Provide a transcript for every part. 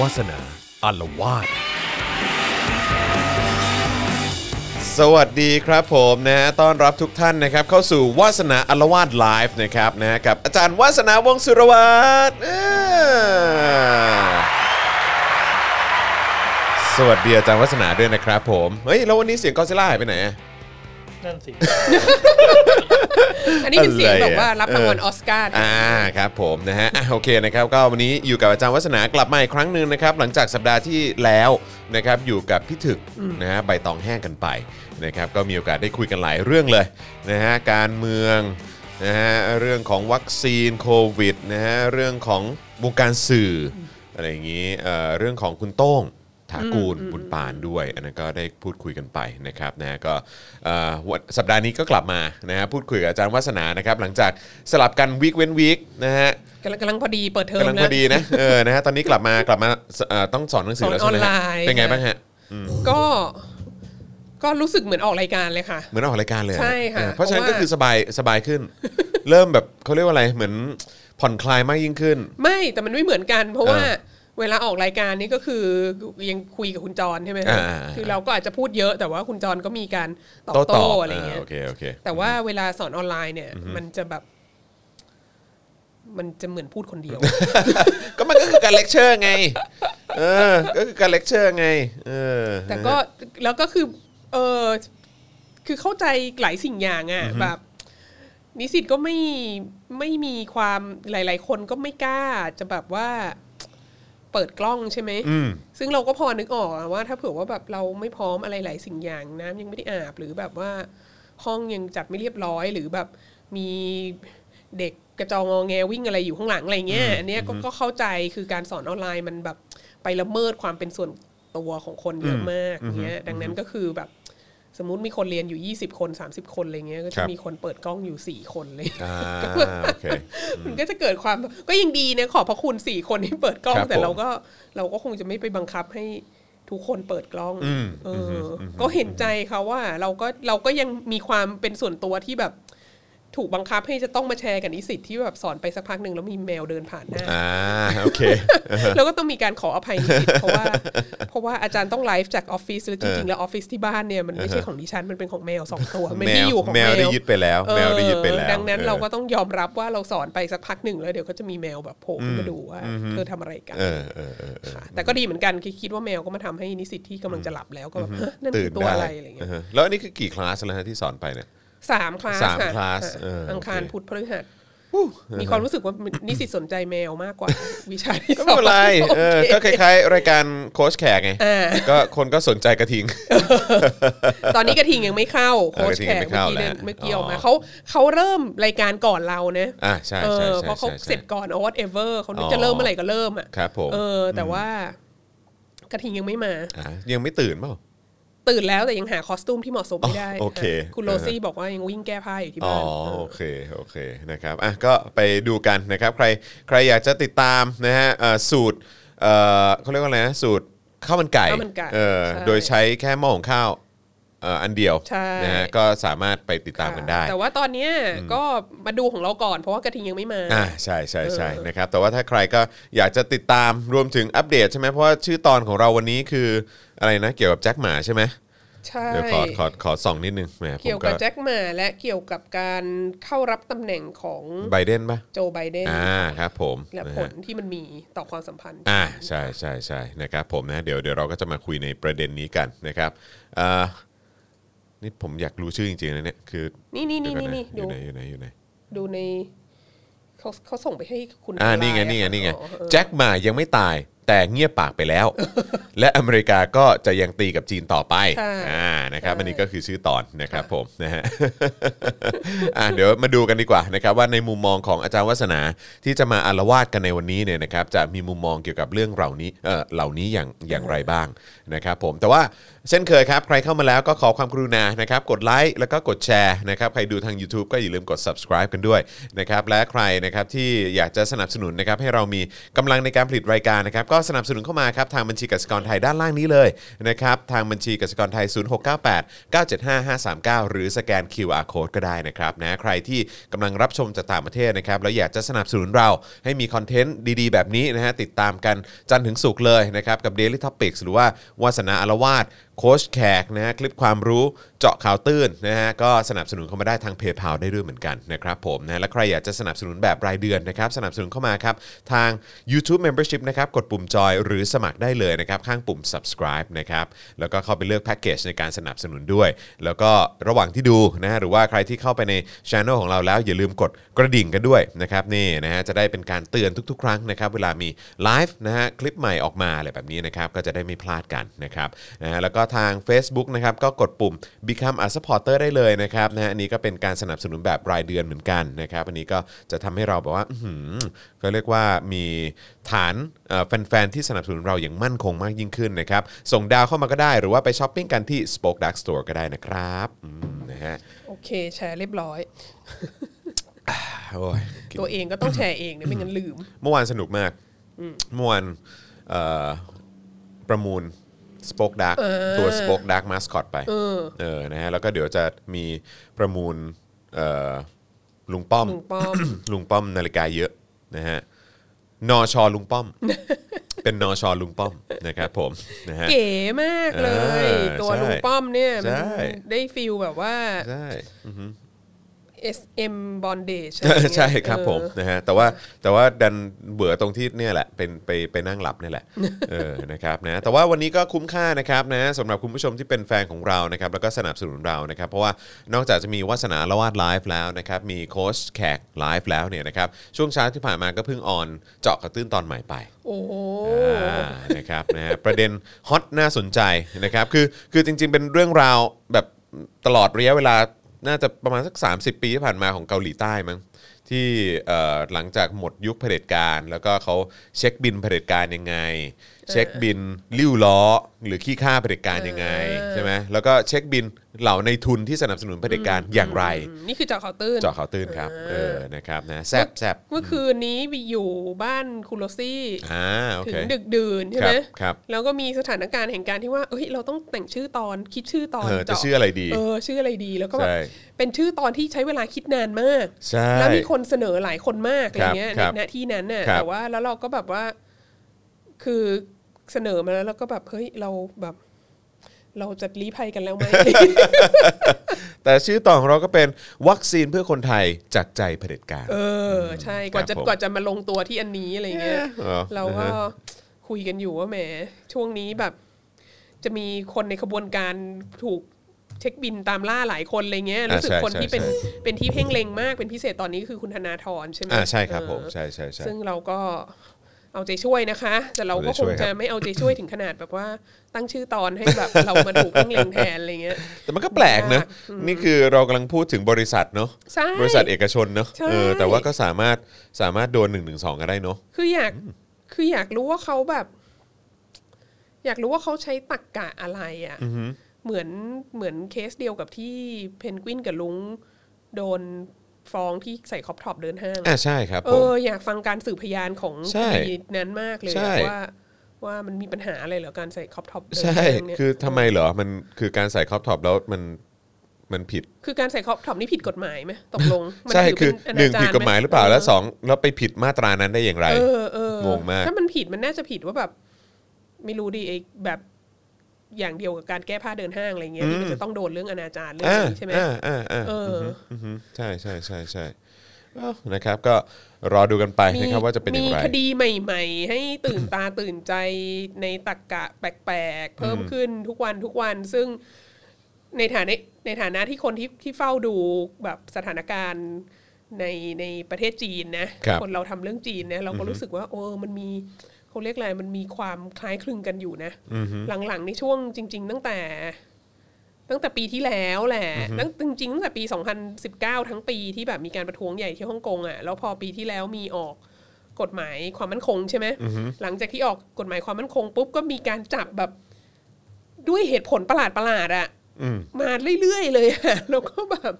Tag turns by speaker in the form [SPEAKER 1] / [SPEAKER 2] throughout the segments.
[SPEAKER 1] วาสนาอารวาส
[SPEAKER 2] สวัสดีครับผมนะฮะต้อนรับทุกท่านนะครับเข้าสู่วาสนาอลวาดไลฟ์นะครับนะฮะกับอาจารย์วาสนาวงศ์สุรวัตรเอ้อสวัสดีอาจารย์วาสนาด้วยนะครับผมเฮ้ยแล้ววันนี้เสียงกอซิล่าหายไปไหนอะ
[SPEAKER 3] นั่นสิ
[SPEAKER 4] อันนี้เป็นเสียงแบบว่ารับรางวัลออสการ์นะ
[SPEAKER 2] อ่าครับผมนะฮะอ่ะโอเคนะครับก็วันนี้อยู่กับอาจารย์วัฒนากลับมาอีกครั้งหนึ่งนะครับหลังจากสัปดาห์ที่แล้วนะครับอยู่กับพี่ถึกนะฮะใบตองแห้งกันไปนะครับก็มีโอกาสได้คุยกันหลายเรื่องเลยนะฮะการเมืองนะฮะเรื่องของวัคซีนโควิดนะฮะเรื่องของวงการสื่ออะไรอย่างนี้เอ่อเรื่องของคุณโต้ง ถากูลบุญปานด้วยอันนั้นก็ได้พูดคุยกันไปนะครับนะฮะก็เอ่อวันสัปดาห์นี้ก็กลับมานะฮะพูดคุยกับอาจารย์วัฒนานะครับหลังจากสลับกันวีคเว้นวีคนะฮะ
[SPEAKER 4] กำลังกำลังพอดีเปิดเทอม
[SPEAKER 2] กำลัง
[SPEAKER 4] นะ
[SPEAKER 2] พอดีนะเออนะฮะตอนนี้กลับมากลับมาเอ่อต้องสอนหนังสือแล้วใช่ไหม
[SPEAKER 4] สอนออน
[SPEAKER 2] ฮะ
[SPEAKER 4] ไลน์
[SPEAKER 2] เป็นไงบ้างฮะ
[SPEAKER 4] ก็ ก็รู้สึกเหมือนออกรายการเลยค่ะ
[SPEAKER 2] เหมือนออกรายการเลย
[SPEAKER 4] ใช่ค่ะ
[SPEAKER 2] เออเพราะฉะนั้น
[SPEAKER 4] เพ
[SPEAKER 2] ก็
[SPEAKER 4] ราะว่า
[SPEAKER 2] คือสบายสบายขึ้น เริ่มแบบเขาเรียกว่าอะไรเหมือนผ่อนคลายมากยิ่งขึ้น
[SPEAKER 4] ไม่แต่มันไม่เหมือนกัน เพราะ
[SPEAKER 2] เออ
[SPEAKER 4] ว่าเวลาออกรายการนี่ก็คือยังคุยกับคุณจรใช่ไหม
[SPEAKER 2] อ่า
[SPEAKER 4] คะ
[SPEAKER 2] อ่าอ่า
[SPEAKER 4] คือเราก็อาจจะพูดเยอะแต่ว่าคุณจรก็มีการตอบ
[SPEAKER 2] โต้ต
[SPEAKER 4] โต้
[SPEAKER 2] อบ
[SPEAKER 4] อะไรเงี้
[SPEAKER 2] าย โอเคโอเค
[SPEAKER 4] แต่ว่าเวลาสอนออนไลน์เนี่ย มันจะแบบ มันจะเหมือนพูดคนเดียว
[SPEAKER 2] ก็มันก็คือการเลคเชอร์ไงเออก็คือการเลคเชอร์ไงเออ
[SPEAKER 4] แต่ก็แล้วก็คือเออคือเข้าใจหลายสิ่งอย่างอะ่ะแบบ นิสิตก็ไม่ไม่มีความหลาย ๆ คนก็ไม่กล้าจะแบบว่าเปิดกล้องใช่ไหม
[SPEAKER 2] อืม
[SPEAKER 4] ซึ่งเราก็พอนึกออกอะว่า ถ้าเผื่อว่าแบบเราไม่พร้อมอะไรหลายสิ่งอย่างน้ำยังไม่ได้อาบ หรือแบบว่าห้องยังจัดไม่เรียบร้อย หรือแบบมีเด็กกระจองงอแงวิ่งอะไรอยู่ข้างหลังอะไรเงี้ยอันเนี้ยก็ก็เข้าใจคือการสอนออนไลน์มันแบบไปละเมิดความเป็นส่วนตัวของคนเยอะมากเงี้ยดังนั้นก็คือแบบ สมมติมีคนเรียนอยู่ 20 คน 30 คนอะไรเงี้ย
[SPEAKER 2] ค
[SPEAKER 4] ก็
[SPEAKER 2] รั
[SPEAKER 4] จะ
[SPEAKER 2] บ
[SPEAKER 4] มีคนเปิดกล้องอยู่ 4 คนเลย
[SPEAKER 2] อ่าโอเค
[SPEAKER 4] มันก็จะเกิดความก็ยังดีนะขอบพระคุณ 4 คนที่เปิดกล้อ
[SPEAKER 2] ค
[SPEAKER 4] ง
[SPEAKER 2] รับ
[SPEAKER 4] แต่
[SPEAKER 2] ผม
[SPEAKER 4] เราก็เราก็คงจะไม่ไปบังคับให้ทุกคนเปิดกล้อง
[SPEAKER 2] อืม
[SPEAKER 4] เอ
[SPEAKER 2] มฮึ
[SPEAKER 4] อ
[SPEAKER 2] ม
[SPEAKER 4] อ
[SPEAKER 2] ฮึ
[SPEAKER 4] ก็เห็นใจเขาว่าเราก็เราก็ยังมีความเป็นส่วนตัวที่แบบ ถูกบังคับให้จะต้องมาแชร์กับนิสิตที่แบบสอนไปสักพักหนึ่งแล้วมีแมวเดินผ่านหน้า
[SPEAKER 2] อ่าโอเค
[SPEAKER 4] แล้วก็ต้องมีการขออภัยนิสิต เพราะว่าเพราะว่าอาจารย์ต้องไลฟ์จากออฟฟิศแล้วจริงๆแล้วออฟฟิศที่บ้านเนี่ยมันไม่ใช่ของดิฉันมันเป็นของแมวสองตัวมัน
[SPEAKER 2] แม
[SPEAKER 4] ที่
[SPEAKER 2] ว
[SPEAKER 4] อยู่ของ
[SPEAKER 2] แม
[SPEAKER 4] แม
[SPEAKER 2] ว
[SPEAKER 4] ว
[SPEAKER 2] ได้ยึดไปแล้ว
[SPEAKER 4] เออ
[SPEAKER 2] แมวได้ยึดไปแล้ว
[SPEAKER 4] ดังนั้น
[SPEAKER 2] ออ
[SPEAKER 4] เราก็ต้องยอมรับว่าเราสอนไปสักพักหนึ่งแล้วเดี๋ยวก็จะมีแมวแบบโผล่ขึ้นมาดูว่าเธอทำอะไรกัน
[SPEAKER 2] เออเออเออเออ
[SPEAKER 4] ค่ะแต่ก็ดีเหมือนกันคือคิดว่าแมวก็มาทำให้นิสิตที่กำลังจะหลับแล้วก็แบบฮะนั่นคือตัวอะไรอะไรเงี้ย
[SPEAKER 2] าฮะแล้วอันนี้คือกี่คลาสแล้วฮะที่สอนไปเนี่ย
[SPEAKER 4] สามคลาส
[SPEAKER 2] สาม
[SPEAKER 4] ค่ะ
[SPEAKER 2] คลาส
[SPEAKER 4] ค่ะ
[SPEAKER 2] เอออั
[SPEAKER 4] อังคาร
[SPEAKER 2] โอเค
[SPEAKER 4] พุธพฤหัสมีความรู้สึกว่านิสิตสนใจแมวมากกว่า วิชาที่
[SPEAKER 2] ก็
[SPEAKER 4] ส
[SPEAKER 2] ไม่
[SPEAKER 4] อน
[SPEAKER 2] เป็นไรเออก็คล้ายๆ รายการโค้ชแขกไง
[SPEAKER 4] อ่า
[SPEAKER 2] ก็คนก็สนใจกระทิง
[SPEAKER 4] ตอนนี้กระทิงยังไม่เข้าโค้ชแข
[SPEAKER 2] เออ
[SPEAKER 4] ก
[SPEAKER 2] กระทิงยังไม่เข้าแล้ว
[SPEAKER 4] เมื่อกี้เดินเมื่อกี้ออกมาเขาเขาเริ่มรายการก่อนเรานะ
[SPEAKER 2] อ่าใช่
[SPEAKER 4] เอ
[SPEAKER 2] ใช่
[SPEAKER 4] อ
[SPEAKER 2] ใช่
[SPEAKER 4] เพราะเขา
[SPEAKER 2] ใช่ใช่
[SPEAKER 4] เสร็จก่อนโอทเอเวอร์เขานึก
[SPEAKER 2] อ๋อ
[SPEAKER 4] จะเริ่มเมื่อไหร่ก็เริ่มอ่ะ
[SPEAKER 2] ครับผม
[SPEAKER 4] เออ แต่ว่ากระทิงยังไม่มา
[SPEAKER 2] อ่ายังไม่ตื่นเปล่า
[SPEAKER 4] ตื่นแล้วแต่ยังหาคอสตูมที่เหมาะสมไม่ได้
[SPEAKER 2] อ๋อโอเค
[SPEAKER 4] ะคุณโรซี่บอกว่ายังวิ่งแก้ผ้าอยู่ที่
[SPEAKER 2] อ๋อ
[SPEAKER 4] บ้านเอ
[SPEAKER 2] โอ
[SPEAKER 4] อ
[SPEAKER 2] เคโอเคนะครับอ่ะก็ไปดูกันนะครับใครใครอยากจะติดตามนะฮะเอ่อสูตรเอ่อเขาเรียกว่าอะไรนะสูตรข้าวมันไก่
[SPEAKER 4] ข้าวมันไก่
[SPEAKER 2] เออ
[SPEAKER 4] ใช่
[SPEAKER 2] โดยใช้แค่หม้อของข้าวเอ่ออันเดียว
[SPEAKER 4] ใช่
[SPEAKER 2] นะฮะก็สามารถไปติดตามกันได้
[SPEAKER 4] ค่ะแต่ว่าตอนเนี้ยก็มาดูของเราก่อน เพราะว่ากระทิงยังไม่มา
[SPEAKER 2] อ่าใช่ใช่ใช่
[SPEAKER 4] เออ
[SPEAKER 2] นะครับแต่ว่าถ้าใครก็อยากจะติดตามรวมถึงอัปเดตใช่ไหมเพราะว่าชื่อตอนของเราวันนี้คืออะไรนะเกี่ยวกับแจ็คหมาใช่ไหม
[SPEAKER 4] ใช่
[SPEAKER 2] เดี๋ยวขอขอขอส่องนิดนึงแหมผม
[SPEAKER 4] เกี่ยว
[SPEAKER 2] ก็
[SPEAKER 4] กับแจ็คหมาและเกี่ยวกับการเข้ารับตำแหน่งของ
[SPEAKER 2] ไบเดนปะ
[SPEAKER 4] โจไบเดน
[SPEAKER 2] อ่าครับผม
[SPEAKER 4] และ
[SPEAKER 2] นะ
[SPEAKER 4] ผ
[SPEAKER 2] ฮะ
[SPEAKER 4] ลที่มันมีต่อความสัมพันธ์
[SPEAKER 2] อ่าใช่ใช่ใช่นะครับผมนะเดี๋ยวเดี๋ยวเราก็จะมาคุยในประเด็นนี้กันนะครับอ่านี่ผมอยากรู้ชื่อจริงๆนะเนี่ยคือ
[SPEAKER 4] นี่นี่นี่
[SPEAKER 2] เดี๋ยวก่อ
[SPEAKER 4] นี่
[SPEAKER 2] อยู่ไหนอ
[SPEAKER 4] นี่ดู
[SPEAKER 2] ยู่ไหนอยู่ไหน
[SPEAKER 4] ดูในเขาเขาส่งไปให้คุณ
[SPEAKER 2] อ่า
[SPEAKER 4] ทลย
[SPEAKER 2] นี่ไงนี่ไง
[SPEAKER 4] อะค่ะ
[SPEAKER 2] นี่ไง
[SPEAKER 4] อ๋อเออ
[SPEAKER 2] แจ็คหมายังไม่ตายแต่เงียบปากไปแล้ว และอเมริกาก็จะยังตีกับจีนต่อไปอ่านะครับอันนี้ก็คือชื่อตอนนะครับผมนะฮะ อ่ะเดี๋ยวมาดูกันดีกว่านะครับว่าในมุมมองของอาจารย์วัฒนาที่จะมาอารวาสกันในวันนี้เนี่ยนะครับจะมีมุมมองเกี่ยวกับเรื่องเหล่านี้เอ่อเหล่านี้อย่างอย่างไรบ้างนะครับผมแต่ว่าเช่นเคยครับ ใครเข้ามาแล้วก็ขอความกรุณานะครับกดไลค์แล้วก็กดแชร์นะครับใครดูทาง YouTube ก็อย่าลืมกด subscribe กันด้วยนะครับและใครนะครับที่อยากจะสนับสนุนนะครับให้เรามีกำลังในการผลิตรายการนะครับ ก็สนับสนุนเข้ามาครับ ทางบัญชีกสิกรไทยด้านล่างนี้เลยนะครับ ทางบัญชีกสิกรไทย 0698 975 539 หรือสแกน QR Code ก็ได้นะครับนะใครที่กำลังรับชมจากต่างประเทศนะครับ แล้วอยากจะสนับสนุนเราให้มีคอนเทนต์ดีๆ แบบนี้นะฮะติดตามกันจันทร์ถึงสุกร์เลยนะครับ กับ Daily Topics หรือว่าวาสนาอารวาส โค้ชแขกนะฮะคลิปความรู้เจาะข่าวตื้นนะฮะก็สนับสนุนเข้ามาได้ทางเพย์พาได้ด้วยเหมือนกันนะครับผมนะและใครอยากจะสนับสนุนแบบรายเดือนนะครับสนับสนุนเข้ามาครับทาง YouTube Membership นะครับกดปุ่มจอยหรือสมัครได้เลยนะครับข้างปุ่ม subscribe นะครับแล้วก็เข้าไปเลือกแพ็กเกจในการสนับสนุนด้วย แล้วก็ระหว่างที่ดูนะฮะหรือว่าใครที่เข้าไปในช anel ของเราแล้วอย่าลืมกดกระดิ่งกันด้วยนะครับนี่นะฮะจะได้เป็นการเตือนทุก ๆ ครั้งนะครับเวลามีไลฟ์นะฮะคลิปใหม่ออกมาอะไรแบบนี้นะครับก็จะได้ไม่พลาดกันนะครับนะฮะแล้วก็ทาง a c e b o o k นะครับก็กดปุ่ม Become a supporter ได้เลยนะครับนะฮะอันนี้ก็เป็นการสนับสนุนแบบรายเดือนเหมือนกันนะครับอันนี้ก็จะทำให้เราแบบว่าอื้อหือก็เรียกว่ามีฐานเอ่อแฟนๆที่สนับสนุนเราอย่างมั่นคงมากยิ่งขึ้นนะครับส่งดาวเข้ามาก็ได้หรือว่าไปช้อปปิ้งกันที่ Spoke Dark Store ก็ได้นะครับอืมนะฮะ
[SPEAKER 4] โอเค แชร์เรียบร้อย
[SPEAKER 2] โอ้ย
[SPEAKER 4] ตัวเองก็ต้องแชร์เองเดี๋ยวไม่งั้นลืม
[SPEAKER 2] เมื่อวานสนุกมาก เมื่อวานเอ่อประมูลสป็อกดักตัวสป็อกดักมาสคอตไป เออ นะฮะ แล้วก็เดี๋ยวจะมีประมูลเอ่อลุงป้อม
[SPEAKER 4] ลุงป้อม
[SPEAKER 2] ลุงป้อมนาฬิกาเยอะนะฮะ นอชอลุงป้ อม เป็นนอชอลุงป้อมนะครับผม นะฮะ
[SPEAKER 4] เก๋มากเล
[SPEAKER 2] เอ
[SPEAKER 4] ย
[SPEAKER 2] อ
[SPEAKER 4] ตัว
[SPEAKER 2] ใช่
[SPEAKER 4] ลุงป้อมเนี่ยมัน
[SPEAKER 2] ใช่
[SPEAKER 4] ได้ฟิลแบบว่า
[SPEAKER 2] ใช่
[SPEAKER 4] SM bondage อะ
[SPEAKER 2] เอ
[SPEAKER 4] ไร
[SPEAKER 2] อ
[SPEAKER 4] เงี้ย
[SPEAKER 2] ใช่ ครับผม
[SPEAKER 4] เออ
[SPEAKER 2] นะฮะแต่ว่าแต่ว่าดันเบื่อตรงที่เนี่ยแหละเป็นไปไปนั่งหลับเนี่ยแห ละเออนะครับนะแต่ว่าวันนี้ก็คุ้มค่านะครับนะสำหรับคุณผู้ชมที่เป็นแฟนของเรานะครับแล้วก็สนับสนุนเรานะครับ เพราะว่านอกจากจะมีวาสนาละวาดไลฟ์แล้วนะครับมีโค้ชแขกไลฟ์แล้วเนี่ยนะครับช่วงเช้าที่ผ่านมาก็เพิ่งออนเจาะกระตื้นตอนใหม่ไป
[SPEAKER 4] โอ้โห
[SPEAKER 2] อ่านะครับนะฮะประเด็นฮอตน่าสนใจนะครับคือคือจริง ๆ เป็นเรื่องราวแบบตลอดระยะเวลาน่าจะประมาณสัก 30 ปีที่ผ่านมาของเกาหลีใต้มั้งที่เอ่อหลังจากหมดยุคเผด็จการ แล้วก็เขาเช็คบินเผด็จการยังไง เช็คบินลิ้วล้อ หรือขี้ข้าเผด็จการยังไง
[SPEAKER 4] เออ
[SPEAKER 2] ใช่ไหมแล้วก็เช็คบินเหล่าในทุนที่สนับสนุนเผด็จการอย่างไร
[SPEAKER 4] อืมนี่คือจอข่าวตื้น
[SPEAKER 2] เจาะข่าวตื่นครับเออนะครับนะแซบแซบ
[SPEAKER 4] เมื่อคืนนี้ไปอยู่บ้านคุณโรซี่
[SPEAKER 2] อ่าโอ
[SPEAKER 4] ถึ
[SPEAKER 2] เค
[SPEAKER 4] งดึกดื่นใช่ไหม
[SPEAKER 2] ครับครับ
[SPEAKER 4] แล้วก็มีสถานการณ์แห่งการที่ว่าเอ้ยเราต้องแต่งชื่อตอนคิดชื่อตอน
[SPEAKER 2] เออจะ
[SPEAKER 4] เจาะ
[SPEAKER 2] ชื่ออะไรดี
[SPEAKER 4] เออชื่ออะไรดีแล้วก็แบบ
[SPEAKER 2] ใช่
[SPEAKER 4] เป็นชื่อตอนที่ใช้เวลาคิดนานมาก
[SPEAKER 2] ใช่
[SPEAKER 4] แล้วมีคนเสนอหลายคนมากอะไรเงี้
[SPEAKER 2] ค
[SPEAKER 4] ยใน
[SPEAKER 2] รับ
[SPEAKER 4] หน้าที่นั้นน่ะ
[SPEAKER 2] ครับ
[SPEAKER 4] แต่ว่าแล้วเราก็แบบว่า คือเสนอมาแล้วเราก็แบบเฮ้ยเราแบบ เราจะรีภัยกันแล้วไหม
[SPEAKER 2] แต่ชื่อต่อของเราก็เป็นวัคซีนเพื่อคนไทยจากใจเผด็จการ
[SPEAKER 4] เออ ใช่กว่าจะ
[SPEAKER 2] ครับผม
[SPEAKER 4] กว่าจะมาลงตัวที่อันนี้อะไรเงี้ย
[SPEAKER 2] ออ
[SPEAKER 4] เราก็คุยกันอยู่ว่าแหมช่วงนี้แบบ จะมีคนในขบวนการถูกเช็คบินตามล่าหลายคนอะไรเงี้ยรู้สึก
[SPEAKER 2] ใช่
[SPEAKER 4] คนที่เป็น
[SPEAKER 2] ใช่
[SPEAKER 4] เป็นที่เพ่งเล็งมากเป็นพิเศษตอนนี้คือคุณธนาธรใช่ไหม
[SPEAKER 2] อ่าใช่ครับผม
[SPEAKER 4] เออ
[SPEAKER 2] ใช่ใช่ใช่
[SPEAKER 4] ซึ่งเราก็เอาใจช่วยนะคะ แต่เราก็
[SPEAKER 2] เอาใจช่
[SPEAKER 4] คง
[SPEAKER 2] วยครับ
[SPEAKER 4] จะไม่เอาใจช่วยถึงขนาดแบบว่าตั้งชื่อตอนให้แบบ เรามาถูกเพ่งเล็งแทนอะไรเงี้ย
[SPEAKER 2] แต่มันก็แปลกนะ
[SPEAKER 4] ยากอืม
[SPEAKER 2] นี่คือเรากำลังพูดถึงบริษัทเนาะ
[SPEAKER 4] ใช่
[SPEAKER 2] บริษัทเอกชนเนาะ
[SPEAKER 4] ใช่
[SPEAKER 2] เออแต่ว่าก็สามารถสามารถโดน1นึกันได้เนาะ
[SPEAKER 4] คืออยากคืออยากรู้ว่าเขาแบบ อยากรู้ว่าเขาใช้ตักกะอะไรอะ่ะเหมือนเหมือนเคสเดียวกับที่เพนกวินกับลุงโดนฟ้องที่ใส่คอปท็อปเดินห้างอะ
[SPEAKER 2] อ่าใช่ครับ
[SPEAKER 4] เอ
[SPEAKER 2] ผม
[SPEAKER 4] ออยากฟังการสืบพยานของ
[SPEAKER 2] ใช่
[SPEAKER 4] คดีนั้นมากเลย
[SPEAKER 2] ใช่
[SPEAKER 4] อะว่า ว่ามันมีปัญหาอะไรเหรอการใส่คอปท็อปเดิน
[SPEAKER 2] ใช่
[SPEAKER 4] ห้างเนี่ย
[SPEAKER 2] คือทำไมเหรอมันคือการใส่ครอบท็อปแล้วมันมันผิด
[SPEAKER 4] คือการใส่คอปท็อปนี่ผิดกฎหมายไหมตกลงมั
[SPEAKER 2] ใช่
[SPEAKER 4] ถื
[SPEAKER 2] คือ
[SPEAKER 4] เป็
[SPEAKER 2] หนึ่ง
[SPEAKER 4] จ
[SPEAKER 2] ผิดกฎหมายหรือเปล่า
[SPEAKER 4] ไ
[SPEAKER 2] แล้วสองแล้วไปผิดมาตรานั้นได้อย่างไร
[SPEAKER 4] เออเออง
[SPEAKER 2] งมาก
[SPEAKER 4] ถ้ามันผิดมันน่าจะผิดว่าแบบ ไม่รู้ดิไอแบบอย่างเดียวกับการแก้ผ้าเดินห้างอะไรเงี้ยที่มันจะต้องโดนเรื่องอนาจารเรื่อง
[SPEAKER 2] อ่า
[SPEAKER 4] นี้ใช่ไหม
[SPEAKER 2] อ่าอ่าอ่า
[SPEAKER 4] เอออ
[SPEAKER 2] อือฮึใช่ใช่ใช่ใช่เอ้านะครับก็รอดูกันไปนะครับว่าจะเป็นอย่าง
[SPEAKER 4] มี
[SPEAKER 2] ไร
[SPEAKER 4] คดีใหม่ ๆ ให้ตื่นตา ตื่นใจในตักกะแปลกๆ เพิ่มขึ้นทุกวันทุกวัน ซึ่งในฐานะในฐานะที่คนที่ที่เฝ้าดูแบบสถานการณ์ในในประเทศจีนนะครับ นเราทำเรื่องจีนนะเราก็รู้สึกว่า โอ้มันมีเขาเรียกอะไรมันมีความคล้ายคลึงกันอยู่นะ หลังๆในช่วงจริง ๆ ตั้งแต่ ตั้งแต่ปีที่แล้วแหละตั้งจริงๆตั้งแต่ปี 2019 ทั้งปีที่แบบมีการประท้วงใหญ่ที่ฮ่องกงอ่ะแล้วพอปีที่แล้วมีออกกฎหมายความมั่นคงใช่ไหมหลังจากที่ออกกฎหมายความมั่นคงปุ๊บก็มีการจับแบบด้วยเหตุผลประหลาดประหลาดๆอ่ะ
[SPEAKER 2] อืม
[SPEAKER 4] มาเรื่อยๆเลยอะ แล้วก็แบบ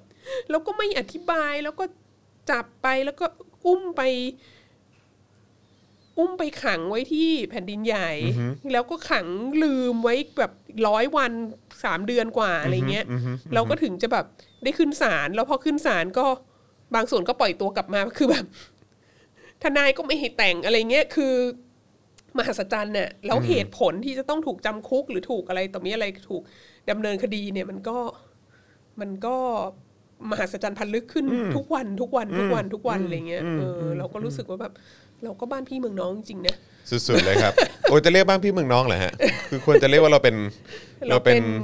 [SPEAKER 4] แล้วก็ไม่อธิบายแล้วก็จับไปแล้วก็อุ้มไป อุ้มไปขังไว้ที่แผ่นดินใหญ่ แล้วก็ขังลืมไว้แบบร้อยวันสามเดือนกว่าอะไรเงี้ยเราก็ถึงจะแบบได้ขึ้นศาลแล้วพอขึ้นศาลก็บางส่วนก็ปล่อยตัวกลับมาคือแบบ ทนายก็ไม่ให้แต่งอะไรเงี้ยคือ มหัศจรรย์เนี่ยแล้วเหตุผลที่จะต้องถูกจำคุกหรือถูกอะไรต่อมีอะไรถูกดำเนินคดีเนี่ยมันก็มันก็มหัศจรรย์พันลึกขึ้นทุกวันทุกวันทุกวันทุกวันอะไรเงี้ยเอออเราก็รู้สึกว่าแบบเราก็บ้านพี่เมืองน้องจริงๆนะ
[SPEAKER 2] สุดๆเลยครับ โอ้ยจะเรียกบ้างพี่เมืองน้องเหรอฮะ คือควรจะเรียกว่าเราเป็น เรา
[SPEAKER 4] เรา
[SPEAKER 2] เป็
[SPEAKER 4] เป็น น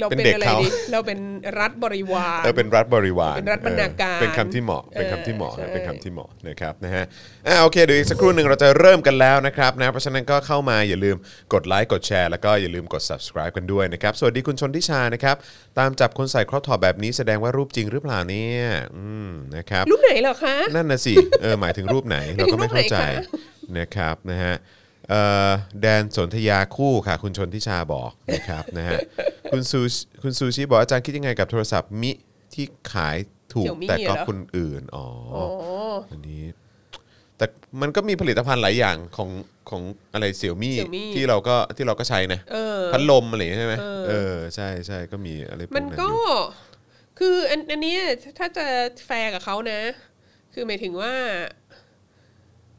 [SPEAKER 4] เรา
[SPEAKER 2] เป็น
[SPEAKER 4] เป็น
[SPEAKER 2] เด็ก
[SPEAKER 4] อะไร
[SPEAKER 2] เขา
[SPEAKER 4] ดีเราเป็นรัฐบริวาร
[SPEAKER 2] เออเป็นรัฐบริวาร
[SPEAKER 4] เป็นรัฐบรรณากา
[SPEAKER 2] เอ
[SPEAKER 4] ร
[SPEAKER 2] อเป็นคำที่เหมาะ เป็นคำที่เหมาะ
[SPEAKER 4] เออใช่
[SPEAKER 2] เป็นคำที่เหมาะนะครับนะฮะอ่าโอเคเดี๋ยวอีกสักครู่หนึ่งเราจะเริ่มกันแล้วนะครับนะเพราะฉะนั้นก็เข้ามาอย่าลืมกดไลค์กดแชร์แล้วก็อย่าลืมกด subscribe กันด้วยนะครับ สวัสดีคุณชนทิชานะครับ ตามจับคนใส่ครอบถอปแบบนี้แสดงว่ารูปจริงหรือเปล่าเนี่ยอืมนะครับ
[SPEAKER 4] รูปไหนเหรอคะ
[SPEAKER 2] นั่นนะสิเออหมายถึงรูป ไหน เราก็ไม่เข้าใจ
[SPEAKER 4] รูปไหนคะ
[SPEAKER 2] นะครับนะฮะเอ่อแดนสนธยาคู่ค่ะ คุณชนทิชาบอกนะครับนะ ฮะคุณซูคุณซูชิบอกอาจารย์คิดยังไงกับโทรศัพท์มิที่ขายถูกแต่ก็คนอื่น อ๋ออ
[SPEAKER 4] อ๋อ
[SPEAKER 2] อันนี้ แต่มันก็มีผลิตภัณฑ์หลายอย่างของของอะไรเสี่ยวมี่ที่เราก็ที่เราก็ใช้นะ
[SPEAKER 4] เออ
[SPEAKER 2] พัดลมอะไรอย่างเงี้ยใช่ไหมเออใช่ใช่ก็มีอะไรพวก
[SPEAKER 4] มัน
[SPEAKER 2] นั้นอ
[SPEAKER 4] ก็
[SPEAKER 2] ยู่
[SPEAKER 4] คืออันอันเนี้ยถ้าจะแฟร์กับเขานะ คือหมายถึงว่า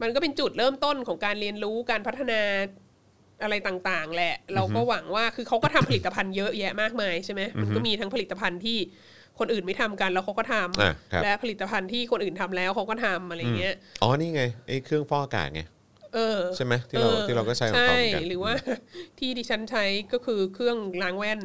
[SPEAKER 4] มันก็เป็นจุดเริ่มต้นของการเรียนรู้การพัฒนาอะไรต่างๆ แหละ เราก็หวังว่าคือเขาก็ทำผลิตภัณฑ์เยอะแยะมากมายใช่ไหมมันก็มีทั้งผลิตภัณฑ์ที่คนอื่นไม่ทำกันแล้วเขาก็ทำ
[SPEAKER 2] อ่ะครับ
[SPEAKER 4] และผลิตภัณฑ์ที่คนอื่นทำแล้วเขาก็ทำอะไรเงี้ย
[SPEAKER 2] อ๋อนี่ไงไอ้เครื่องฟอกอากาศไง
[SPEAKER 4] เออ
[SPEAKER 2] ใช่ไหมที่เรา
[SPEAKER 4] ออ
[SPEAKER 2] ที่เราก็ใช้ของเขาเหมือนกัน
[SPEAKER 4] ใช่หรือว่า ที่ดิฉันใช้ก็คือเครื่องล้างแว่น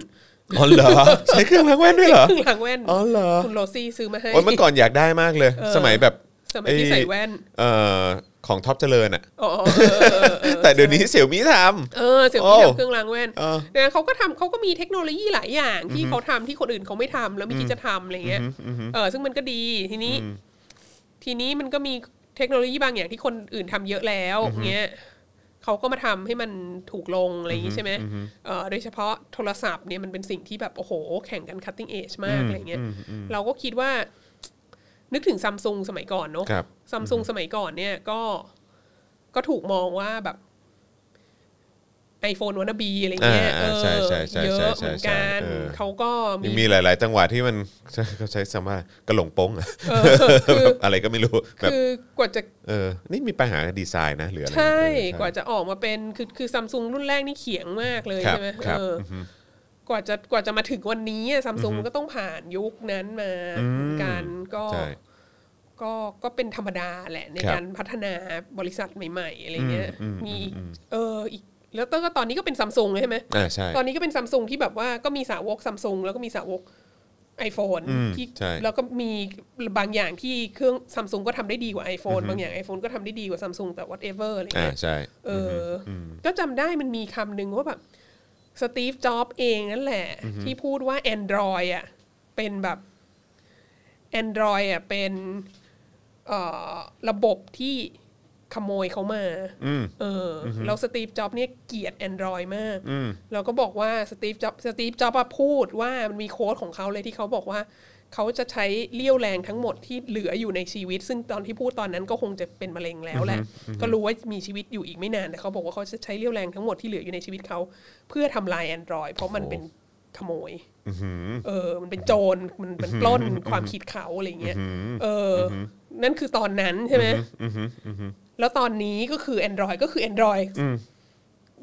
[SPEAKER 2] อ๋อเหรอใช้เครื่องล้างแว่นด้วยเหรอ
[SPEAKER 4] เครื่องล้างแว่น
[SPEAKER 2] อ๋อเหรอ
[SPEAKER 4] คุณโรซี่ซื้อมาให้
[SPEAKER 2] โอ้ยเมื่อก่อนอยากได้มากเลย
[SPEAKER 4] เออ
[SPEAKER 2] สมัยแบบ
[SPEAKER 4] สมัยที่ใส่แว่น
[SPEAKER 2] เอ่อของท็อปเจริญอ่ะ
[SPEAKER 4] อ๋อเออเออเออ
[SPEAKER 2] แต่เดี๋ยวนี้เสี่ยวมี่ท
[SPEAKER 4] เออเสี่ยว
[SPEAKER 2] โอ้
[SPEAKER 4] มี่ทำเครื่องล้างแว่น
[SPEAKER 2] ำเออ
[SPEAKER 4] นะเขาก็ทำเขาก็มีเทคโนโลยีหลายอย่างที่เขาทำที่คนอื่นเขาไม่ทำแล้วไม่คิดจะทำอะไรเงี้ยเออซึ่งมันก็ดีทีนี้ ทีนี้มันก็มีเทคโนโลยีบางอย่างที่คนอื่นทำเยอะแล้วเงี้ยเขาก็มาทำให้มันถูกลงอะไรอย่างงี้ใช่ไหมเออโดยเฉพาะโทรศัพท์เนี่ยมันเป็นสิ่งที่แบบโอ้โห แข่งกัน cutting edge มากอะไรเงี้ยเราก็คิดว่า นึกถึงซัมซุงสมัยก่อนเนาะ
[SPEAKER 2] ครับ
[SPEAKER 4] ซัมซุงสมัยก่อนเนี่ยก็ก็ถูกมองว่าแบบ iPhone วันบีอะไรเงี้ย
[SPEAKER 2] อ่าอ่าใช่ใช่ใช่
[SPEAKER 4] เย
[SPEAKER 2] ใช่
[SPEAKER 4] อะ
[SPEAKER 2] ใช่
[SPEAKER 4] เหมือนกัน
[SPEAKER 2] ใช่เออ
[SPEAKER 4] เขาก็
[SPEAKER 2] ยัง
[SPEAKER 4] มี
[SPEAKER 2] มีหลาย ๆ จังหวะที่มัน เขาใช้คำว่ากระหลงโป้งอะ
[SPEAKER 4] เออคือ
[SPEAKER 2] แบบอะไรก็ไม่รู้แบบ
[SPEAKER 4] คือกว่าจะ
[SPEAKER 2] เออนี่มีปัญหากับดีไซน์นะหรืออะไร
[SPEAKER 4] ใช่
[SPEAKER 2] เออ
[SPEAKER 4] กว่าจะออกมาเป็นคือคือซัมซุงรุ่นแรกนี่เขียงมากเลย
[SPEAKER 2] ครับ
[SPEAKER 4] ใช่ไหม
[SPEAKER 2] ครับ
[SPEAKER 4] เอออ กว่าจะกว่าจะมาถึงวันนี้ซัมซุงก็ต้องผ่านยุคนั้นมาเหมือนกันก็
[SPEAKER 2] ใช่
[SPEAKER 4] ก็ก็เป็นธรรมดาแหละใน
[SPEAKER 2] ครับ
[SPEAKER 4] การพัฒนาบริษัทใหม่ๆอะไรเงี้ยมีอีกเอออีกแล้วเต้ยก็ตอนนี้ก็เป็นซัมซุงใช่ไหม
[SPEAKER 2] อ่าใช่
[SPEAKER 4] ตอนนี้ก็เป็นซัมซุงที่แบบว่าก็มีสาวกซัมซุงแล้วก็มีสาวก iPhone
[SPEAKER 2] อืม
[SPEAKER 4] ที่
[SPEAKER 2] ใช่
[SPEAKER 4] แล้วก็มีบางอย่างที่เครื่องซัมซุงก็ทำได้ดีกว่า iPhone บางอย่าง iPhone ก็ทำได้ดีกว่าซัมซุงแต่ whatever อะไร
[SPEAKER 2] อ่า
[SPEAKER 4] เงี้ย
[SPEAKER 2] ใช่
[SPEAKER 4] เอออก็จำได้มันมีคำหนึ่งว่าแบบสตีฟจ็อบเองนั่นแหละ ที่พูดว่า Android อ่ะเป็นแบบ Android อ่ะเป็นเอ่อระบบที่ขโมยเขามาเอออแล้วสตีฟจ็อบเนี่ยเกลียด Android มากแล้วก็บอกว่าสตีฟจ็อบสตีฟจ็อบพูดว่ามันมีโค้ดของเขาเลยที่เขาบอกว่า เขาจะใช้เลี้ยวแรงทั้งหมดที่เหลืออยู่ในชีวิต ซึ่งตอนที่พูดตอนนั้นก็คงจะเป็นมะเร็งแล้วแหละ ก็รู้ว่ามีชีวิตอยู่อีกไม่นานแต่เขาบอกว่าเขาจะใช้เลี้ยวแรงทั้งหมดที่เหลืออยู่ในชีวิตเขาเพื่อทำลาย Android เพราะมันเป็นขโมย เออ มันเป็นโจร มันเป็นปล้นความคิดเขาอะไรเงี้ย เอออนั่นคือตอนนั้นใช่ไหม แล้วตอนนี้ก็คือ Android ก็คือ Android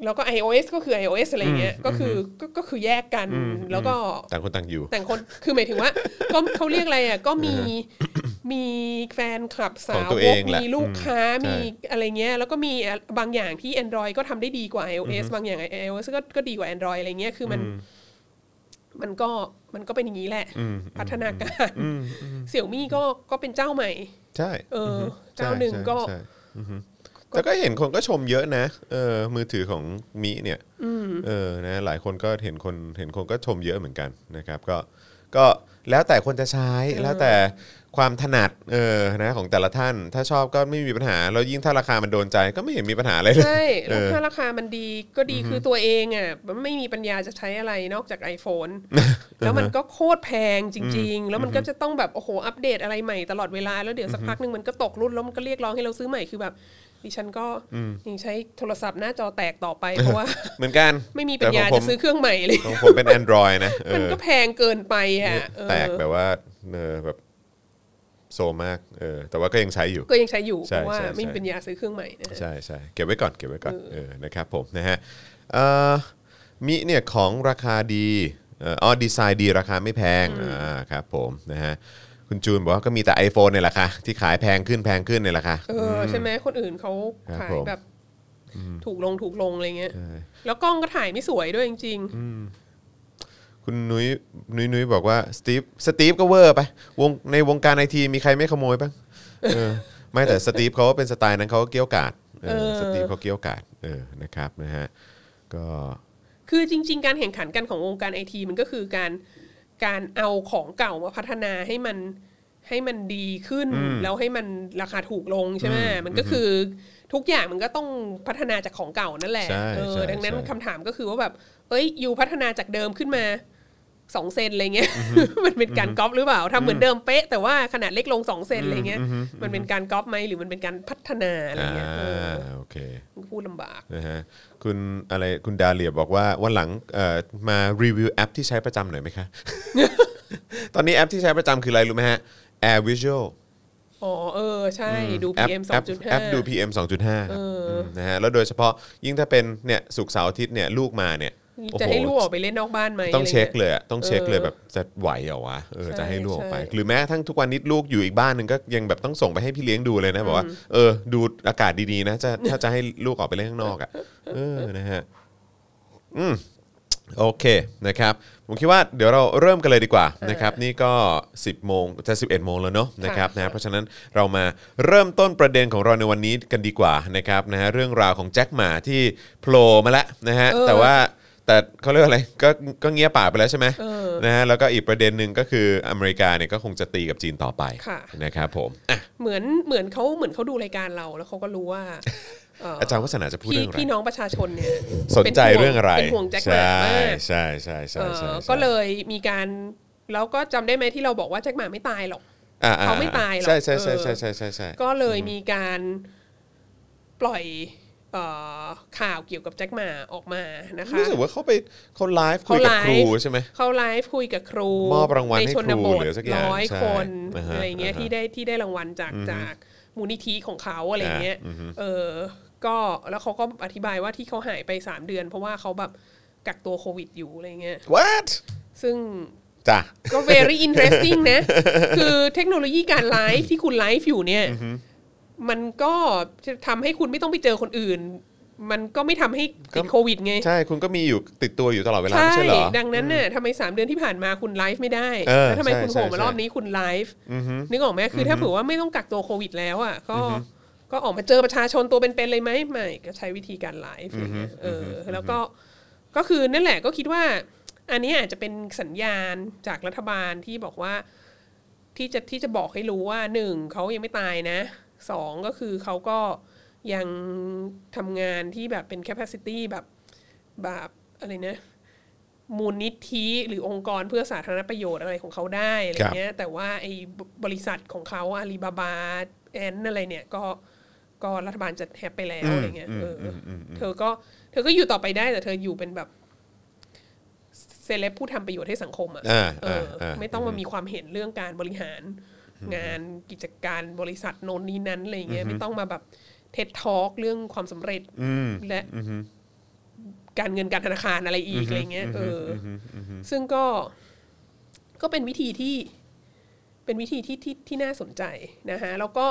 [SPEAKER 4] แล้วก็ iOS ก็คือ iOS อะไรเงี้ย ก็คือก็ก็คือแยกกัน แล้วก็
[SPEAKER 2] ต่างคนต่างอยู่
[SPEAKER 4] แต่งคน คือหมายถึงว่า ก็เขาเรียกอะไรอ่ะ ก็มี มีแฟนคลับสา
[SPEAKER 2] ของ
[SPEAKER 4] ว
[SPEAKER 2] ตัวเองแหละ
[SPEAKER 4] มีลูกค้า
[SPEAKER 2] อืมใช่
[SPEAKER 4] มีอะไรเงี้ย แล้วก็มีบางอย่างที่ Android ก็ทำได้ดีกว่า iOS บางอย่าง iOS ก็ก็ดีกว่า Android อะไรเงี้ย คือมัน มันก็ มันก็เป็นอย่างนี้แหละ พัฒนาการเสี่ยวมี่ก็ ก็เป็นเจ้าใหม่
[SPEAKER 2] ใช่
[SPEAKER 4] เออ
[SPEAKER 2] ใช่
[SPEAKER 4] เจ้าหนึ่ง
[SPEAKER 2] ใช่
[SPEAKER 4] ก็
[SPEAKER 2] ใช่อือฮึแต่ก็เห็นคนก็ชมเยอะนะเออมือถือของมิเนี่ยเออนะหลายคนก็เห็นคนเห็นคนก็ชมเยอะเหมือนกันนะครับ ก็ก็ แล้วแต่คนจะใช้แล้วแต่ความถนัดเออนะของแต่ละท่าน ถ้าชอบก็ไม่มีปัญหาแล้วยิ่งถ้าราคามันโดนใจก็ไม่เห็นมีปัญหาอะไรเลย
[SPEAKER 4] ใช่
[SPEAKER 2] เอ
[SPEAKER 4] แล้ว
[SPEAKER 2] อ
[SPEAKER 4] ถ้าราคามันดีก็ดีคือตัวเองอ่ะมันไม่มีปัญญาจะใช้อะไรนอกจาก iPhone แล้วมันก็โคตรแพงจริง ๆ แล้วมันก็จะต้องแบบ โอ้โห อัปเดตอะไรใหม่ตลอดเวลา แล้วเดี๋ยวสักพักหนึ่งมันก็ตกรุ่น แล้วมันก็เรียกร้องให้เราซื้อใหม่คือแบบ ดิฉันก็ยังใช้โทรศัพท์หน้าจอแตกต่อไป เพราะว่า
[SPEAKER 2] เหมือนกัน
[SPEAKER 4] ไม่มีปัญญา
[SPEAKER 2] แต่ขงผ
[SPEAKER 4] จะซื้อเครื่องใหม่เลย
[SPEAKER 2] ของผมเป็น Android นะเออ
[SPEAKER 4] มันก็แพงเกินไปอ่ะเออ
[SPEAKER 2] แตกแบบว่าเออแบบโซมากเออแต่ว่าก็ยังใช้อยู่
[SPEAKER 4] ก็ยังใช้อยู่
[SPEAKER 2] ใช่
[SPEAKER 4] เพราะว่า
[SPEAKER 2] ใช่
[SPEAKER 4] ไม่มี
[SPEAKER 2] ใช่
[SPEAKER 4] ปัญญาซื้อเครื่องใหม่นะฮะ
[SPEAKER 2] ใช่ใช่เก็บไว้ก่อนเก็บไว้ก่อนเออนะครับผมนะฮะเอ่อมิเนี่ยของราคาดีเอ่ออ๋อดีไซน์ดีราคาไม่แพงอ่าครับผมนะฮะคุณจูนบอกว่าก็มีแต่ iPhone เนี่ยแหละค่ะที่ขายแพงขึ้นแพงขึ้นเนี่ยแหละค่ะ
[SPEAKER 4] เอออใช่ไหมคนอื่นเขา
[SPEAKER 2] ครับ
[SPEAKER 4] ขาย
[SPEAKER 2] ผม
[SPEAKER 4] แบบถูกลงถูกลงอะไรเงี้ย แล้วกล้องก็ถ่ายไม่สวยด้วยจริงๆ
[SPEAKER 2] คุณนุ้ยนุ้ยนุ้ยบอกว่าสตีฟสตีฟก็เวอร์ไปวงในวงการไอทีมีใครไม่ขโมยบ้างเออ ไม่ แต่สตีฟเขาเป็นสไตล์นั้นเขาก็เกี้ยวกาดเออสตีฟเขาเกี้ยวกาดเออนะครับนะฮะก็
[SPEAKER 4] คือจริง ๆ การแข่งขันกันของวงการไอทีมันก็คือการการเอาของเก่ามาพัฒนาให้มันให้มันดีขึ้น แล้วให้มันราคาถูกลงใช่ไหมมันก็คือทุกอย่างมันก็ต้องพัฒนาจากของเก่านั่นแหละ
[SPEAKER 2] ใช่
[SPEAKER 4] เออ
[SPEAKER 2] ใช่
[SPEAKER 4] ดังนั้น
[SPEAKER 2] ใช่
[SPEAKER 4] คำถามก็คือว่าแบบเอ้ยอยู่พัฒนาจากเดิมขึ้นมาสองเซนอะไรเงี้ย มันเป็นการก๊อปหรือเปล่าทำเหมือนเดิมเป๊ะแต่ว่าขนาดเล็กลงสองเซนอะไรเงี้ย มันเป็นการก๊อปไหมหรือมันเป็นการพัฒนาอะไร
[SPEAKER 2] อ่า
[SPEAKER 4] เงี้ยเออ
[SPEAKER 2] โอเค
[SPEAKER 4] พูดลำบาก
[SPEAKER 2] นะฮะคุณอะไรคุณดาเลียบอกว่าวันหลังเอ่อมารีวิวแอปที่ใช้ประจำหน่อยไหมคะ ตอนนี้แอปที่ใช้ประจำคืออะไรรู้ไหมฮะ Air Visual
[SPEAKER 4] อ๋อเออ ใช่ ดู
[SPEAKER 2] แอป
[SPEAKER 4] PM
[SPEAKER 2] แอปแอป
[SPEAKER 4] 2.5
[SPEAKER 2] ดู PM 2.5ครับมนะฮะแล้วโดยเฉพาะยิ่งถ้าเป็นเนี่ยสุกร์เสาร์อาทิตย์เนี่ยลูกมาเนี่ยโอ้
[SPEAKER 4] จะ
[SPEAKER 2] โห
[SPEAKER 4] ให้ลูกออกไปเล่นนอกบ้านไหม
[SPEAKER 2] ต้องเช็ค
[SPEAKER 4] อะ
[SPEAKER 2] เล
[SPEAKER 4] ไรงี้
[SPEAKER 2] ยอะต้องเช็คเลย
[SPEAKER 4] เออ
[SPEAKER 2] แบบจะไหวเหรอวะเออ
[SPEAKER 4] ใช่
[SPEAKER 2] จะให้ลูกออกไป
[SPEAKER 4] ใช่
[SPEAKER 2] หรือแม้กระทั้งทุกวันนี้ลูกอยู่อีกบ้านหนึ่งก็ยังแบบต้องส่งไปให้พี่เลี้ยงดูเลยนะบอกว่าเออดูอากาศดีๆนะจะถ้าจะให้ลูกออกไปเล่นข้างน อกอ่ะเออนะฮะ โอเคนะครับผมคิดว่าเดี๋ยวเราเริ่มกันเลยดีกว่านะครับนี่ก็ 10 โมงจะ 11 โมงแล้วเนาะนะครับนะเพราะฉะนั้นเรามาเริ่มต้นประเด็นของเราในวันนี้กันดีกว่านะครับนะฮะเรื่องราวของแจ็คหมาที่โผล่มาแล้วนะฮะ
[SPEAKER 4] เออ
[SPEAKER 2] แต่ว่าแต่เขาเรียกว่าอะไรก็ก็เงียบปากไปแล้วใช่ไหม
[SPEAKER 4] เออ
[SPEAKER 2] นะฮะแล้วก็อีกประเด็นหนึ่งก็คืออเมริกาเนี่ยก็คงจะตีกับจีนต่อไป
[SPEAKER 4] ค่ะ
[SPEAKER 2] นะครับผมอ่ะ
[SPEAKER 4] เหมือนเหมือนเขาเหมือนเขาดูรายการเราแล้วเขาก็รู้ว่าเอ่ออ
[SPEAKER 2] อาจารย์วัฒนาจะพูด
[SPEAKER 4] พี่
[SPEAKER 2] เรื่องอะไร
[SPEAKER 4] พี่น้องประชาชนเนี่ย
[SPEAKER 2] สนใจ
[SPEAKER 4] ป็ห่ว
[SPEAKER 2] เรื่องอะไร
[SPEAKER 4] เป็นห่วงแจ็คหมา
[SPEAKER 2] ใช่
[SPEAKER 4] มาก
[SPEAKER 2] ใช่ใช่ใช่
[SPEAKER 4] เอ่อ
[SPEAKER 2] ใช่
[SPEAKER 4] ก็เลยมีการแล้วก็จำได้ไหมที่เราบอกว่าแจ็คหมาไม่ตายหรอก
[SPEAKER 2] อ่ะอ่ะ
[SPEAKER 4] เขาไม่ตายหรอก
[SPEAKER 2] ใช่ใช่ใช่
[SPEAKER 4] เออ
[SPEAKER 2] ใช่ใช่ใช่ใช่
[SPEAKER 4] ก็เลยมีการปล่อยเอ่อข่าวเกี่ยวกับแจ็คหมาออกมานะคะ
[SPEAKER 2] รู้สึกว่าเขาไปเขาไลฟ์คุ
[SPEAKER 4] เขา
[SPEAKER 2] ยกับ
[SPEAKER 4] ไลฟ์
[SPEAKER 2] ครูใช่ไหม
[SPEAKER 4] เขาไลฟ์คุยกับครู
[SPEAKER 2] มอบรางวัลให้
[SPEAKER 4] ในชนบ
[SPEAKER 2] ครู
[SPEAKER 4] ท
[SPEAKER 2] หรือสักอย่าง
[SPEAKER 4] ร้อย
[SPEAKER 2] ใช่
[SPEAKER 4] คน
[SPEAKER 2] อ่าฮะ
[SPEAKER 4] อะไรเงี้ย
[SPEAKER 2] อ่าฮะ
[SPEAKER 4] ที่ได้ที่ได้รางวัลจากจากมูลนิธิของเขาอะไรเงี้ย
[SPEAKER 2] อ่าอือฮึ
[SPEAKER 4] เออก็แล้วเขาก็อธิบายว่าที่เขาหายไป 3 เดือน เพราะว่าเขาแบบกักตัวโควิดอยู่อะไรเงี้ย
[SPEAKER 2] what
[SPEAKER 4] ซึ่ง
[SPEAKER 2] จ้ะ
[SPEAKER 4] ก็ very interesting นะ คือเทคโนโลยีการไลฟ์ที่คุณไลฟ์อยู่เนี่ย มันก็จะทำให้คุณไม่ต้องไปเจอคนอื่น มันก็ไม่ทำให้ติด
[SPEAKER 2] ก็
[SPEAKER 4] โควิดไง
[SPEAKER 2] ใช่คุณก็มีอยู่ติดตัวอยู่ตลอดเวลาไม่ใช่เหรอ
[SPEAKER 4] ดังนั้นน่ะทำไมสามเดือนที่ผ่านมาคุณไลฟ์ไม่ได้
[SPEAKER 2] เออ
[SPEAKER 4] แล้วทำไม
[SPEAKER 2] ใช่
[SPEAKER 4] คุณ
[SPEAKER 2] ใช่
[SPEAKER 4] โผล่มา
[SPEAKER 2] ใช่
[SPEAKER 4] รอบนี้คุณไลฟ์นึกออกไหมคือถ้าเผื่อว่าไม่ต้องกักตัวโควิดแล้วอ่ะก็ก็ออกมาเจอประชาชนตัวเป็นๆเลยไหมไม่ ก็ใช้วิธีการไลฟ์อะไรเงี้ยเอออแล้วก็ก็คือนั่นแหละก็คิดว่า อันนี้อาจจะเป็นสัญญาณจากรัฐบาลที่บอกว่า ที่จะที่จะบอกให้รู้ว่าหนึ่งเขายังไม่ตายนะสองก็คือเขาก็ยังทำงานที่แบบเป็น capacity แบบแบบอะไรนะ มูลนิธิหรือองค์กรเพื่อสาธารณประโยชน์อะไรของเขาได้อะไรเงี้ยแต่ว่าไอ้บริษัทของเขาอาลีบาบาแอนอะไรเนี่ยก็ก็รัฐบาลจะแฮปไปแล้วอะไรเงี้ยเอออเธอก็เธอก็อยู่ต่อไปได้แต่เธออยู่เป็นแบบเซเลบผู้ทำประโยชน์ให้สังคมอ่ะ
[SPEAKER 2] อ่า
[SPEAKER 4] เอออา ไม่ต้องมามีความเห็นเรื่องการบริหาร งานกิจการบริษัทโน้นนี้นั้นอะไรเงี้ยไม่ต้องมาแบบเท็ดทอล์กเรื่องความสำเร็จและการเงินการธนาคารอะไรอีกอะไรเงี้ยเอออ ซึ่งก็ก็เป็นวิธีที่เป็นวิธีที่ที่ที่น่าสนใจนะฮะแล้วก็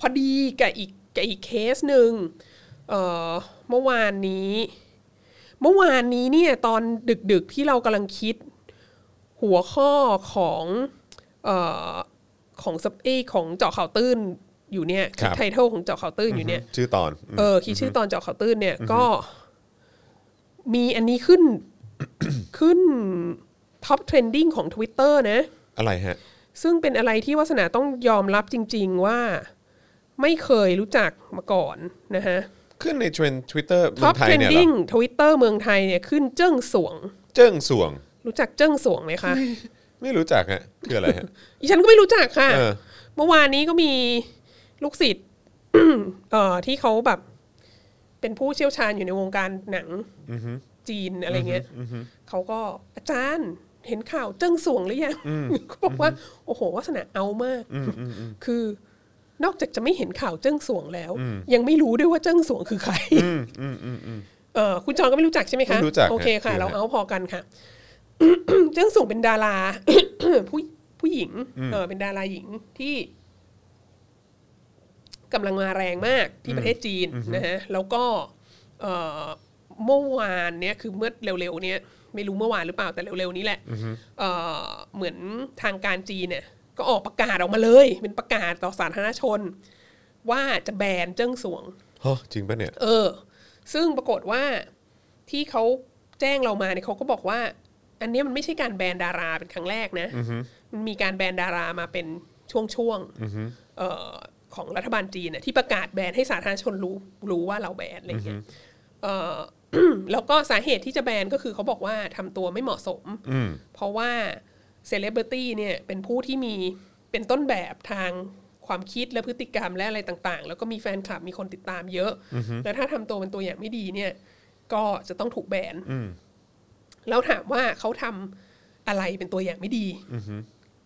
[SPEAKER 4] พอดีกับอีกกับอีกเคสหนึ่งเอ่อเมื่อวานนี้ เมื่อวานนี้เนี่ยตอนดึกๆที่เรากำลังคิดหัวข้อของเอ่อของซับเอยของเจาะข่าวตื้นอยู่เนี่ย
[SPEAKER 2] ครับ
[SPEAKER 4] ไทเทลของเจาะข่าวตื้นอยู่เนี่ย
[SPEAKER 2] ชื่อตอน
[SPEAKER 4] เออคิดชื่อตอนเจาะข่าวตื้นเนี่ยก็ มีอันนี้ขึ้น ขึ้นท็อปเทรนดิ้งของ Twitter นะ
[SPEAKER 2] อ อะไรฮะ
[SPEAKER 4] ซึ่งเป็นอะไรที่วาสนาต้องยอมรับจริง ๆว่าไม่เคยรู้จักมาก่อนนะฮะ
[SPEAKER 2] ขึ้นในเทรนด์ทวิตเตอร์เมื
[SPEAKER 4] ท็
[SPEAKER 2] อ
[SPEAKER 4] อ
[SPEAKER 2] ง
[SPEAKER 4] ป
[SPEAKER 2] ไท
[SPEAKER 4] เท
[SPEAKER 2] ย
[SPEAKER 4] รน
[SPEAKER 2] เนี่ยเหร
[SPEAKER 4] ดิ้ง
[SPEAKER 2] อ
[SPEAKER 4] ทวิตเตอร์เมืองไทยเนี่ยขึ้นเจิ้งสวง
[SPEAKER 2] เจิ้งสวง
[SPEAKER 4] รู้จักเจิ้งสวงไหมคะ
[SPEAKER 2] ไม่รู้จักฮะคืออะไรฮะ
[SPEAKER 4] อีฉันก็ไม่รู้จักค่ะ
[SPEAKER 2] เออ
[SPEAKER 4] เมื่อวานนี้ก็มีลูกศิษย์ เอ่อที่เขาแบบ เป็นผู้เชี่ยวชาญอยู่ในวงการหนังจีนอะไรเงี้ยเขาก็อาจารย์เห็นข่าวเจิ้งสวงหรือยัง เขาบอกว่า โอ้โหวาสนาเอามาก คือนอกจากจะไม่เห็นข่าวเจิ้งสวงแล้ว ยังไม่รู้ด้วยว่าเจิ้งสวงคือใคร เออคุณจอนก็ไม่รู้จักใช่ไหมคะ
[SPEAKER 2] ไม่รู้จัก
[SPEAKER 4] โอเคค่ะ
[SPEAKER 2] ครับ
[SPEAKER 4] เราเอาพอกันค่ะ เจิ้งสวงเป็นดารา ผู้ผู้หญิง เออเป็นดาราหญิงที่ กำลังมาแรงมากที่ประเทศจีนนะฮะแล้วก็เอ่อเมื่อวานเนี่ยคือเมื่อเร็วๆเนี่ยไม่รู้เมื่อวานหรือเปล่าแต่เร็วๆนี้แหละเอ่อเหมือนทางการจีนเนี่ยก็ออกประกาศออกมาเลย เป็นประกาศต่อสาธารณชน ว่าจะแบนเจิ้งสวง
[SPEAKER 2] ฮะจริงปะเนี่ย
[SPEAKER 4] เออ ซึ่งปรากฏว่าที่เขาแจ้งเรามาเนี่ยเขาก็บอกว่า อันเนี้ยมันไม่ใช่การแบนดาราเป็นครั้งแรกนะ มันมีการแบนดารามาเป็นช่วงๆเอ่อของรัฐบาลจีนน่ะที่ประกาศแบนให้สาธารณชนรู้รู้ว่าเราแบนอะไรเงี้ยเอ่ อ แล้วก็สาเหตุที่จะแบนก็คือเขาบอกว่าทำตัวไม่เหมาะสม
[SPEAKER 2] อืม
[SPEAKER 4] เพราะว่าเซเลบริตี้เนี่ยเป็นผู้ที่มีเป็นต้นแบบทางความคิดและพฤติกรรมและอะไรต่างๆ แล้วก็มีแฟนคลับมีคนติดตามเยอะ แล้วถ้าทำตัวเป็นตัวอย่างไม่ดีเนี่ย ก็จะต้องถูกแบนแล้วถามว่าเขาทำอะไรเป็นตัวอย่างไม่ดี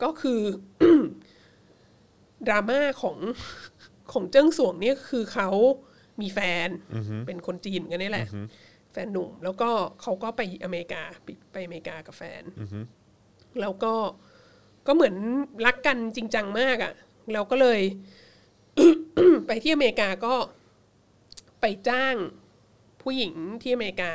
[SPEAKER 4] ก็คือ ดราม่าของ ของเจิ้งสวงเนี่ยคือเขามีแฟนเป็นคนจีนกันนี่แหละ แฟนหนุ่ม แล้วก็เขาก็ไปอเมริกาไปไปอเมริกากับแฟนแล้วก็ก็เหมือนรักกันจริงจังมากอะ่ะเราก็เลย ไปที่อเมริกาก็ไปจ้างผู้หญิงที่อเมริกา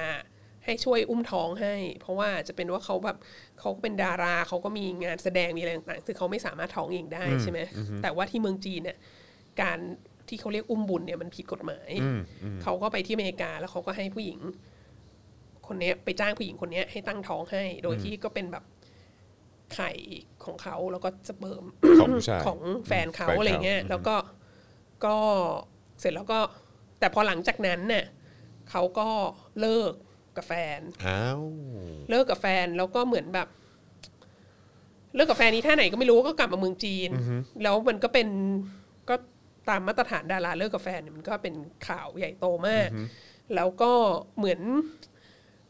[SPEAKER 4] ให้ช่วยอุ้มท้องให้ เพราะว่าจะเป็นว่าเขาแบบเขาก็เป็นดาราเขาก็มีงานแสดงมีอะไรต่างๆซึ่งเขาไม่สามารถท้องเองได้ใช่ไหมแต่ว่าที่เมืองจีนเนี่ย การที่เขาเรียกอุ้มบุญเนี่ยมันผิดกฎหมาย เขาก็ไปที่อเมริกาแล้วเขาก็ให้ผู้หญิง คนเนี้ยไปจ้างผู้หญิงคนเนี้ยให้ตั้งท้องให้ โดยที่ก็เป็นแบบไข่ของเขาแล้วก็สเปิร์ม
[SPEAKER 2] ของผู้ชาย
[SPEAKER 4] ของแฟนเขา
[SPEAKER 2] แฟนเขา
[SPEAKER 4] อะไรเงี้ย แล้วก็ก็เสร็จแล้วก็ แต่พอหลังจากนั้นน่ะเขาก็เลิกกับแฟน
[SPEAKER 2] อ้าว
[SPEAKER 4] เลิกกับแฟนแล้วก็เหมือนแบบ เลิกกับแฟนนี้ท่าไหนก็ไม่รู้ก็กลับมาเมืองจีน แล้วมันก็เป็นก็ตามมาตรฐานดาราเลิกกับแฟนเนี่ยมันก็เป็นข่าวใหญ่โตมาก แล้วก็เหมือน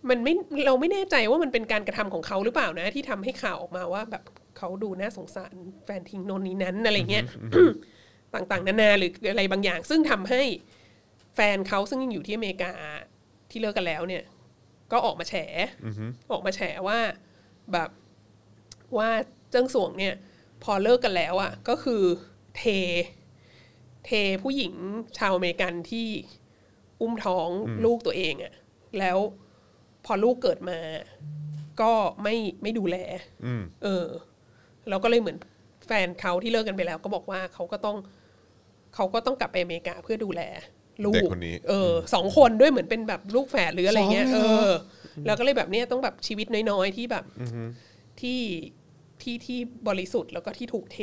[SPEAKER 4] มันไม่เราไม่แน่ใจว่ามันเป็นการกระทำของเขาหรือเปล่านะ ที่ทำให้ข่าวออกมาว่า แบบเขาดูน่าสงสารแฟนทิ้งโนนนี้นั้นอะไรเงี้ย ต่างๆ นานาหรืออะไรบางอย่าง ซึ่งทำให้แฟนเขาซึ่งยังอยู่ที่อเมริกาที่เลิกกันแล้วเนี่ย ก็ออกมาแฉ ออกมาแฉว่าแบบว่าเจิ้งสวงเนี่ย พอเลิกกันแล้วอะ่ะ ก็คือเท เทผู้หญิงชาวอเมริกันที่อุ้มท้องลูกตัวเองอะ่ะ แล้วพอลูกเกิดมา ก็ไม่ไม่ดูแล
[SPEAKER 2] อืม
[SPEAKER 4] เออแล้วก็เลยเหมือนแฟนเขาที่เลิกกันไปแล้ว ก็บอกว่าเขาก็ต้องเขาก็ต้องกลับไปอเมริกาเพื่อดูแลลูก
[SPEAKER 2] เด็กคนนี้
[SPEAKER 4] เออสองคนด้วยเหมือนเป็นแบบลูกแฝดหรืออะไรเงี้ย
[SPEAKER 2] สอง
[SPEAKER 4] เอ
[SPEAKER 2] เลยเหรอ
[SPEAKER 4] อ แล้วก็เลยแบบเนี้ยต้องแบบชีวิตน้อยๆที่แบบที่ที่ที่บริสุทธิ์แล้วก็ที่ถูกเท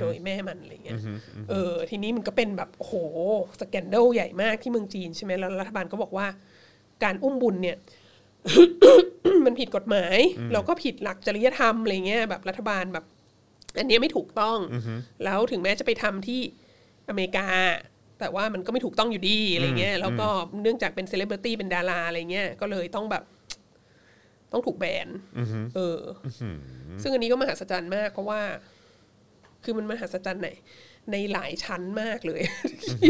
[SPEAKER 4] โดยแม่มันอะไรเงี้ยเออ ทีนี้มันก็เป็นแบบโอ้โหสแกนเดลใหญ่มากที่เมืองจีนใช่ไหมแล้วรัฐบาลก็บอกว่า การอุ้มบุญเนี่ย มันผิดกฎหมาย แล้วก็ผิดหลักจริยธรรมอะไรเงี้ยแบบรัฐบาลแบบ อันเนี้ยไม่ถูกต้อง แล้วถึงแม้จะไปทำที่อเมริกา แต่ว่ามันก็ไม่ถูกต้องอยู่ดีอะไรเงี้ยแล้วก็เนื่องจากเป็นเซเลบริตี้เป็นดาราอะไรเงี้ยก็เลยต้องแบบ ต้องถูกแบนเอออซึ่งอันนี้ก็มหัศจรรย์มากเพราะว่า คือมันมหัศจรรย์ไหน ในหลายชั้นมากเลย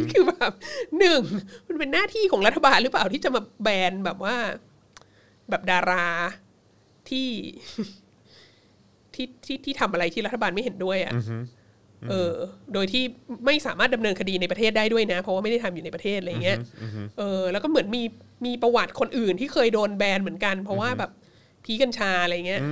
[SPEAKER 4] คือแบบหนึ่งมันเป็นหน้าที่ของรัฐบาลหรือเปล่าที่จะมาแบนแบบว่า แบบดาราที่ ที่ที่ที่ทำอะไรที่รัฐบาลไม่เห็นด้วยอะ่ะเออ โดยที่ไม่สามารถดำเนินคดีในประเทศได้ด้วยนะ เพราะว่าไม่ได้ทำอยู่ในประเทศอะไรเงี้ยเออ แล้วก็เหมือนมีมีประวัติคนอื่นที่เคยโดนแบนเหมือนกัน เพราะว่าแบบพีกัญชาอะไรเงี้ย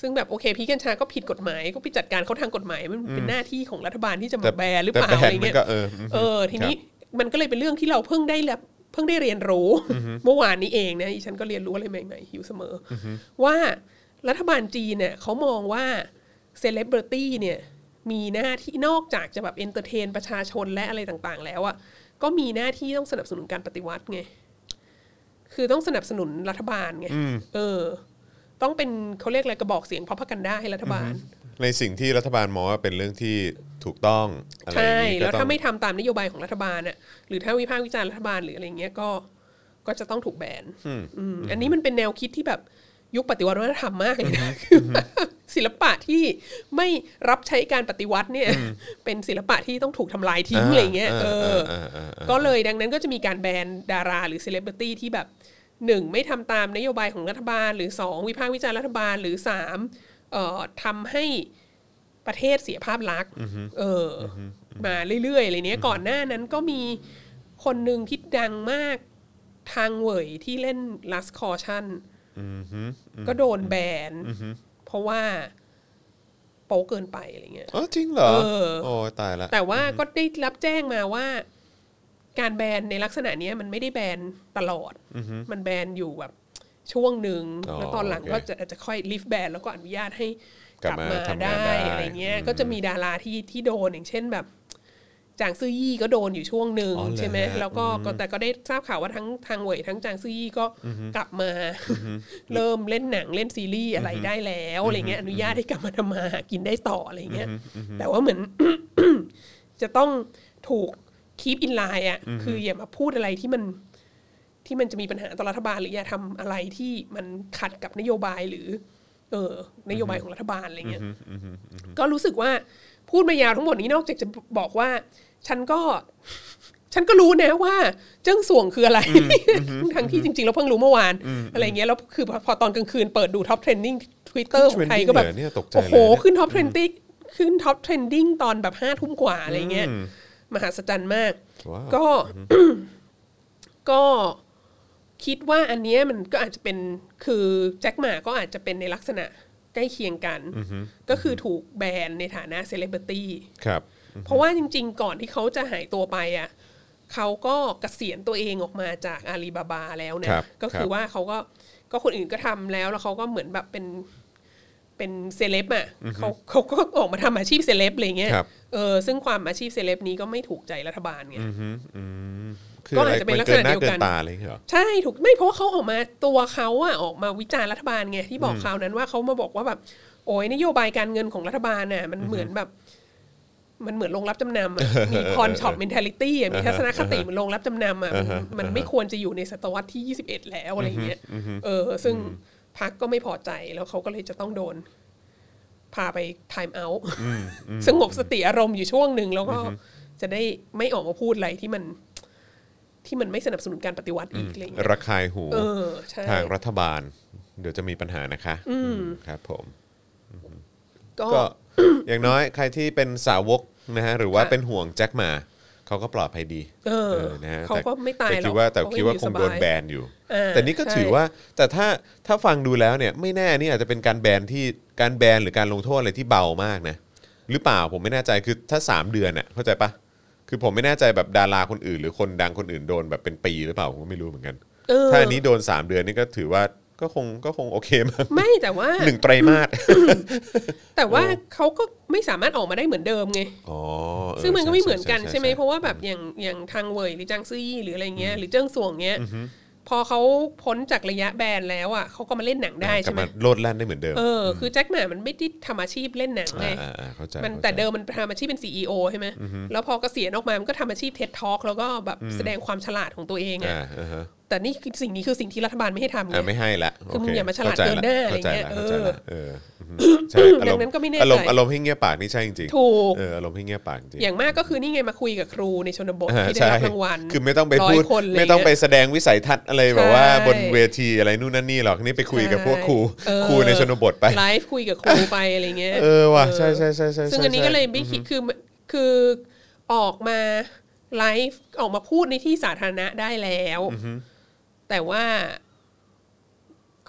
[SPEAKER 4] ซึ่งแบบโอเคพีกัญชาก็ผิดกฎหมายก็ไปจัดการเขาทางกฎหมายมันเป็นหน้าที่ของรัฐบาลที่จะมาแบนหรือเปล่า
[SPEAKER 2] แต่แบ
[SPEAKER 4] อะ
[SPEAKER 2] น
[SPEAKER 4] ไร
[SPEAKER 2] มั
[SPEAKER 4] เงี้
[SPEAKER 2] น
[SPEAKER 4] ย
[SPEAKER 2] ก็เอออืม
[SPEAKER 4] เออทีนี้มันก็เลยเป็นเรื่องที่เราเพิ่งได้รับเพิ่งได้เรียนรู้ เมื่อวานนี้เองนะดิฉันก็เรียนรู้อะไรใหม่ๆอยู่เสมออว่ารัฐบาลจีนเนี่ยเขามองว่า เซเลบริตี้เนี่ยมีหน้าที่นอกจากจะแบบเอนเตอร์เทนประชาชนและอะไรต่างๆ แล้วอะก็มีหน้าที่ต้องสนับสนุนการปฏิวัติไง คือต้องสนับสนุนรัฐบาลไงเออ ต้องเป็นเขาเรียกอะไรกระบอกเสียงพอพักกันได้ให้รัฐบาล
[SPEAKER 2] ในสิ่งที่รัฐบาลมองว่าเป็นเรื่องที่ถูกต้องอะไรอ
[SPEAKER 4] ใช่
[SPEAKER 2] ย่างนี้ก็
[SPEAKER 4] แล้ว
[SPEAKER 2] ต้อ
[SPEAKER 4] ถ้าง ไม่ทำตามนโยบายของรัฐบาลน่ะหรือถ้าวิพากษ์วิจารณ์รัฐบาลหรืออะไรเงี้ยก็ก็จะต้องถูกแบนอืมอันนี้มันเป็นแนวคิดที่แบบยุคปฏิวัติวัฒนธรรมมากเลยนะคือแบบศิลปะที่ไม่รับใช้การปฏิวัติเนี่ย เป็นศิลปะที่ต้องถูกทำลายทิ้งอะไรเงี้ยเออ
[SPEAKER 2] าอ่าอ่า
[SPEAKER 4] ก็เลยดังนั้นก็จะมีการแบนดาราหรือเซเลบริตี้ที่แบบหนึ่งไม่ทำตามนโยบายของรัฐบาล หรือสองวิพากษ์วิจารณ์รัฐบาลหรือสามเอ่อทำให้ประเทศเสียภาพลักษณ์เอออมาเรื่อยๆอะไรเนี้ยก่อนหน้านั้นก็มีคนหนึ่งที่ดังมากทางเหวยที่เล่น last caution ก็โดนแบน เพราะว่าโป๊เกินไปอะไรเงี้ย
[SPEAKER 2] อ๋อจริงเหรอ
[SPEAKER 4] เออ
[SPEAKER 2] โอ้ยตายละ
[SPEAKER 4] แต่ว่าก็ได้รับแจ้งมาว่า การแบนในลักษณะเนี้ยมันไม่ได้แบนตลอด มันแบนอยู่แบบช่วงหนึ่งแล้วตอนหลังก็จะอาจจะค่อยลิฟต์แบนแล้วก็อนุญาตให้กลับมาได้อะไรเงี้ย ก็จะมีดาราที่ที่โดนอย่างเช่นแบบ จางซื่อยี่ก็โดนอยู่ช่วงหนึ่งใช่ไหมแล้วก็ก็แต่ก็ได้ทราบข่าวว่าทั้งทางเหวยทั้งจางซื่อยี่ก็กลับมาเริ่มเล่นหนังเล่นซีรีส์อะไรได้แล้วอะไรเงี้ยอนุญาตให้กลับมาทำมาหากินได้ต่ออะไรเงี้ยแต่ว่าเหมือน จะต้องถูกคีปอินไลน์อ่ะคืออย่ามาพูดอะไรที่มันที่มันจะมีปัญหาต่อรัฐบาล หรืออย่าทำอะไรที่มันขัดกับนโยบายหรือ เออนโยบายของรัฐบาลอะไรเงี้ยก็รู้สึกว่าพูดมายาวทั้งหมดนี้นอกจากจะบอกว่า ฉันก็ ฉันก็รู้นะว่า เจิ้งส่วงคืออะไร ทั้งที่จริงๆเราเพิ่งรู้เมื่อวาน อะไรเงี้ยแล้วคือพอตอนกลางคืนเปิดดูท็อปเทรนดิ้งทวิตเตอร์ของไทยก็แบบ
[SPEAKER 2] เดี๋ยวเนี่ยตกใจ
[SPEAKER 4] โอ้
[SPEAKER 2] เลย
[SPEAKER 4] โห ขึ้นท็อปเทรนดิ้งขึ้นท็อปเทรนดิ้งตอนแบบห้าทุ่มกว่าอะไรเงี้ย มหัศจรรย์มาก
[SPEAKER 2] ว้าว
[SPEAKER 4] ก็ ก็คิดว่าอันเนี้ยมันก็อาจจะเป็นคือแจ็คหมาก็อาจจะเป็นในลักษณะใกล้เคียงกัน ก็คือถูกแบนในฐานะเซเลบ r ิตี้
[SPEAKER 2] ครับ
[SPEAKER 4] เพราะว่าจริงๆ ก่อนที่เขาจะหายตัวไปอ่ะเขาก็เกษียณตัวเองออกมาจากอาลีบาบาแล้วนะครับ ก็คื
[SPEAKER 2] ครั
[SPEAKER 4] อบ ว่าเขาก็ก็คนอื่นก็ทำแล้วแล้วเขาก็เหมือนแบบเป็นเป็นเซเลบอ่ะเขาเขาก็ออกมาทำอาชีพเซเลบอะไรเงี้ย
[SPEAKER 2] ครับ
[SPEAKER 4] เออซึ่งความอาชีพเซเลบนี้ก็ไม่ถูกใจรัฐบาลไง
[SPEAKER 2] อือหืออืมคือ
[SPEAKER 4] ก็
[SPEAKER 2] อะไร
[SPEAKER 4] อาจจะเป็น
[SPEAKER 2] มั
[SPEAKER 4] ลัก
[SPEAKER 2] เกิ
[SPEAKER 4] ษ
[SPEAKER 2] น
[SPEAKER 4] ณะ
[SPEAKER 2] หน้า
[SPEAKER 4] เดียว
[SPEAKER 2] เกิ
[SPEAKER 4] กัน น
[SPEAKER 2] ตาเลยเหรอ
[SPEAKER 4] ใช่ถูกไม่เพราะว่าเขาออกมาตัวเขาอะออกมาวิจารณ์รัฐบาลไงที่บอกคราวนั้นว่าเขามาบอกว่าแบบ โอ้ยนโยบายการเงินของรัฐบาลน่ะมันเหมือนแบบ มันเหมือนโรงรับจำนำอะมีพรช็อปเมนเทลิตี้มีทัศนคติเหมือนโรงรับจำนำอะมันมันไม่ควรจะอยู่ในศตวรรษที่ 21 แล้วอะไรเงี้ยเออ ซึ่งพักก็ไม่พอใจแล้วเขาก็เลยจะต้องโดน พาไปไทม์เอาท์สงบสติอารมณ์อยู่ช่วงหนึ่งแล้วก็จะได้ไม่ออกมาพูดอะไรที่มัน ที่มันไม่สนับสนุนการปฏิวัติอีกอะไรเงี้ย
[SPEAKER 2] ระคายหู
[SPEAKER 4] เออใช่
[SPEAKER 2] ทางรัฐบาล เดี๋ยวจะมีปัญหานะคะครับผม
[SPEAKER 4] ก็
[SPEAKER 2] ก็ อย่างน้อยใครที่เป็นสาวกนะฮะหรือว่าเป็นห่วงแจ็คหมาเขาก็ปลอดภัยดี
[SPEAKER 4] เออ
[SPEAKER 2] เออนะฮะ
[SPEAKER 4] เขา
[SPEAKER 2] แต่
[SPEAKER 4] ก็ไม่ตายหร
[SPEAKER 2] แต่
[SPEAKER 4] อก
[SPEAKER 2] คิดว่าแต่
[SPEAKER 4] เขก็
[SPEAKER 2] คิดว่า
[SPEAKER 4] อยู่
[SPEAKER 2] คง
[SPEAKER 4] สบย
[SPEAKER 2] โดนแบนอยู่
[SPEAKER 4] เออ
[SPEAKER 2] แต่นี่ก็
[SPEAKER 4] ใช่
[SPEAKER 2] ถือว่าแต่ถ้าถ้าฟังดูแล้วเนี่ยไม่แน่นี่อาจจะเป็นการแบนที่การแบนหรือการลงโทษอะไรที่เบามากนะหรือเปล่าผมไม่แน่ใจคือถ้า 3 เดือนน่ะเข้าใจปะคือผมไม่แน่ใจแบบดาราคนอื่น หรือคนดังคนอื่นโดนแบบเป็นปีหรือเปล่าผมก็ไม่รู้เหมือนกัน
[SPEAKER 4] เออ
[SPEAKER 2] ถ้าอันนี้โดน 3 เดือนนี่ก็ถือว่าก็คงก็คง โอเคมาก
[SPEAKER 4] ไม่แต่ว่า
[SPEAKER 2] หนึ่งไตรมาส
[SPEAKER 4] แต่ว่าเขาก็ไม่สามารถออกมาได้เหมือนเดิมไง
[SPEAKER 2] อ๋อเออ
[SPEAKER 4] ซึ่งมันก็ไม่เหมือนกันใช่ไหม
[SPEAKER 2] ใช่
[SPEAKER 4] เพราะว่าแบบอย่างอย่างทางเวยหรือจางซื่อยี่หรืออะไรเงี้ยหรือเจิ้งสวงเงี้ยพอเขาพ้นจากระยะแบนแล้วอ่ะเขาก็มาเล่นหนังได้
[SPEAKER 2] กลั
[SPEAKER 4] ใช่
[SPEAKER 2] บ
[SPEAKER 4] ไหม
[SPEAKER 2] มาโลดแล่นได้เหมือนเดิม
[SPEAKER 4] เออคือแจ็คหมามันไม่ได้ทำอาชีพเล่นหนังไง
[SPEAKER 2] าอ่าเข้าใจ
[SPEAKER 4] มัน
[SPEAKER 2] ข้าใจ
[SPEAKER 4] แต่เดิมมันทำอาชีพเป็น CEO ใช่ไหมแล้วพอเกษียณออกมา มันก็ทำอาชีพเท็ตท็อกแล้วก็แบบแสดงความฉลาดของตัวเองอะ
[SPEAKER 2] อ่าอ่าฮะ
[SPEAKER 4] แต่นี่คือสิ่งนี้คือสิ่งที่รัฐบาลไม่ให้ทำไง
[SPEAKER 2] อ่าไม่ให้ละ
[SPEAKER 4] คือมึง
[SPEAKER 2] โ
[SPEAKER 4] อย่ามาฉลาดเกินหน้าอะไรเงี้ย
[SPEAKER 2] ข้าใจละเออ ใช่อารม
[SPEAKER 4] ดัง
[SPEAKER 2] ณ์
[SPEAKER 4] นั้นก็ไม่แน่
[SPEAKER 2] อารมณ์
[SPEAKER 4] ใจ
[SPEAKER 2] อารมณ์ให้เงียบปากนี่ใช่จริงๆ
[SPEAKER 4] ถูก
[SPEAKER 2] เอออารมณ์ให้เงียบปากจริง
[SPEAKER 4] อย่างมากก็คือนี่ไงมาคุยกับครูในชนบท
[SPEAKER 2] อ่า
[SPEAKER 4] ที่ได้
[SPEAKER 2] ใช่
[SPEAKER 4] รับรางวัล
[SPEAKER 2] คือไม่ต้องไป
[SPEAKER 4] ร้ย
[SPEAKER 2] พูด
[SPEAKER 4] คนะรเย
[SPEAKER 2] ไม่ต้องไปแสดงวิสัยทัศน์อะไรแบบว่า
[SPEAKER 4] ใช่
[SPEAKER 2] บนเวทีอะไรนู่นนั่นนี่หรอกนี่ไปคุยกับพวกครู
[SPEAKER 4] เออ
[SPEAKER 2] ครูในชนบทไป
[SPEAKER 4] ไลฟ์คุยกับครูไปอะไรเงี้ย
[SPEAKER 2] เออว่ะใช่ใช่ใช่ใช่
[SPEAKER 4] ซึ่งอันนี้
[SPEAKER 2] ใช่
[SPEAKER 4] ก็เลยไม่คิดคือคือออกมาไลฟ์ออกมาพูดในที่สาธารณะได้แล้วแต่ว่า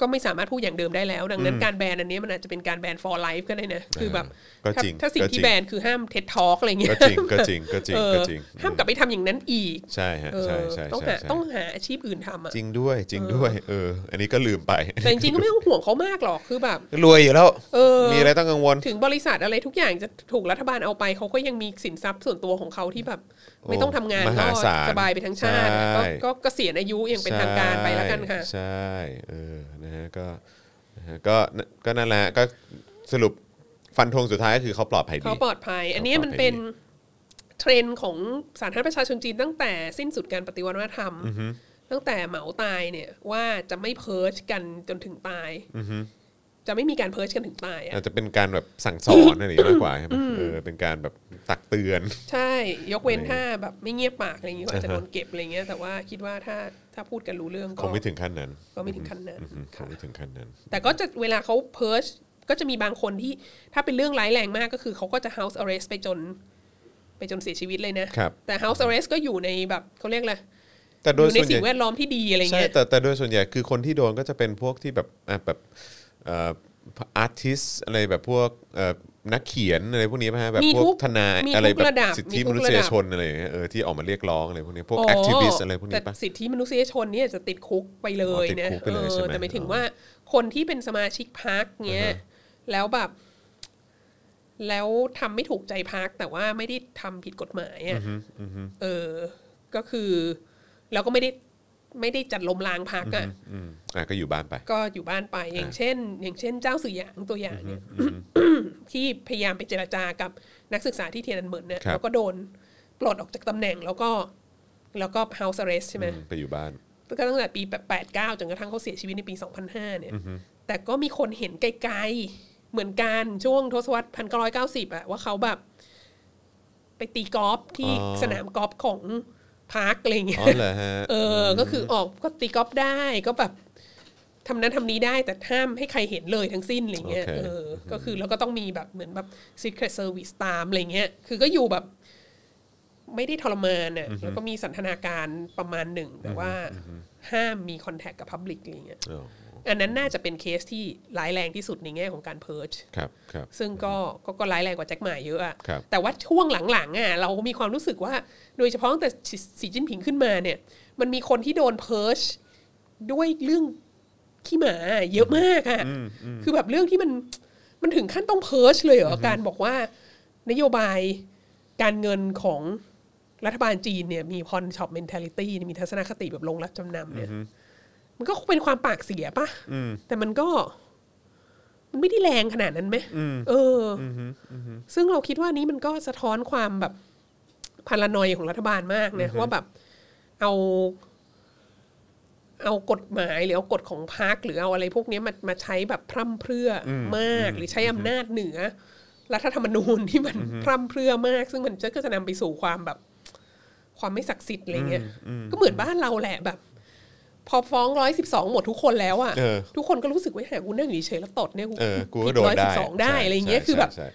[SPEAKER 4] ก็ไม่สามารถพูดอย่างเดิมได้แล้ว ดังนั้นการแบนอันนี้มันอาจจะเป็นการแบน for life ก็ได้นะคือแบบ
[SPEAKER 2] ก็
[SPEAKER 4] ถ้า
[SPEAKER 2] จริง
[SPEAKER 4] ถ้าสิ่ง
[SPEAKER 2] ก็จริ
[SPEAKER 4] ที่
[SPEAKER 2] ง
[SPEAKER 4] แบนคือห้ามเท็ดทอกอะไรเงี้
[SPEAKER 2] ก็
[SPEAKER 4] ย
[SPEAKER 2] จริงก็จริงก็จริง
[SPEAKER 4] เออ
[SPEAKER 2] ก็จริง
[SPEAKER 4] ห้ามกลับไปทำอย่างนั้นอีก
[SPEAKER 2] ใช่ฮะ
[SPEAKER 4] เออ
[SPEAKER 2] ใช่ใช่
[SPEAKER 4] ต้อง
[SPEAKER 2] ใช่
[SPEAKER 4] หา
[SPEAKER 2] ใช่
[SPEAKER 4] ต้องหาอาชีพอื่นทำอ่ะ
[SPEAKER 2] จริงด้วยจริงด้วยเออ อันนี้ก็ลืมไป
[SPEAKER 4] แต่จริงๆก็ไม่ต้องห่วงเขามากหรอกคือแบบ
[SPEAKER 2] รวยอยู่แล้ว
[SPEAKER 4] เออ
[SPEAKER 2] มีอะไรต้องกังวล
[SPEAKER 4] ถึงบริษัทอะไรทุกอย่างจะถูกรัฐบาลเอาไปเขาก็ยังมีสินทรัพย์ส่วนตัวของเขาที่แบบ ไม่ต้องทำงาน
[SPEAKER 2] มหา
[SPEAKER 4] ก็
[SPEAKER 2] ศาล
[SPEAKER 4] สบายไปทั้งชาติอะ
[SPEAKER 2] ใช่
[SPEAKER 4] ก็ก็เกษียณอายุอย่างเป็นทางการไปแล้วกันค่ะ
[SPEAKER 2] ใช่เออนะฮะก็นะฮะก็ก็นั่นแหละก็สรุปฟันธงสุดท้ายก็คือเขาปลอดภัยดี
[SPEAKER 4] เขาปลอดภัย อันนี้มัน
[SPEAKER 2] เขาปลอดภัย
[SPEAKER 4] เป็นเทรนด์ของสาธารณรัฐประชาชนจีนตั้งแต่สิ้นสุดการปฏิวัติวัฒนธรรม ตั้งแต่เหมาตายเนี่ยว่าจะไม่เพิร์ชกันจนถึงตาย จะไม่มีการเพิร์ชกันถึงตาย
[SPEAKER 2] อา
[SPEAKER 4] อ่ะ
[SPEAKER 2] จจะเป็นการแบบสั่งสอนอะไรอย่างงี้มากกว่าใช่ไหมเออเป็นการแบบตักเตือน
[SPEAKER 4] ใช่ ยกเว้นถ้าแบบไม่เงียบปากอะไรอย่างเงี้ยก็อาจจะโดนเก็บอะไรเงี้ย แต่ว่าคิดว่าถ้าถ้าพูดกันรู้เรื่อง
[SPEAKER 2] ค
[SPEAKER 4] ก็
[SPEAKER 2] งไม่ถึงขั้นนั้น
[SPEAKER 4] ก็ไม่ถึงขั้นนั้น
[SPEAKER 2] อืมคง
[SPEAKER 4] ค่ะ
[SPEAKER 2] ไม่ถึงขั้นนั้น
[SPEAKER 4] แต่ก็จะเวลาเขาเพิร์ชก็จะมีบางคนที่ถ้าเป็นเรื่องร้ายแรงมากก็คือเขาก็จะ house arrest ไปจน ไปจนเสียชีวิตเลยนะ
[SPEAKER 2] ครับ
[SPEAKER 4] แต่ house arrest ก็อยู่ในแบบเขาเรียกอะไร
[SPEAKER 2] แต่
[SPEAKER 4] อ
[SPEAKER 2] โดย
[SPEAKER 4] ยู่ใน
[SPEAKER 2] ส่วน
[SPEAKER 4] สิ่ง
[SPEAKER 2] ให
[SPEAKER 4] แว
[SPEAKER 2] ญ่
[SPEAKER 4] ดล้อมที่ดีอะไร
[SPEAKER 2] ใช่
[SPEAKER 4] เงี้ย
[SPEAKER 2] แต่แต่โดยส่วนใหญ่คือคนที่โดนก็จะเป็นพวกที่แบบอ่ะแบบอาร์ติสอะไรแบบพวกเอ่อนักเขียนอะไรพวกนี้ป่ะฮะแบบ
[SPEAKER 4] มี
[SPEAKER 2] พว
[SPEAKER 4] ทุ
[SPEAKER 2] ก
[SPEAKER 4] ก
[SPEAKER 2] ทนาย
[SPEAKER 4] มี
[SPEAKER 2] อะไร
[SPEAKER 4] ทุก
[SPEAKER 2] แบบ
[SPEAKER 4] ระดับ
[SPEAKER 2] สิทธิ
[SPEAKER 4] มี
[SPEAKER 2] ม
[SPEAKER 4] ทุก
[SPEAKER 2] นุษย
[SPEAKER 4] ระดับ
[SPEAKER 2] ชนอะไรอย่างเงี้ยเออที่ออกมาเรียกร้องอะไรพวกนี้พวก
[SPEAKER 4] โ
[SPEAKER 2] แอคทิวิสอะไรพวกนี้
[SPEAKER 4] แต่
[SPEAKER 2] ป่ะ
[SPEAKER 4] สิทธิมนุษยชนเนี่ยจะติดคุกไปเลย
[SPEAKER 2] อ๋อติด
[SPEAKER 4] นะ
[SPEAKER 2] คุกไปเลย
[SPEAKER 4] ออ
[SPEAKER 2] ใช่ไหม
[SPEAKER 4] แต่ไม่ถึง
[SPEAKER 2] อ๋อ
[SPEAKER 4] ว่าคนที่เป็นสมาชิกพักเนี้ย
[SPEAKER 2] อ่าฮะ
[SPEAKER 4] แล้วแบบ แล้วทำไม่ถูกใจพักแต่ว่าไม่ได้ทำผิดกฎหมายอ่ะเออ ก็คือแล้วก็ไม่ได้ไม่ได้จัดลมล้างพักอ่ะ
[SPEAKER 2] อืมอ่ะก็อยู่บ้านไป
[SPEAKER 4] ก็อยู่บ้านไปอย่างเช่น อย่างเช่นเจ้าสื่อหยางตัวอย่างเนี่ยที่พยายามไปเจรจากับนักศึกษาที่เทียนอันเหมินเนี่ย
[SPEAKER 2] ครับ
[SPEAKER 4] แล้วก็โดนปลดออกจากตำแหน่งแล้วก็แล้วก็ house arrest ใช่ไหม
[SPEAKER 2] อืมไปอยู่บ้าน
[SPEAKER 4] ก็ตั้งแต่ปี 89 จนกระทั่งเขาเสียชีวิตในปี 2005 เนี่ย แต่ก็มีคนเห็นไกลๆ เหมือนกันช่วงทศวรรษ 1990อะว่าเขาแบบ ไปตีกอล์ฟที่
[SPEAKER 2] อ๋อ
[SPEAKER 4] สนามกอล์ฟของพาร์คอะไรอย่างเงี้
[SPEAKER 2] อ๋
[SPEAKER 4] ย
[SPEAKER 2] อเหรอฮะ
[SPEAKER 4] เออ ก็คือออกก็ตีกอล์ฟได้ก็แบบทำนั้นทำนี้ได้แต่ห้ามให้ใครเห็นเลยทั้งสิ้นอะไรเงี้ย
[SPEAKER 2] โอเค
[SPEAKER 4] เออ ก็คือแล้วก็ต้องมีแบบเหมือนแบบ secret service ตามอะไรเงี้ย คือก็อยู่แบบ ไม่ได้ทรมานน่ะแล้วก็มีสันทนาการประมาณหนึ่ง แต่ว่าห้ามมีคอนแทคกับพับลิกอะไรเงี้ย
[SPEAKER 2] อ๋อ
[SPEAKER 4] อันนั้นน่าจะเป็นเคสที่ร้ายแรงที่สุดในแง่ของการเพิร์ช
[SPEAKER 2] ครับครับ
[SPEAKER 4] ซึ่งก็ก็ก็ร้ายแรงกว่าแจ็คหมาเยอะอะ
[SPEAKER 2] ครับ
[SPEAKER 4] แต่ว่าช่วงหลังๆอ่ะเรามีความรู้สึกว่า โดยเฉพาะตั้งแต่สีสีจิ้นผิงขึ้นมาเนี่ย มันมีคนที่โดนเพิร์ชด้วยเรื่องขี้หมาเยอะมากอะคือแบบเรื่องที่มันมันถึงขั้นต้องเพิร์ชเลยเหรอการบอกว่านโยบายการเงินของรัฐบาลจีนเนี่ยมีพรช็อปเมนเทลิตี้มีทัศนคติแบบลงรับจำนำเนี่ยมันก็คงเป็นความปากเสียปะแต่มันก็ มันไม่ได้แรงขนาดนั้นไหมเอออ ซึ่งเราคิดว่านี้มันก็สะท้อนความแบบพารานอยของรัฐบาลมากนะว่าแบบเอา เอากฎหมายหรือเอากฎของพรรคหรือเอาอะไรพวกเนี้ยมามาใช้แบบพร่ำเพรื่ออมาก หรือใช้อำนาจเหนือ รัฐธรรมนูญที่มันพร่ำเพรื่อมาก ซึ่งมันก็จะนำไปสู่ความแบบ ความไม่ศักดิ์สิทธิ์อะไรเงี้ยก็เหมือนบ้านเราแหละแบบ พอฟ้องร้อยสิบสองหมดทุกคนแล้วอะ
[SPEAKER 2] เออ
[SPEAKER 4] ทุกคนก็รู้สึกว่าแหมกูนั่งอยู่เฉยๆแล้วตดเนี่ยกู
[SPEAKER 2] เออกู
[SPEAKER 4] ผิ
[SPEAKER 2] ก็
[SPEAKER 4] ด
[SPEAKER 2] โดน
[SPEAKER 4] ร้อยสิ
[SPEAKER 2] ได้
[SPEAKER 4] บสองได้
[SPEAKER 2] ใช่
[SPEAKER 4] อะไรเงี้ย
[SPEAKER 2] ใช่
[SPEAKER 4] คือแบบ
[SPEAKER 2] ใช่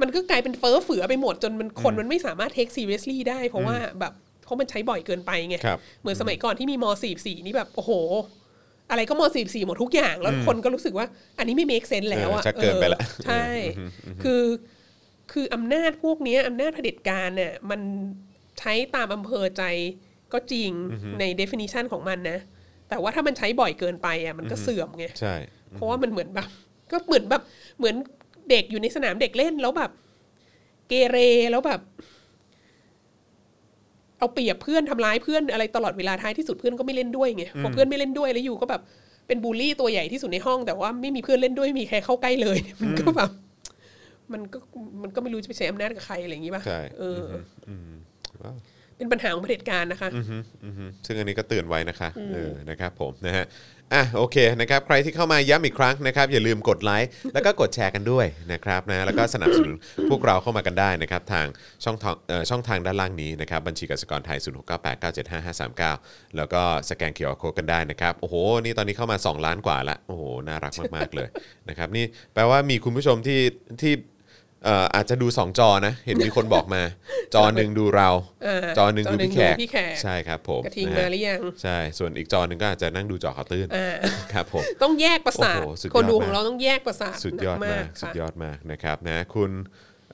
[SPEAKER 4] มันก็กลายเป็นเฟ้อเฟือไปหมดจนมันคนมันไม่สามารถ take seriously ได้เพราะว่าแบบเพราะมันใช้บ่อยเกินไปไง
[SPEAKER 2] ครับ
[SPEAKER 4] เหมือนสมัยก่อนที่มีม .44 นี่แบบ โอ้โห อะไรก็ม .44 หมดทุกอย่าง แล้วคนก็รู้สึกว่า อันนี้ไม่ make sense แล้วอะ
[SPEAKER 2] เออชักเกินไปละ
[SPEAKER 4] ออใช่ คือคืออำนาจพวกเนี้ยอำนาจเผด็จการเนี่ยมันใช้ตามอำเภอใจก็จริงใน definition ของมันนะ แต่ว่าถ้ามันใช้บ่อยเกินไปอ่ะมันก็เสื่อมไง
[SPEAKER 2] ใช่
[SPEAKER 4] เพราะว่ามันเหมือนแบบ ก็เหมือนแบบเหมือนเด็กอยู่ในสนามเด็กเล่นแล้วแบบ เกเรแล้วแบบ เอาเปรียบเพื่อนทำร้ายเพื่อนอะไรตลอดเวลาท้ายที่สุดเพื่อนก็ไม่เล่นด้วยไงพอเพื่อนไม่เล่นด้วยแล้วอยู่ก็แบบ เป็นบูลลี่ตัวใหญ่ที่สุดในห้อง แต่ว่าไม่มีเพื่อนเล่นด้วยไม่มีใครเข้าใกล้เลย มันก็แบบ มันก็มันก็ไม่รู้จะไปใช้อำนาจกับใครอะไรอย่างนี้ป่ะ
[SPEAKER 2] ใช่
[SPEAKER 4] เอออ
[SPEAKER 2] ว้าว
[SPEAKER 4] เป็นปัญหาของเผด็จการนะคะ
[SPEAKER 2] อืมอืมซึ่งอันนี้ก็เตือนไว้นะคะเออนะครับผมนะฮะอ่ะโอเคนะครับใครที่เข้ามาย้ำอีกครั้งนะครับ อย่าลืมกดไลค์แล้วก็กดแชร์กันด้วยนะครับนะแล้วก็สนับสนุน พวกเราเข้ามากันได้นะครับ ทางช่องทางเอ่อช่องทางด้านล่างนี้นะครับ บัญชีกสิกรไทย 0698975539 แล้วก็สแกนเคอร์โคกันได้นะครับ โอ้โห นี่ตอนนี้เข้ามา 2 ล้านกว่าละโอ้โห น่ารักมาก ๆ เลยนะครับนี่แปลว่ามีคุณผู้ชมที่ที่ เอ่ออาจจะดู 2 จอนะ เห็นมีคนบอกมา จอหนึ่งดูเรา
[SPEAKER 4] อ่า
[SPEAKER 2] จอหนึ่งดูพี่แขก
[SPEAKER 4] จอหนึ่งดูพี่แขก
[SPEAKER 2] ใช่ครับผม
[SPEAKER 4] กระทิง
[SPEAKER 2] นฮ
[SPEAKER 4] มาหรือยัง
[SPEAKER 2] ใช่ส่วนอีกจอหนึ่งก็อาจจะนั่งดูจอข่าวตื้น
[SPEAKER 4] อ่า
[SPEAKER 2] ครับผม
[SPEAKER 4] ต้องแยกประสาท
[SPEAKER 2] โอ้โหสุดยอด
[SPEAKER 4] คนดู
[SPEAKER 2] มาก
[SPEAKER 4] ของเราต้องแยกประสาท
[SPEAKER 2] สุดยอด
[SPEAKER 4] หนั
[SPEAKER 2] มากสุ
[SPEAKER 4] ค่ะ
[SPEAKER 2] ดยอดมากนะครับนะคุณ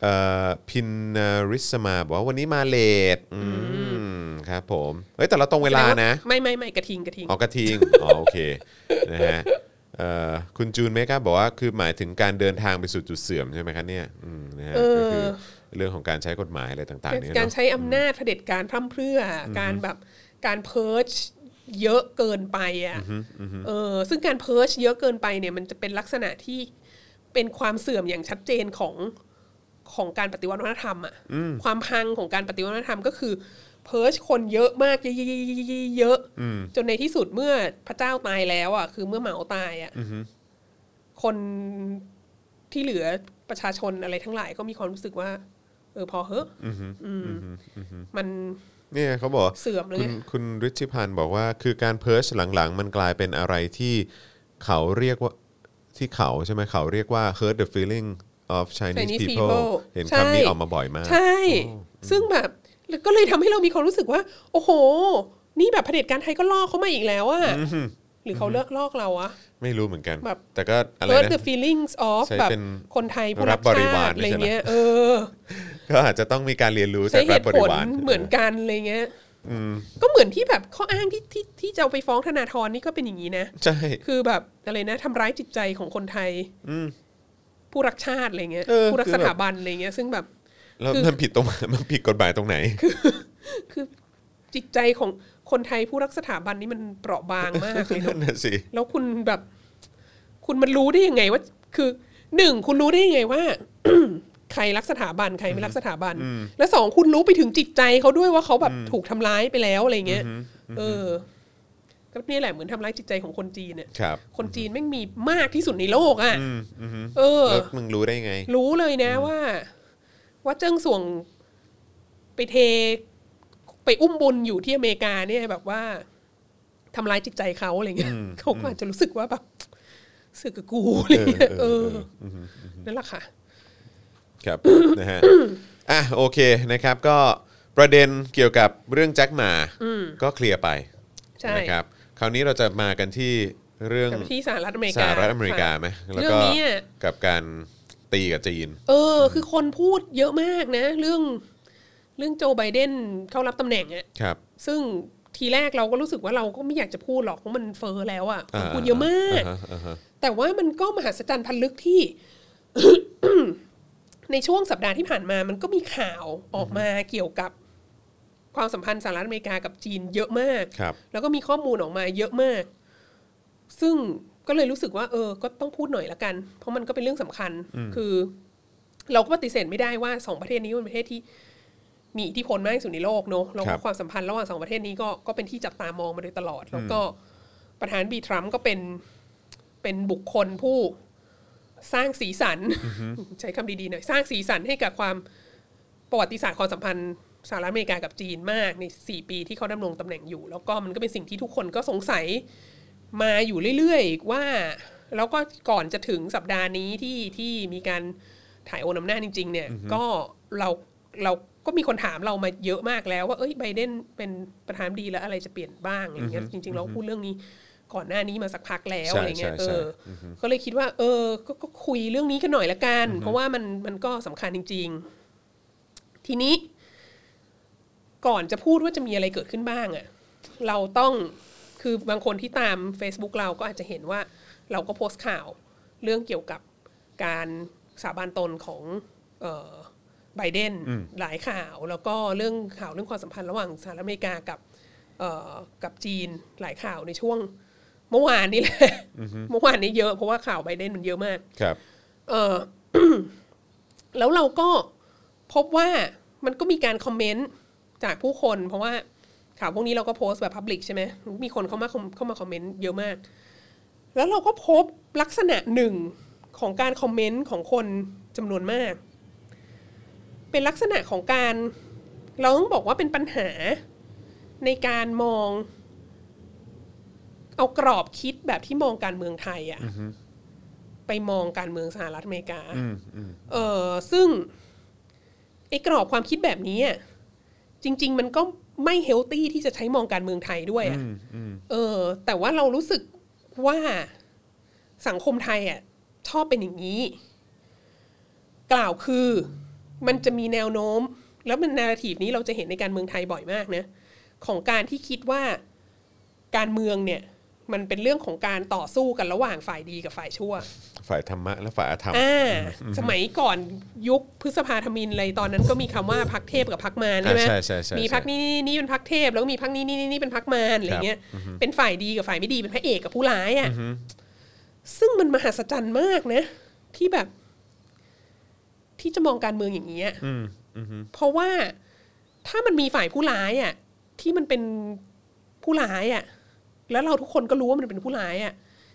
[SPEAKER 2] เอ่อพินนาริสมาบอกว่าวันนี้มาเลทอืมครับผมเฮ้ยแต่เราตรงเวลานะ
[SPEAKER 4] ไม่ไม่ไม่กระทิงกระทิง
[SPEAKER 2] อ๋อกระทิง อ๋อโอเคนะฮะเอ่อคุณจูนเมกาบอกว่าคือหมายถึงการเดินทางไปสู่จุดเสื่อมใช่ไหมครับเนี่ยอืมนะฮะก็คือเรื่องของการใช้กฎหมายอะไรต่างๆ
[SPEAKER 4] เป็น
[SPEAKER 2] เนี่ย
[SPEAKER 4] การ
[SPEAKER 2] เนาะ
[SPEAKER 4] ใช้อำนาจเผด็จการพร่ำเพรื่ออการแบบการเพิร์ชเยอะเกินไปอ่ะเออซึ่งการเพิร์ชเยอะเกินไปเนี่ยมันจะเป็นลักษณะที่เป็นความเสื่อมอย่างชัดเจนของของการปฏิวัติวัฒนธรรมอ่ะความพังของการปฏิวัติวัฒนธรรมก็คือเพิร์ชคนเยอะมากเยอะๆๆๆๆเยอะจนในที่สุดเมื่อพระเจ้าตายแล้วอ่ะคือเมื่อเหมาตายอ่ะคนที่เหลือประชาชนอะไรทั้งหลายก็มีความรู้สึกว่า เออพอเหอะอืมมัน
[SPEAKER 2] เนี่ยเขาบอกว่า
[SPEAKER 4] เสื่อมเลย
[SPEAKER 2] คุณคุณฤทธิพันธ์บอกว่าคือการเพิร์ชหลังๆ มันกลายเป็นอะไรที่เขาเรียกว่าที่เขาใช่ไหมเขาเรียกว่า hurt the feeling of Chinese
[SPEAKER 4] Chinese
[SPEAKER 2] people
[SPEAKER 4] people
[SPEAKER 2] เห็น
[SPEAKER 4] ใช่
[SPEAKER 2] คำนี้ออกมาบ่อยมาก
[SPEAKER 4] ใช่ ซึ่งแบบแล้วก็เลยทำให้เรามีความรู้สึกว่า โอ้โห นี่แบบเผด็จการไทยก็ลอกเขามาอีกแล้วอะหรือเขาเลิกลอกเราอะ
[SPEAKER 2] ไม่รู้เหมือนกัน
[SPEAKER 4] แบบ
[SPEAKER 2] แต่ก็อะไร
[SPEAKER 4] เพิร์ด
[SPEAKER 2] นะ
[SPEAKER 4] the feelings of
[SPEAKER 2] ใช้
[SPEAKER 4] แบบ
[SPEAKER 2] เป็น
[SPEAKER 4] คนไทยผู้
[SPEAKER 2] รั
[SPEAKER 4] รั
[SPEAKER 2] บบ ริ
[SPEAKER 4] ชาว
[SPEAKER 2] าร
[SPEAKER 4] ติอะไร
[SPEAKER 2] ไม่ใช่นะ
[SPEAKER 4] เงี้ยเออ
[SPEAKER 2] ก็อาจจะต้องมีการเรียนรู้จา
[SPEAKER 4] ใช้
[SPEAKER 2] ก
[SPEAKER 4] เห
[SPEAKER 2] รัฐ
[SPEAKER 4] ตุ
[SPEAKER 2] บ
[SPEAKER 4] ผ
[SPEAKER 2] ริ
[SPEAKER 4] ล
[SPEAKER 2] วาร
[SPEAKER 4] เหมือนกันอะไรเงี้ยก็เหมือนที่แบบข้ออ้างที่ที่ที่จะเอาไปฟ้องธนาธรนี่ก็เป็นอย่างนี้นะ
[SPEAKER 2] ใช่
[SPEAKER 4] คือแบบอะไรนะทำร้ายจิตใจของคนไทยผู้รักชาติอะไรเงี้ย
[SPEAKER 2] เออ
[SPEAKER 4] ผู้รัก
[SPEAKER 2] คือ
[SPEAKER 4] ส
[SPEAKER 2] แบบ
[SPEAKER 4] ถาบันอะไรเงี้ย ซึ่งแบบ
[SPEAKER 2] แล้ว
[SPEAKER 4] คือ
[SPEAKER 2] มันผิดตรงไหนมันผิดกฎหมายตรงไหน
[SPEAKER 4] คือจิตใจของคนไทยผู้รักสถาบันนี่มันเปราะบางมากเลย
[SPEAKER 2] นั่น
[SPEAKER 4] เนอะ
[SPEAKER 2] น่ะสิ
[SPEAKER 4] แล้วคุณแบบ คุณมันรู้ได้ยังไงว่า คือหนึ่งคุณรู้ได้ยังไงว่า ใครรักสถาบันใครไม่รักสถาบัน แล้วสองคุณรู้ไปถึงจิตใจเขาด้วยว่าเขาแบบถูกทำร้ายไปแล้วอะไรเงี้ยเออก็เนี่ยแหละเหมือนทำร้ายจิตใจของคนจีนเนี่ย
[SPEAKER 2] ครับ
[SPEAKER 4] คนจีนแม่งมีมากที่สุดในโลกอ่ะ
[SPEAKER 2] อืมอือฮึ
[SPEAKER 4] เออ
[SPEAKER 2] แล้วมึงรู้ได้ไง
[SPEAKER 4] รู้เลยนะว่า ว่าเจิ้งส่วงไปเท ไปอุ้มบุญอยู่ที่อเมริกาเนี่ยแบบว่าทำร้ายจิตใจเขาอะไรเงี้ยเขาก็อาจจะรู้สึกว่าแบบเสึกกับกูอะไรเงี้ย
[SPEAKER 2] เอ
[SPEAKER 4] เอ
[SPEAKER 2] อ
[SPEAKER 4] อ
[SPEAKER 2] เออ
[SPEAKER 4] นั่นแหละค่ะ
[SPEAKER 2] ครับ นะฮะอ่ะโอเคนะครับ ก็ประเด็นเกี่ยวกับเรื่องแจ็คหมาก็เคลียร์ไป
[SPEAKER 4] ใช่
[SPEAKER 2] นะครับ คราวนี้เราจะมากันที่เรื่อง
[SPEAKER 4] กับที่สหรัฐอเมริ
[SPEAKER 2] ส
[SPEAKER 4] กา
[SPEAKER 2] หรัฐอเมริกา
[SPEAKER 4] ค่ะ
[SPEAKER 2] ไหมแล้วก็
[SPEAKER 4] เรื่องนี้อะ
[SPEAKER 2] กับการตีกับจีน
[SPEAKER 4] เออ คือคนพูดเยอะมากนะ เรื่อง เรื่องโจไบเดนเข้ารับตำแหน่งอะ
[SPEAKER 2] ครับ
[SPEAKER 4] ซึ่งทีแรกเราก็รู้สึกว่าเราก็ไม่อยากจะพูดหรอกเพราะมันเฟอแล้วอะคน
[SPEAKER 2] อ่า
[SPEAKER 4] พูดเยอะมาก
[SPEAKER 2] อ่าฮะอ่าฮะ
[SPEAKER 4] แต่ว่ามันก็มหัศจรรย์พันลึกที่ ในช่วงสัปดาห์ที่ผ่านมา มันก็มีข่าวออกมาเกี่ยวกับความสัมพันธ์สหรัฐอเมริกากับจีนเยอะมาก
[SPEAKER 2] ครับ
[SPEAKER 4] แล้วก็มีข้อมูลออกมาเยอะมาก ซึ่งก็เลยรู้สึกว่า เออ ก็ต้องพูดหน่อยละกัน เพราะมันก็เป็นเรื่องสำคัญ คือ เราก็ปฏิเสธไม่ได้ว่าสองประเทศนี้เป็นประเทศที่มีอิทธิพลมากที่สุดในโลกเนอะแล้ว
[SPEAKER 2] ครั
[SPEAKER 4] ก็
[SPEAKER 2] บ
[SPEAKER 4] ความสัมพันธ์ระหว่างสองประเทศนี้ก็ก็เป็นที่จับตามองมาโดยตลอด แล้วก็ประธานาธิบดีทรัมป์ก็เป็นเป็นบุคคลผู้สร้างสีสัน ใช้คำดีๆหน่อยสร้างสีสันให้กับความประวัติศาสตร์ความสัมพันธ์สหรัฐอเมริกากับจีนมากในสี่ปีที่เขาดำรงตำแหน่งอยู่ แล้วก็มันก็เป็นสิ่งที่ทุกคนก็สงสัย มาอยู่เรื่อยๆว่า แล้วก็ก่อนจะถึงสัปดาห์นี้ที่ที่มีการถ่ายโอนอำนาจจริง ๆ เนี่ย ก็เราเราก็มีคนถามเรามาเยอะมากแล้วว่าเอ้ยไบเดนเป็นประธานาธิบดีแล้วอะไรจะเปลี่ยนบ้างอย่างเงี้ยจริง ๆ เราพูดเรื่องนี้ก่อนหน้านี้มาสักพักแล้ว
[SPEAKER 2] ใช่
[SPEAKER 4] อะไรเงี้ย
[SPEAKER 2] ใช่
[SPEAKER 4] เอ
[SPEAKER 2] ใช่
[SPEAKER 4] ออก็เลยคิดว่า เออก็ก็คุยเรื่องนี้กันหน่อยละกัน เพราะว่ามันมันก็สำคัญจริง ๆ ทีนี้ ก่อนจะพูดว่าจะมีอะไรเกิดขึ้นบ้างอะ่ะ เราต้องคือบางคนที่ตาม Facebook เราก็อาจจะเห็นว่า เราก็โพสต์ข่าวเรื่องเกี่ยวกับการสาบานตนของเอ่อไบเดนหลายข่าว แล้วก็เรื่องข่าวเรื่องความสัมพันธ์ระหว่างสหรัฐอเมริกากับเอ่อกับจีนหลายข่าวในช่วงเมื่อวานนี่แหละเมื่อวานนี้เยอะเพราะว่าข่าวไบเดนมันเยอะมาก
[SPEAKER 2] ครับ
[SPEAKER 4] เออ แล้วเราก็พบว่ามันก็มีการคอมเมนต์จากผู้คน เพราะว่าข่าวพวกนี้เราก็โพสต์แบบพับลิกใช่ไหมมีคนเข้ามาคอมเข้ามาคอมเมนต์เยอะมาก แล้วเราก็พบลักษณะหนึ่งของการคอมเมนต์ของคนจำนวนมาก เป็นลักษณะของการ เราต้องบอกว่าเป็นปัญหาในการมอง เอากรอบคิดแบบที่มองการเมืองไทยอะ ไปมองการเมืองสหรัฐอเมริกาเออซึ่งไอ้กรอบความคิดแบบนี้อะจริง ๆ มันก็ไม่เฮลตี้ที่จะใช้มองการเมืองไทยด้วยอะเออ แต่ว่าเรารู้สึกว่าสังคมไทยอ่ะชอบเป็นอย่างนี้ กล่าวคือมันจะมีแนวโน้ม แล้วมันนาราทีฟนี้เราจะเห็นในการเมืองไทยบ่อยมากนะ ของการที่คิดว่าการเมืองเนี่ย มันเป็นเรื่องของการต่อสู้กันระหว่างฝ่ายดีกับฝ่ายชั่ว
[SPEAKER 2] ฝ่ายธรรมะและฝ่ายอธรรม
[SPEAKER 4] อ่าสมัยก่อนยุคพฤษภาธมินอะไรตอนนั้นก็มีคำว่าพักเทพกับพักมารใช่ไหม
[SPEAKER 2] อ่าใช่ใช่ใช่
[SPEAKER 4] มีพักนี้นี่นี่เป็นพักเทพแล้วก็มีพักนี้นี่นี่นี่เป็นพักมารอะไรเงี้ยเป็นฝ่ายดีกับฝ่ายไม่ดีเป็นพระเอกกับผู้ร้ายอ่ะซึ่งมันมหัศจรรย์มากนะ ที่แบบ ที่จะมองการเมืองอย่างนี้ยเพราะว่าถ้ามันมีฝ่ายผู้ร้ายอ่ะ ที่มันเป็นผู้ร้ายอ่ะ แล้วเราทุกคนก็รู้ว่ามันเป็นผู้ร้ายอ่ะ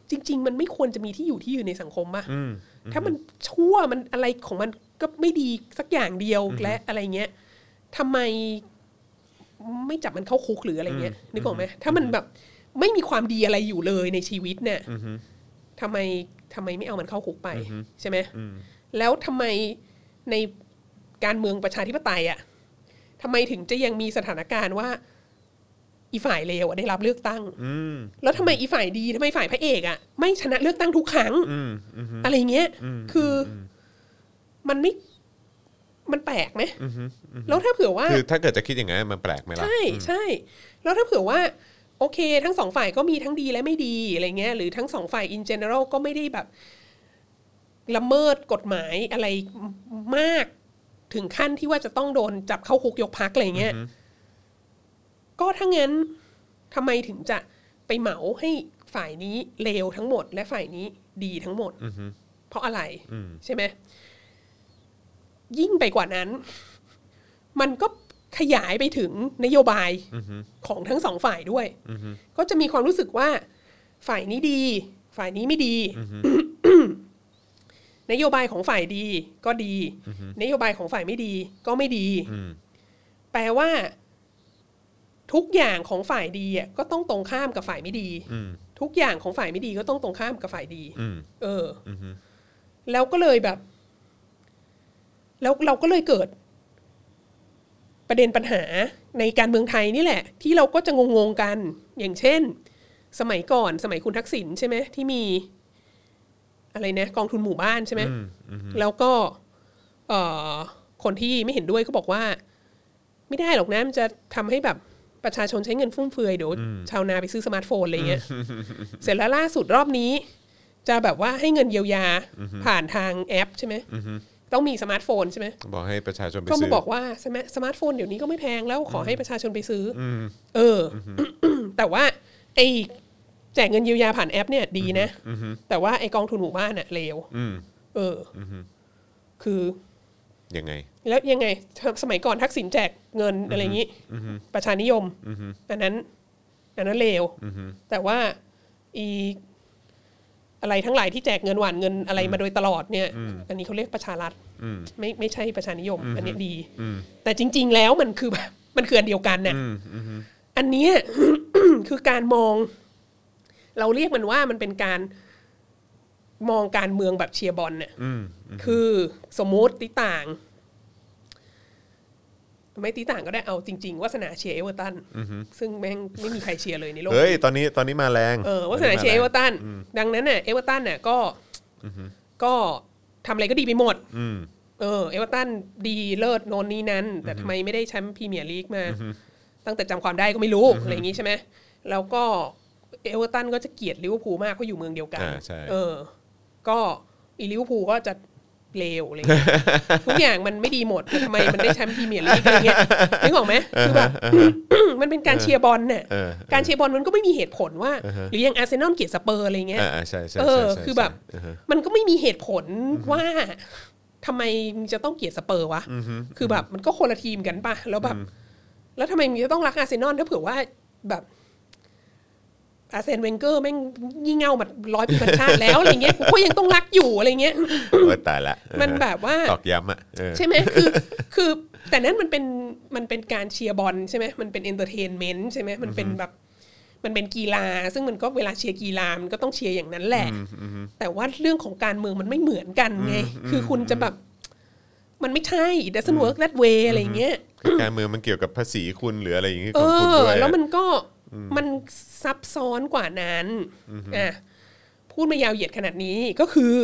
[SPEAKER 4] จริง ๆ มันไม่ควรจะมีที่อยู่ที่อยู่ในสังคมป่ะ ถ้ามันชั่วมันอะไรของมันก็ไม่ดีสักอย่างเดียวและอะไรเงี้ยทำไมไม่จับมันเข้าคุกหรืออะไรเงี้ยนึกออกไหมถ้ามันแบบไม่มีความดีอะไรอยู่เลยในชีวิตเนี่ยทำไมทำไมไม่เอามันเข้าคุกไปใช่ไหมแล้วทำไมในการเมืองประชาธิปไตยอ่ะทำไมถึงจะยังมีสถานการณ์ว่า อีฝ่ายเลวอะได้รับเลือกตั้ง
[SPEAKER 2] อืม
[SPEAKER 4] แล้วทำไมอีฝ่ายดีทำไมฝ่ายพระเอกอะไม่ชนะเลือกตั้งทุกครั้ง
[SPEAKER 2] อืมอืม
[SPEAKER 4] อะไรเงี้ย คืออมันไม่ มันแปลกไหม แล้วถ้าเผื่อว่า
[SPEAKER 2] คือถ้าเกิดจะคิดอย่างนั้นมันแปลกไหมล่ะ
[SPEAKER 4] ใช่ใช่ แล้วถ้าเผื่อว่า โอเค ทั้งสองฝ่ายก็มีทั้งดีและไม่ดีอะไรเงี้ย หรือทั้งสองฝ่าย in general ก็ไม่ได้แบบ ละเมิดกฎหมายอะไรมาก ถึงขั้นที่ว่าจะต้องโดนจับเข้าคุกยกพักอะไรเงี้ย ก็ถ้างั้นทำไมถึงจะไปเหมาให้ฝ่ายนี้เลวทั้งหมด และฝ่ายนี้ดีทั้งหมด เพราะอะไรใช่ไหมยิ่งไปกว่านั้น มันก็ขยายไปถึงนโยบายของทั้งสองฝ่ายด้วยก็จะมีความรู้สึกว่า ฝ่ายนี้ดี ฝ่ายนี้ไม่ดี นโยบายของฝ่ายดีก็ดี นโยบายของฝ่ายไม่ดีก็ไม่ดี แปลว่า ทุกอย่างของฝ่ายดีอ่ะก็ต้องตรงข้ามกับฝ่ายไม่ดี ทุกอย่างของฝ่ายไม่ดีก็ต้องตรงข้ามกับฝ่ายดี
[SPEAKER 2] อืม
[SPEAKER 4] เอออ
[SPEAKER 2] อฮึ
[SPEAKER 4] แล้วก็เลยแบบ แล้วเราก็เลยเกิด ประเด็นปัญหาในการเมืองไทยนี่แหละ ที่เราก็จะงงๆกัน อย่างเช่น สมัยก่อนสมัยคุณทักษิณใช่ไหมที่มี อะไรนะกองทุนหมู่บ้านใช่ไหมแล้วก็ เอ่อ คนที่ไม่เห็นด้วยก็บอกว่า ไม่ได้หรอกนะมันจะทำให้แบบประชาชนใช้เงินฟุ่มเฟือยเดี๋ยวชาวนาไปซื้อสมาร์ทโฟนอะไรเงี้ยเสร็จแล้วล่าสุดรอบนี้ จะแบบว่าให้เงินเยียวยาผ่านทางแอปใช่ไหมต้องมีสมาร์ทโฟนใช่ไหม
[SPEAKER 2] บอกให้ประชาชนไป
[SPEAKER 4] ก็
[SPEAKER 2] ซื้
[SPEAKER 4] มา
[SPEAKER 2] อ
[SPEAKER 4] บอกว่าสมาสมาร์ทโฟนเดี๋ยวนี้ก็ไม่แพงแล้วขอให้ประชาชนไปซื้ออเอออ แต่ว่าไอแจกเงินเยียวยาผ่านแอปเนี่ยดีนะแต่ว่าไอกองทุนหมู่บ้านน่ะเลว
[SPEAKER 2] อืม
[SPEAKER 4] เอออคือ
[SPEAKER 2] ยังไง
[SPEAKER 4] แล้วยังไงสมัยก่อนทักษิณแจกเงินอะไรอย่างนี้ประชานิยมอันนั้น อันนั้นเลวแต่ว่าอีอะไรทั้งหลายที่แจกเงินหวานเงินอะไรมาโดยตลอดเนี่ย อันนี้เขาเรียกประชารัฐไม่ไม่ใช่ประชานิยม อันเนี้ยดีแต่จริง ๆ แล้วมันคือแบบ มันคืออันเดียวกันเนี่ยอันเนี้ย คือการมอง เราเรียกมันว่ามันเป็นการมองการเมืองแบบเชียร์บอลเนี่ยคือสมมติต่าง ไม่ตีต่างก็ได้เอาจริงๆวาสนาเชียร์เอเวอร์ตันซึ่งแม่งไม่มีใครเชียร์เลยในโลก
[SPEAKER 2] เฮ้ย ตอนนี้ตอนนี้มาแรง
[SPEAKER 4] เออวาสนาเชียร์เอเวอร์ตันดังนั้นน่ะเอเวอร์ตันน่ะก็ก็ทำอะไรก็ดีไปหมด
[SPEAKER 2] อืม
[SPEAKER 4] เออเอเวอร์ตันดีเลิศโนนนี้นั้น แต่ทำไมไม่ได้แชมป์พรีเมียร์ลีกมา ตั้งแต่จำความได้ก็ไม่รู้อะไรอย่างนี้ใช่ไหมแล้วก็เอเวอร์ตันก็จะเกลียดลิเวอร์พูลมากเพราะอยู่เมืองเดียวกัน
[SPEAKER 2] อ่าใช่
[SPEAKER 4] เออ ก็อีลิเวอร์พูลก็จะเลวอะไรเงี้ย ทุกอย่างมันไม่ดีหมดแต่ทำไมมันได้แชมป์พรีเมียร์ลีกอะไรเงี้ยนึกออกไหมคือแบบ มันเป็นการเชียร์บอลเนี่ย
[SPEAKER 2] เออเออ
[SPEAKER 4] การเชียร์บอลมันก็ไม่มีเหตุผลว่า หรืออย่างอาร์เซนอลเกลียดสเปอร์อะไรเงี้ย
[SPEAKER 2] อ่าๆใช่ใช่
[SPEAKER 4] เอ
[SPEAKER 2] ใช่
[SPEAKER 4] อ
[SPEAKER 2] ใช่
[SPEAKER 4] คือแบบ
[SPEAKER 2] ใช่าฮะ
[SPEAKER 4] มันก็ไม่มีเหตุผลว่าทำไมมึงจะต้องเกลียดสเปอร์วะ คือแบบมันก็คนละทีมกันปะแล้วแบบ แล้วทำไมมึงจะต้องรักอาร์เซนอลถ้าเผื่อว่าแบบอาร์เซนเวนเกอร์แม่งยี่เง่ามาร้อยปีพันชาติแล้วอะไรเงี้ยกูก็ยังต้องรักอยู่อะไรเงี้ย
[SPEAKER 2] โอ้ยตายละ
[SPEAKER 4] มันแบบว่า
[SPEAKER 2] ตอกย้ำอ่ะเออ
[SPEAKER 4] ใช่ไหมคือ คือ แต่นั้นมันเป็น มันเป็นการเชียร์บอลใช่ไหมมันเป็นเอนเตอร์เทนเมนต์ใช่ไหมมันเป็นแบบ มันเป็นกีฬา ซึ่งมันก็เวลาเชียร์กีฬามันก็ต้องเชียร์อย่างนั้นแหละ แต่ว่าเรื่องของการเมืองมันไม่เหมือนกันไง คือคุณจะแบบ มันไม่ใช่ it doesn't work that way อะไรอย่างเงี้ย
[SPEAKER 2] คือการเมืองมันเกี่ยวกับภาษีคุณหรืออะไรอย่างงี้ข
[SPEAKER 4] เอ
[SPEAKER 2] องคุณ
[SPEAKER 4] อ
[SPEAKER 2] ด้วย
[SPEAKER 4] แล้วมันก็มันซับซ้อนกว่านั้นอ่ะพูดมายาวเหยียดขนาดนี้ก็คือ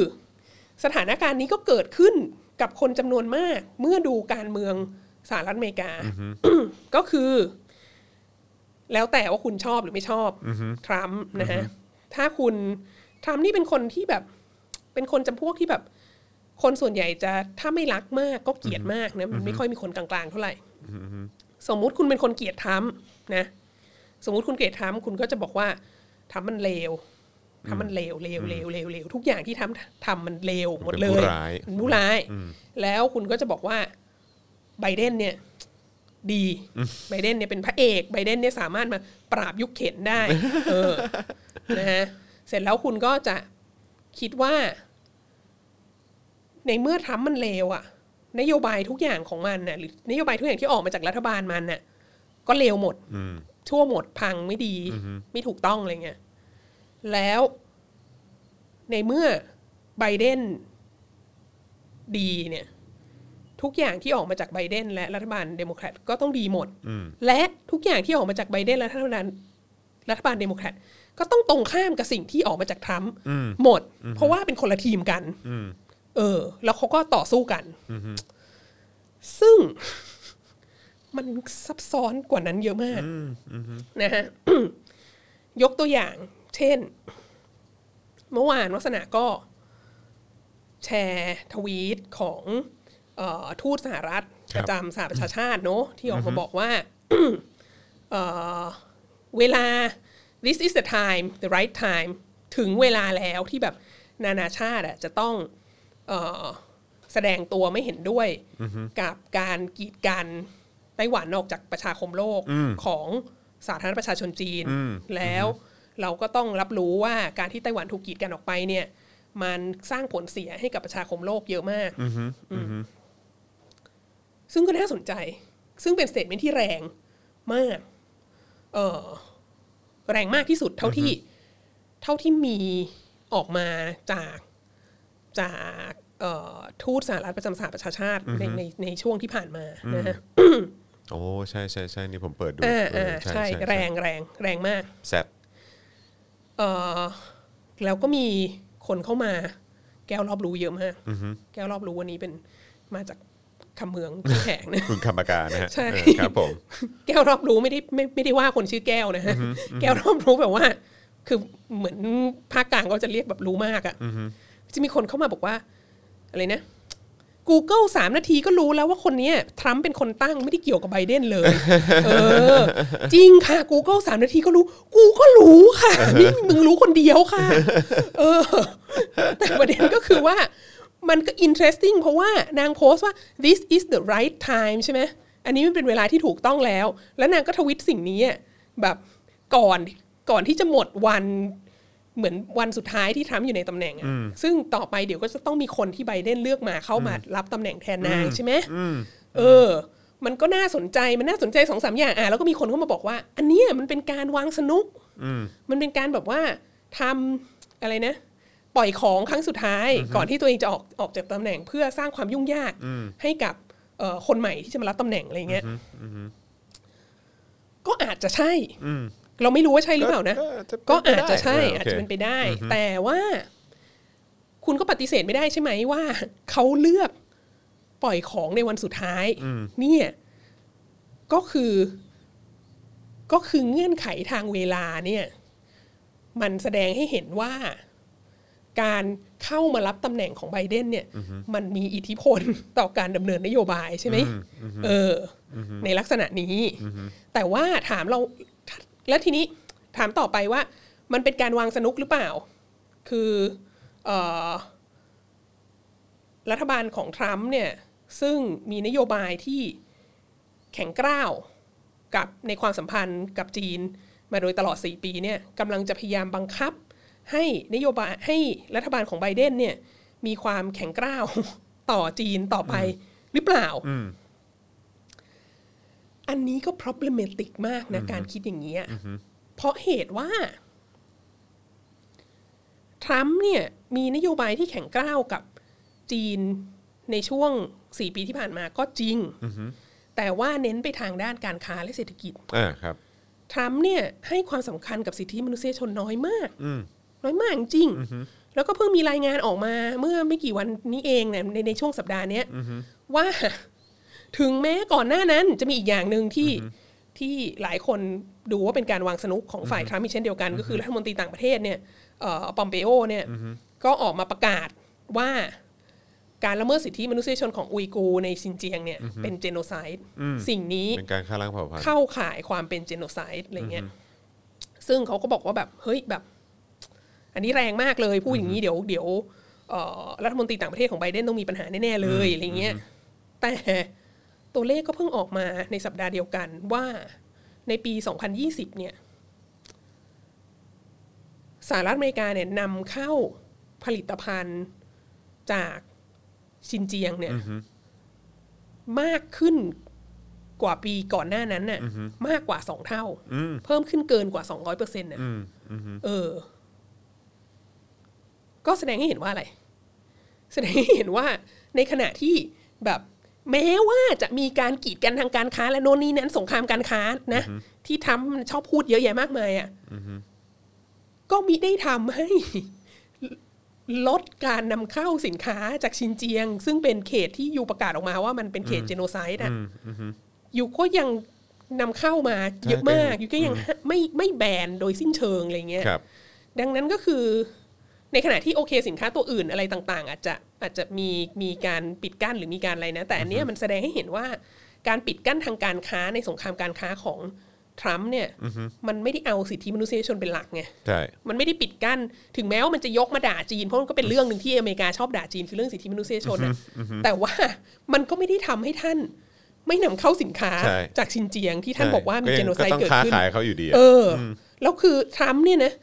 [SPEAKER 4] สถานการณ์นี้ก็เกิดขึ้นกับคนจำนวนมาก เมื่อดูการเมืองสหรัฐอเมริกา ก็คือ แล้วแต่ว่าคุณชอบหรือไม่ชอบทรัมป์นะฮะถ้าคุณทรัมป์นี่เป็นคนที่แบบ เป็นคนจำพวกที่แบบ คนส่วนใหญ่จะถ้าไม่รักมากก็เกลียดมากนะมันไม่ค่อยมีคนกลางๆเท่าไหร่ สมมุติคุณเป็นคนเกลียดทรัมป์นะ สมมุติคุณเกลียดทรัมป์คุณก็จะบอกว่าทรัมป์มันเลวทรัมป์มันเลวเลวเลวเลวเลวทุกอย่างที่ทรัมป์ทำมันเลวหมดเลย
[SPEAKER 2] ป็นผู้ร้าย
[SPEAKER 4] เป็นผู้ร้าย แล้วคุณก็จะบอกว่าไบเดนเนี่ย ดีไบเดนเนี่ยเป็นพระเอกไบเดนเนี่ยสามารถมาปราบยุคเข็นได้ เออนะฮะเสร็จแล้วคุณก็จะคิดว่า ในเมื่อทรัมป์มันเลวอะนโยบายทุกอย่างของมันน่ะหรือนโยบายทุกอย่างที่ออกมาจากรัฐบาลมันน่ะ ก็เลวหมดชั่วหมดพังไม่ดี ไม่ถูกต้องอะไรเงี้ยแล้วในเมื่อไบเดนดีเนี่ย ทุกอย่างที่ออกมาจากไบเดน และรัฐบาลเดโมแครตก็ต้องดีหมด และทุกอย่างที่ออกมาจากไบเดนและรัฐบาลรัฐบาลเดโมแครตก็ต้องตรงข้ามกับสิ่งที่ออกมาจากทรัมป์หมด เพราะว่าเป็นคนละทีมกันเออ แล้วเขาก็ต่อสู้กันซึ่ง มันซับซ้อนกว่านั้นเยอะมากนะ ฮะ ยกตัวอย่าง เช่น เมื่อวานวัสนาก็ แชร์ทวีตของเออทูตสหรัฐ
[SPEAKER 2] ค
[SPEAKER 4] ป
[SPEAKER 2] รับ
[SPEAKER 4] ระจำสหประชาชาติเนอะที่ออกมาบอกว่า เอ่อเวลา this is the time the right time ถึงเวลาแล้วที่แบบนานาชาติอะจะต้องเอ่อแสดงตัวไม่เห็นด้วยกับการกีดกันไต้หวันออกจากประชาคมโลกของสาธารณรัฐประชาชนจีน แล้วเราก็ต้องรับรู้ว่าการที่ไต้หวันถูกกีดกันออกไปเนี่ย มันสร้างผลเสียให้กับประชาคมโลกเยอะมาก ซึ่งก็น่าสนใจ ซึ่งเป็นสเตทเมนที่แรงมาก เออแรงมากที่สุดเท่าที่ เท่าที่มีออกมาจากจากเอ่อทูตสหรัฐประจำสหประชาชาติในในในช่วงที่ผ่านมานะฮะ
[SPEAKER 2] โอ้ใช่ใช่ใช่นี่ผมเปิดดู
[SPEAKER 4] อ่า
[SPEAKER 2] เอ
[SPEAKER 4] อ่า
[SPEAKER 2] อ
[SPEAKER 4] ใช่แรงแรงแรงมาก
[SPEAKER 2] แซบ
[SPEAKER 4] เออแล้วก็มีคนเข้ามา แก้วรอบรู้เยอะมากแก้วรอบรู้วันนี้เป็นมาจากคำเมืองที่แขงนะ
[SPEAKER 2] คุณคำปากานะฮะ
[SPEAKER 4] ใช่
[SPEAKER 2] เออครับผม
[SPEAKER 4] แก้วรอบรู้ไม่ได้ไม่ไม่ได้ว่าคนชื่อแก้วนะฮะแก้วรอบรู้แบบว่า คือเหมือนภาคกลางก็จะเรียกแบบรู้มากอะ่ะจะมีคนเข้ามาบอกว่า อะไรนะ Google สามนาทีก็รู้แล้วว่าคนเนี้ยทรัมป์เป็นคนตั้งไม่ได้เกี่ยวกับไบเดนเลย เออ จริงค่ะ Google สามนาทีก็รู้ กูก็รู้ค่ะนี่มึงรู้คนเดียวค่ะ เออ แต่ประเด็นก็คือว่ามันก็ interesting เพราะว่านางโพสต์ว่า this is the right time ใช่ไหม อันนี้มันเป็นเวลาที่ถูกต้องแล้ว แล้วนางก็ทวิตสิ่งนี้อะแบบก่อนก่อนที่จะหมดวันเหมือนวันสุดท้ายที่ทรัมป์อยู่ในตำแหน่งอะซึ่งต่อไปเดี๋ยวก็จะต้องมีคนที่ไบเดนเลือกมาเข้ามารับตำแหน่งแทนนางใช่ไหมเออ มันก็น่าสนใจมันน่าสนใจสองสามอย่างอ่ะแล้วก็มีคนเข้ามาบอกว่า อันเนี้ยมันเป็นการวางสนุก มันเป็นการแบบว่าทำอะไรนะ ปล่อยของครั้งสุดท้าย ก่อนที่ตัวเองจะออกออกจากตำแหน่งเพื่อสร้างความยุ่งยากให้กับเอ่อคนใหม่ที่จะมารับตำแหน่งอะไรเงี้ยก็อาจจะใช่เราไม่รู้ว่าใช่หรือเปล่านะ ก็อาจจะใช่ อาจจะเป็นไปได้ แต่ว่า คุณก็ปฏิเสธไม่ได้ใช่ไหมว่า เขาเลือกปล่อยของในวันสุดท้าย เนี่ย ก็คือ ก็คือเงื่อนไขทางเวลาเนี่ย มันแสดงให้เห็นว่า การเข้ามารับตำแหน่งของไบเดนเนี่ย มันมีอิทธิพล ต่อการดำเนินนโยบายใช่ไหมเอออ ในลักษณะนี้ แต่ว่าถามเรา แล้วทีนี้ถามต่อไปว่า มันเป็นการวางสนุกหรือเปล่า คือเออรัฐบาลของทรัมป์เนี่ย ซึ่งมีนโยบายที่แข็งกร้าว กับในความสัมพันธ์กับจีนมาโดยตลอด 4 ปีเนี่ยกำลังจะพยายามบังคับ ให้นโยบายให้รัฐบาลของไบเดนเนี่ย มีความแข็งกร้าว ต่อจีนต่อไปหรือเปล่า อันนี้ก็ problematic มากนะ การคิดอย่างนี้ย เพราะเหตุว่า ทรัมป์เนี่ย มีนโยบายที่แข็งกร้าวกับจีนในช่วงสี่ปีที่ผ่านมาก็จริง แต่ว่าเน้นไปทางด้านการค้าและเศรษฐกิจ
[SPEAKER 2] อ่าครับ
[SPEAKER 4] ทรัมป์เนี่ยให้ความสำคัญกับสิทธิมนุษยชนน้อยมาก
[SPEAKER 2] อืม
[SPEAKER 4] น้อยมากจริง แล้วก็เพิ่งมีรายงานออกมาเมื่อไม่กี่วันนี้เองเนี่ยในในช่วงสัปดาห์เนี้ยว่า ถึงแม้ก่อนหน้านั้นจะมีอีกอย่างหนึ่งที่ที่หลายคนดูว่าเป็นการวางสนุกของฝ่ายทรัมป์อีกเช่นเดียวกัน ก็คือรัฐมนตรีต่างประเทศเนี่ยเอ่อปอมเปโอเนี่ยก็ออกมาประกาศว่าการละเมิดสิทธิมนุษยชนของอุยกูร์ในซินเจียงเนี่ยเป็นเจโนไซด์สิ่งนี้
[SPEAKER 2] เป็นการฆ่าล้างเผ่าพันธุ์
[SPEAKER 4] เข้าข่ายความเป็นเจโนไซด์อะไรเงี้ย ซึ่งเขาก็บอกว่าแบบเฮ้ยแบบ อันนี้แรงมากเลยพูดอย่างนี้เดี๋ยวเดี๋ยวเอ่อรัฐมนตรีต่างประเทศของไบเดนต้องมีปัญหาแน่ๆเลยอะไรเงี้ย แต่ตัวเลขก็เพิ่งออกมาในสัปดาห์เดียวกันว่าในปี 2020 เนี่ยสหรัฐอเมริกาเนี่ยนำเข้าผลิตภัณฑ์จากซินเจียงเนี่ยมากขึ้น กว่าปีก่อนหน้านั้นน่ะ มากกว่าสองเท่า เพิ่มขึ้นเกินกว่าสองร้อยเปอร์เซ็นต์น่ะเออ ก็แสดงให้เห็นว่าอะไร แสดงให้เห็นว่าในขณะที่แบบแม้ว่าจะมีการกีดกันทางการค้าและโน่นนี่นั้นสงครามการค้านะ ที่ทำมันชอบพูดเยอะแยะมากมายอ่ะก็มิได้ทำให้ ลดการนำเข้าสินค้าจากชินเจียง ซึ่งเป็นเขตที่อยู่ประกาศออกมาว่ามันเป็นเขตเจโนไซด์อ่ะ อยู่ก็ยังนำเข้ามาเยอะมาก อยู่ก็ยังไม่ไม่แบนโดยสิ้นเชิงอะไรเงี้ย
[SPEAKER 2] ครับ
[SPEAKER 4] ดังนั้นก็คือในขณะที่โอเคสินค้าตัวอื่นอะไรต่างๆ อาจจะอาจจะมีมีการปิดกั้นหรือมีการอะไรนะ แต่อันเนี้ยมันแสดงให้เห็นว่าการปิดกั้นทางการค้าในสงครามการค้าของทรัมป์เนี่ยมันไม่ได้เอาสิทธิมนุษยชนเป็นหลักไง
[SPEAKER 2] ใช่
[SPEAKER 4] มันไม่ได้ปิดกั้น ถึงแม้ว่ามันจะยกมาด่าจีน เพราะมันก็เป็นเรื่องหนึ่งที่อเมริกาชอบด่าจีนคือเรื่องสิทธิมนุษยชนน่ะแต่ว่ามันก็ไม่ได้ทำให้ท่านไม่นำเข้าสินค้า
[SPEAKER 2] ใช่
[SPEAKER 4] จากชินเจียงที่ท่านบอกว่ามี
[SPEAKER 2] ก็ยัง
[SPEAKER 4] เจโนไซ
[SPEAKER 2] ก็ต้อ
[SPEAKER 4] ด์
[SPEAKER 2] ง
[SPEAKER 4] เกิด
[SPEAKER 2] ค้า
[SPEAKER 4] ขึ้น
[SPEAKER 2] ขายเขาอยู่ดีอะ
[SPEAKER 4] เอออ แล้วคือทรัมป์เนี่ยนะ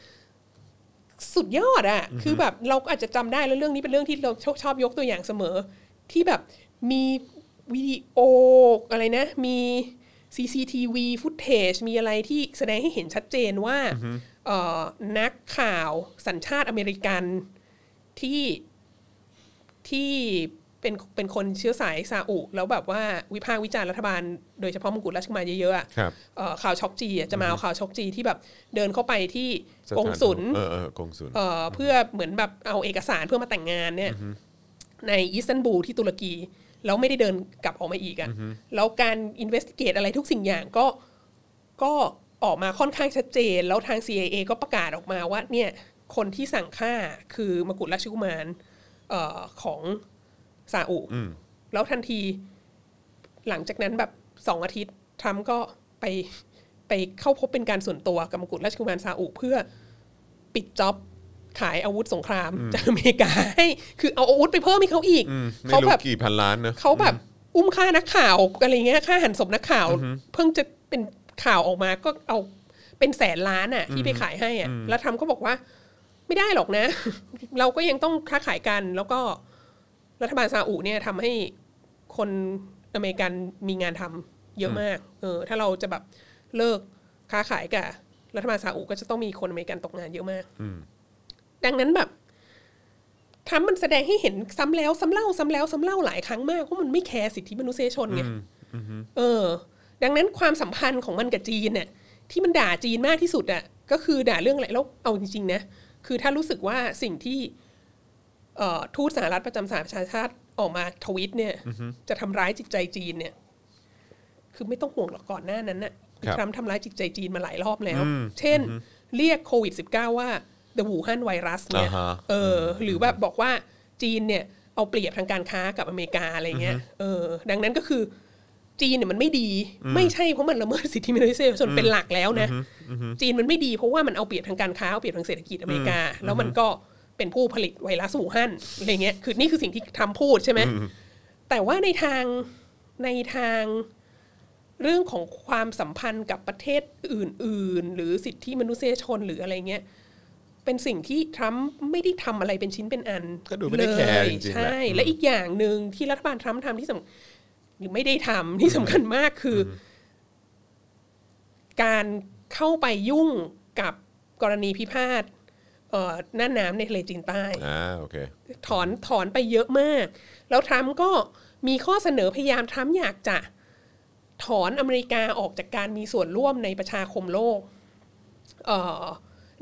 [SPEAKER 4] สุดยอดอะ่ะ คือแบบเราอาจจะจำได้แล้วเรื่องนี้เป็นเรื่องที่เราชอบชอบยกตัวอย่างเสมอ ที่แบบมีวิดีโออะไรนะ มี CCTV ฟุตเทจมีอะไรที่แสดงให้เห็นชัดเจนว่าเอ่อนักข่าวสัญชาติอเมริกันที่ที่เป็นเป็นคนเชื้อสายซาอุ แล้วแบบว่าวิพากษ์วิจารณ์รัฐบาลโดยเฉพาะมงกุฎราชกุมารเยอะๆอะ
[SPEAKER 2] ครับ
[SPEAKER 4] เอ่อข่าวช็อกจีอ่ะจะมาเอาข่าวช็อกจีที่แบบเดินเข้าไปที่
[SPEAKER 2] สถาน
[SPEAKER 4] กงสุล
[SPEAKER 2] เออเออกงสุล
[SPEAKER 4] เอ่อเพื่อเหมือนแบบเอาเอกสารเพื่อมาแต่งงานเนี่ยในอิสตันบูลที่ตุรกี แล้วไม่ได้เดินกลับออกมาอีกอะแล้วการอินเวสติเกตอะไรทุกสิ่งอย่างก็ก็ออกมาค่อนข้างชัดเจน แล้วทาง CIA ก็ประกาศออกมาว่าเนี่ยคนที่สั่งฆ่าคือมกุฎราชกุมารเออของซาอุแล้วทันที หลังจากนั้นแบบสองอาทิตย์ทรัมป์ก็ไปไปเข้าพบเป็นการส่วนตัวกับมกุฎราชกุมารซาอุเพื่อปิดจ็อบขายอาวุธสงครามจากอเมริกาให้คือเอาอาวุธไปเพิ่มให้เขาอีก
[SPEAKER 2] อืมไม่
[SPEAKER 4] เขา
[SPEAKER 2] รู้
[SPEAKER 4] แบบ
[SPEAKER 2] กี่พันล้านนะ
[SPEAKER 4] เขาแบบอุ้มฆ่านักข่าวอะไรเงี้ยฆ่าหันศพนักข่าว เพิ่งจะเป็นข่าวออกมาก็เอาเป็นแสนล้านอ่ะ ที่ไปขายให้อ่ะแล้วทรัมป์ก็บอกว่า ไม่ได้หรอกนะ เราก็ยังต้องค้าขายกัน แล้วก็รัฐบาลซาอุเนี่ยทำให้คนอเมริกันมีงานทำเยอะมาก เออ ถ้าเราจะแบบเลิกค้าขายกับรัฐบาลซาอุก็จะต้องมีคนอเมริกันตกงานเยอะมากดังนั้นแบบทำมันแสดงให้เห็นซ้ำแล้วซ้ำเล่าซ้ำแล้วซ้ำเล่าหลายครั้งมากว่ามันไม่แคร์สิทธิมนุษยชนไงเออ ดังนั้นความสัมพันธ์ของมันกับจีนเนี่ยที่มันด่าจีนมากที่สุดอะ่ะก็คือด่าเรื่องอะไรแล้วเอาจริงๆนะคือถ้ารู้สึกว่าสิ่งที่ เอ่อทูตสหรัฐประจำสหประชาชาติออกมาทวีตเนี่ยจะทำร้ายจิตใจจีนเนี่ย คือไม่ต้องห่วงหรอกก่อนหน้านั้นน่ะ
[SPEAKER 2] ครับ
[SPEAKER 4] ทรัมป์ทำร้ายจิตใจจีนมาหลายรอบแล้ว เช่น เรียกโควิด -19 ว่า the Wuhan virus เนี่ย
[SPEAKER 2] อ่าฮะ
[SPEAKER 4] เอออ หรือแบบบอกว่าจีนเนี่ยเอาเปรียบทางการค้ากับอเมริกาอะไรเงี้ยเออ ดังนั้นก็คือจีนเนี่ยมันไม่ดี ไม่ใช่เพราะมันละเมิดสิทธิมนุษยชนเป็นหลักแล้วนะ จีนมันไม่ดีเพราะว่ามันเอาเปรียบทางการค้าเอาเปรียบทางเศรษฐกิจอเมริกา แล้วมันก็เป็นผู้ผลิตไวรัสอู่ฮั่นอะไรเงี้ยคือนี่คือสิ่งที่ทำพูดใช่ไหมแต่ว่าในทางในทางเรื่องของความสัมพันธ์กับประเทศอื่น ๆ หรือสิทธิมนุษยชนหรืออะไรเงี้ยเป็นสิ่งที่ทรัมป์ไม่ได้ทำอะไรเป็นชิ้นเป็นอัน
[SPEAKER 2] ก็ดูไม่ได้แคร์
[SPEAKER 4] เลย
[SPEAKER 2] จริงๆนะ
[SPEAKER 4] ใช่และอีกอย่างหนึ่งที่รัฐบาลทรัมป์ทำที่สำ หรือไม่ได้ทำที่สำคัญมากคืออการเข้าไปยุ่ง กับกรณีพิพาทเอ่อหน้าน้ำในทะเลจีนใต้
[SPEAKER 2] อ่าโอเค
[SPEAKER 4] ถอนถอนไปเยอะมาก แล้วทรัมป์ก็มีข้อเสนอพยายามทรัมป์อยากจะถอนอเมริกาออกจากการมีส่วนร่วมในประชาคมโลกเอ่อ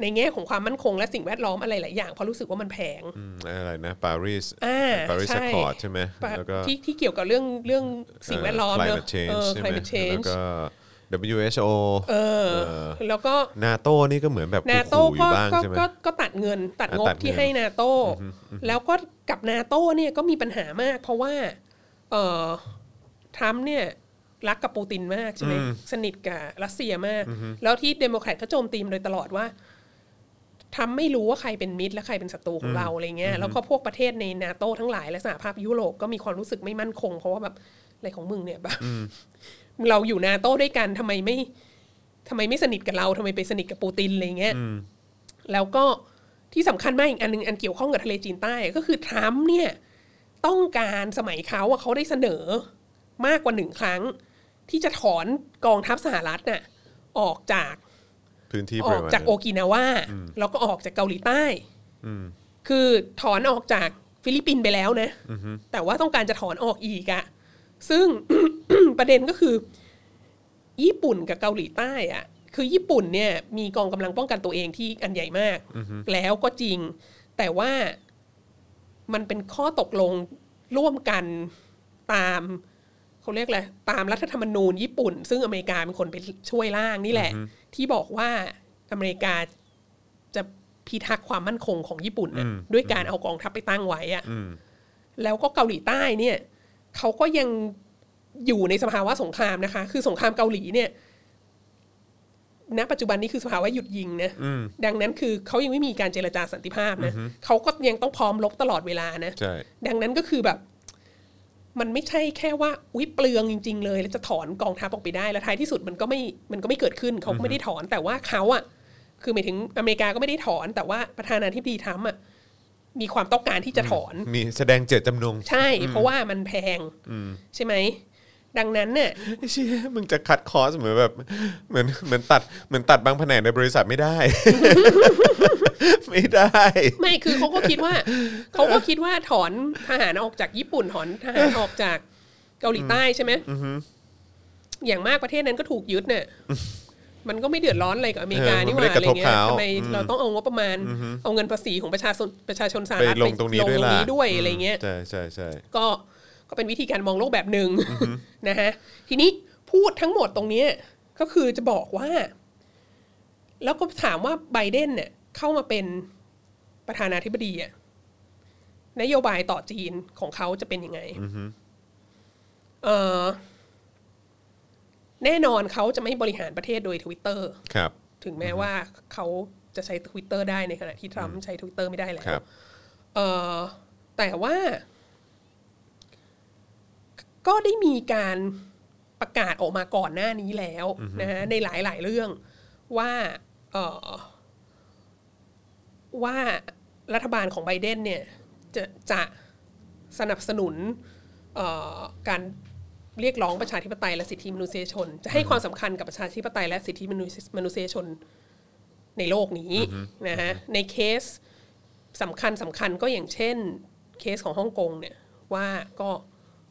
[SPEAKER 4] ในแง่ของความมั่นคงและสิ่งแวดล้อมอะไรหลายอย่างเพราะรู้สึกว่ามันแพง
[SPEAKER 2] อืมอะไรนะปารีส
[SPEAKER 4] อ่า
[SPEAKER 2] ปารีส
[SPEAKER 4] ใช่
[SPEAKER 2] คอร์ดใช่ไหมแล้วก็
[SPEAKER 4] ที่ที่เกี่ยวกับเรื่องเรื่องสิ่งแวดล้อม
[SPEAKER 2] เ
[SPEAKER 4] เนอะ
[SPEAKER 2] climate change
[SPEAKER 4] เออ
[SPEAKER 2] ใช่ไหม
[SPEAKER 4] climate
[SPEAKER 2] แล้ว
[SPEAKER 4] change
[SPEAKER 2] ก็ WHO
[SPEAKER 4] เออแล้วก็
[SPEAKER 2] นาโตนี่ก็เหมือนแบบ
[SPEAKER 4] นาโต้
[SPEAKER 2] ขู่ๆอ
[SPEAKER 4] ก็
[SPEAKER 2] ยู่บ้าง
[SPEAKER 4] ก็
[SPEAKER 2] ใช่ไหม
[SPEAKER 4] ก็ก็ตัดเงินตัดงบ
[SPEAKER 2] อ่ะตัดเงิน
[SPEAKER 4] ที่ให้นาโต้แล้วก็กับนาโต้เนี่ยก็มีปัญหามาก เพราะว่าเอ่อทรัมป์เนี่ยรักกับปูตินมากใช่ไหมสนิทกับรัสเซียมาก แล้วที่เดโมแครตก็โจมตีมาโดยตลอดว่าทรัมป์ไม่รู้ว่าใครเป็นมิตร และใครเป็นศัตรูของเราอะไรเงี้ยแล้วก็พวกประเทศในนาโต้ทั้งหลายและสหภาพยุโรปก็มีความรู้สึกไม่มั่นคง เพราะว่าแบบอะไรของมึงเนี่ยแบบ เราอยู่นาโต้ด้วยกันทำไมไม่ ทำไมไม่สนิทกับเราทำไมไปสนิทกับปูตินอะไรเงี้ย แล้วก็ที่สำคัญมากอีกอันหนึงอันเกี่ยวข้องกับทะเลจีนใต้ก็คือทรัมป์เนี่ยต้องการสมัยเขาอะเขาได้เสนอมากกว่าหนึ่งครั้ง ที่จะถอนกองทัพสหรัฐน่ะออกจาก
[SPEAKER 2] พื้นที่
[SPEAKER 4] อ
[SPEAKER 2] ป
[SPEAKER 4] อ
[SPEAKER 2] ระ
[SPEAKER 4] ก
[SPEAKER 2] มาณ
[SPEAKER 4] จากโอกินาวาแล้วก็ออกจากเกาหลีใต้ คือถอนออกจากฟิลิปปินส์ไปแล้วนะ แต่ว่าต้องการจะถอนออกอีกอะซึ่ง ประเด็นก็คือ ญี่ปุ่นกับเกาหลีใต้อะคือญี่ปุ่นเนี่ยมีกองกำลังป้องกันตัวเองที่อันใหญ่มาก แล้วก็จริง แต่ว่ามันเป็นข้อตกลงร่วมกันตามเขาเรียกอะไรตามรัฐธรรมนูญญี่ปุ่น ซึ่งอเมริกาเป็นคนไปช่วยร่างนี่แหละ ที่บอกว่าอเมริกาจะพิทักษ์ความมั่นคงของญี่ปุ่นน่ะด้วยการเอากองทัพไปตั้งไว้อะแล้วก็เกาหลีใต้เนี่ยเขาก็ยัง อยู่ในสภาวะสงครามนะคะ คือสงครามเกาหลีเนี่ย ณ ปัจจุบันนี้คือสภาวะหยุดยิงนะ ดังนั้นคือเขายังไม่มีการเจรจาสันติภาพนะเขาก็ยังต้องพร้อมรบตลอดเวลานะ
[SPEAKER 2] ใช่
[SPEAKER 4] ดังนั้นก็คือแบบ มันไม่ใช่แค่ว่าอุ้ยเปลืองจริง ๆ เลย แล้วจะถอนกองทัพออกไปได้ แล้วท้ายที่สุดมันก็ไม่มันก็ไม่เกิดขึ้นเขาก็ไม่ได้ถอนแต่ว่าเขาอะคือหมายถึงอเมริกาก็ไม่ได้ถอน แต่ว่าประธานาธิบดีทรัมป์อะมีความต้องการที่จะถอน
[SPEAKER 2] มีแสดงเจตจำนง
[SPEAKER 4] ใช่ เพราะว่ามันแพงใช่ไหม ดังนั้นเนี่ย
[SPEAKER 2] ไอ้เชี่ยมึงจะคัดคอสเหมือนแบบเหมือนเหมือนตัดเหมือนตัดบางแผนกในบริษัทไม่ได้ ไม่ได้
[SPEAKER 4] ไม่คือเขาก็คิดว่า เขาก็คิดว่าถอนทหารออกจากญี่ปุ่นถอนทหารออกจากเกาหลีใต้ใช่ไหมอย่างมากประเทศนั้นก็ถูกยึดเนี่ยมันก็ไม่เดือดร้อนอะไรกับอเมริกา
[SPEAKER 2] เออมัน
[SPEAKER 4] นี่ห
[SPEAKER 2] ไม่
[SPEAKER 4] ว่า
[SPEAKER 2] ได้กระท
[SPEAKER 4] อะไร
[SPEAKER 2] บ
[SPEAKER 4] เงี้ย
[SPEAKER 2] เขา
[SPEAKER 4] ทำไมเราต้องเอางบประมาณ เอาเงินภาษีของประชาชนประชาชนสหรัฐ
[SPEAKER 2] ไปลงตรงนี้
[SPEAKER 4] ล
[SPEAKER 2] ด้วยล่ะ
[SPEAKER 4] นี้ด้วยอะไรเงี้ย
[SPEAKER 2] ใช่ใช่ใช่
[SPEAKER 4] ก็ก็เป็นวิธีการมองโลกแบบหนึ่งนะฮะทีนี้พูดทั้งหมดตรงเนี้ยก็คือจะบอกว่า แล้วก็ถามว่าไบเดนเนี่ยเข้ามาเป็นประธานาธิบดีอะนโยบายต่อจีนของเขาจะเป็นยังไงเออแน่นอนเขาจะไม่บริหารประเทศโดยทวิตเตอร์
[SPEAKER 2] ครับ
[SPEAKER 4] ถึงแม้ว่าเขาจะใช้ Twitter ได้ในขณะที่ทรัมป์ใช้ Twitter ไม่ได้แล้
[SPEAKER 2] ครั
[SPEAKER 4] ว
[SPEAKER 2] บ
[SPEAKER 4] เอ่อแต่ว่า ก็ได้มีการประกาศออกมาก่อนหน้านี้แล้วนะฮะในหลายๆเรื่องว่าเอ่อว่ารัฐบาลของไบเดนเนี่ยจะจะสนับสนุนเอ่อการเรียกร้องประชาธิปไตยและสิทธิมนุษยชน จะให้ความสำคัญกับประชาธิปไตยและสิทธิมนุษยมนุษยชนในโลกนี้นะฮะในเคส สำคัญสำคัญก็อย่างเช่นเคสของฮ่องกงเนี่ยว่าก็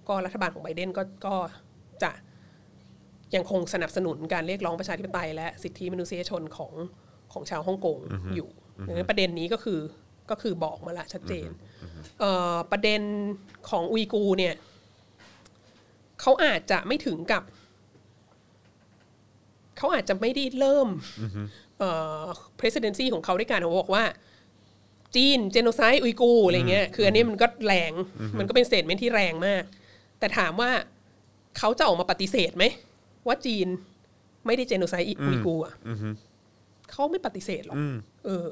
[SPEAKER 4] ก็รัฐบาลของไบเดนก็ก็จะยังคงสนับสนุนการเรียกร้องประชาธิปไตย และสิทธิมนุษยชนของของชาวฮ่องกงอยู่ดังนั้นประเด็นนี้ก็คือก็คือบอกมาละชัดเจนเอ่อประเด็นของอุยกูร์เนี่ยเขาอาจจะไม่ถึงกับ เขาอาจจะไม่ได้เริ่มเอ่อ presidency ของเขาด้วยการบอกว่า จีนเจโนไซด์อุยกูร์อะไรเงี้ย คืออันนี้มันก็แรง มันก็เป็นเศษเมนที่แรงมาก แต่ถามว่าเขาจะออกมาปฏิเสธไหม ว่าจีนไม่ได้เจโนไซด์อุยกูร์อะเขาไม่ปฏิเสธหรอกเออ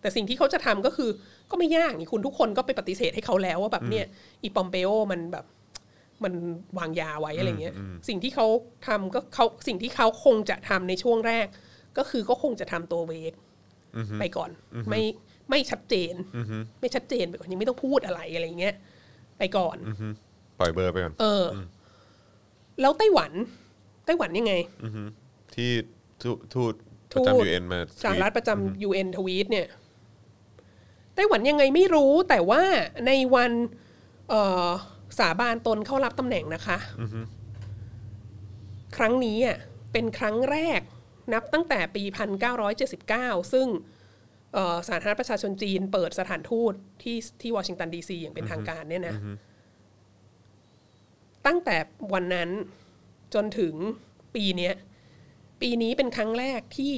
[SPEAKER 4] แต่สิ่งที่เขาจะทำก็คือ ก็ไม่ยากนี่คุณทุกคนก็ไปปฏิเสธให้เขาแล้วว่าแบบเนี่ยอีปอมเปโอมันแบบ มันวางยาไว้อะไรเงี้ย สิ่งที่เขาทำก็เขาสิ่งที่เขาคงจะทำในช่วงแรก ก็คือก็คงจะทำตัวเวกไปก่อน ไม่ไม่ชัดเจนไม่ชัดเจนไปก่อนยังไม่ต้องพูดอะไรอะไรเงี้ย ไปก่อน
[SPEAKER 2] ปล่อยเบอร์ไปก่อน
[SPEAKER 4] เอออแล้วไต้หวัน ไต้หวันยังไง
[SPEAKER 2] ที่ทูตทูต ประจำยูเอ็นมา
[SPEAKER 4] สหรัฐประจำ UN ทวีตเนี่ยไต้หวันยังไงไม่รู้แต่ว่าในวันเอ่อสาบานตนเข้ารับตำแหน่งนะคะ ครั้งนี้อ่ะเป็นครั้งแรกนับตั้งแต่ปี 1979 ซึ่งเอ่อสาธารณรัฐประชาชนจีนเปิดสถานทูตที่ที่วอชิงตันดีซีอย่างเป็นทางการเนี่ยนะ ตั้งแต่วันนั้นจนถึงปีเนี้ย ปีนี้เป็นครั้งแรกที่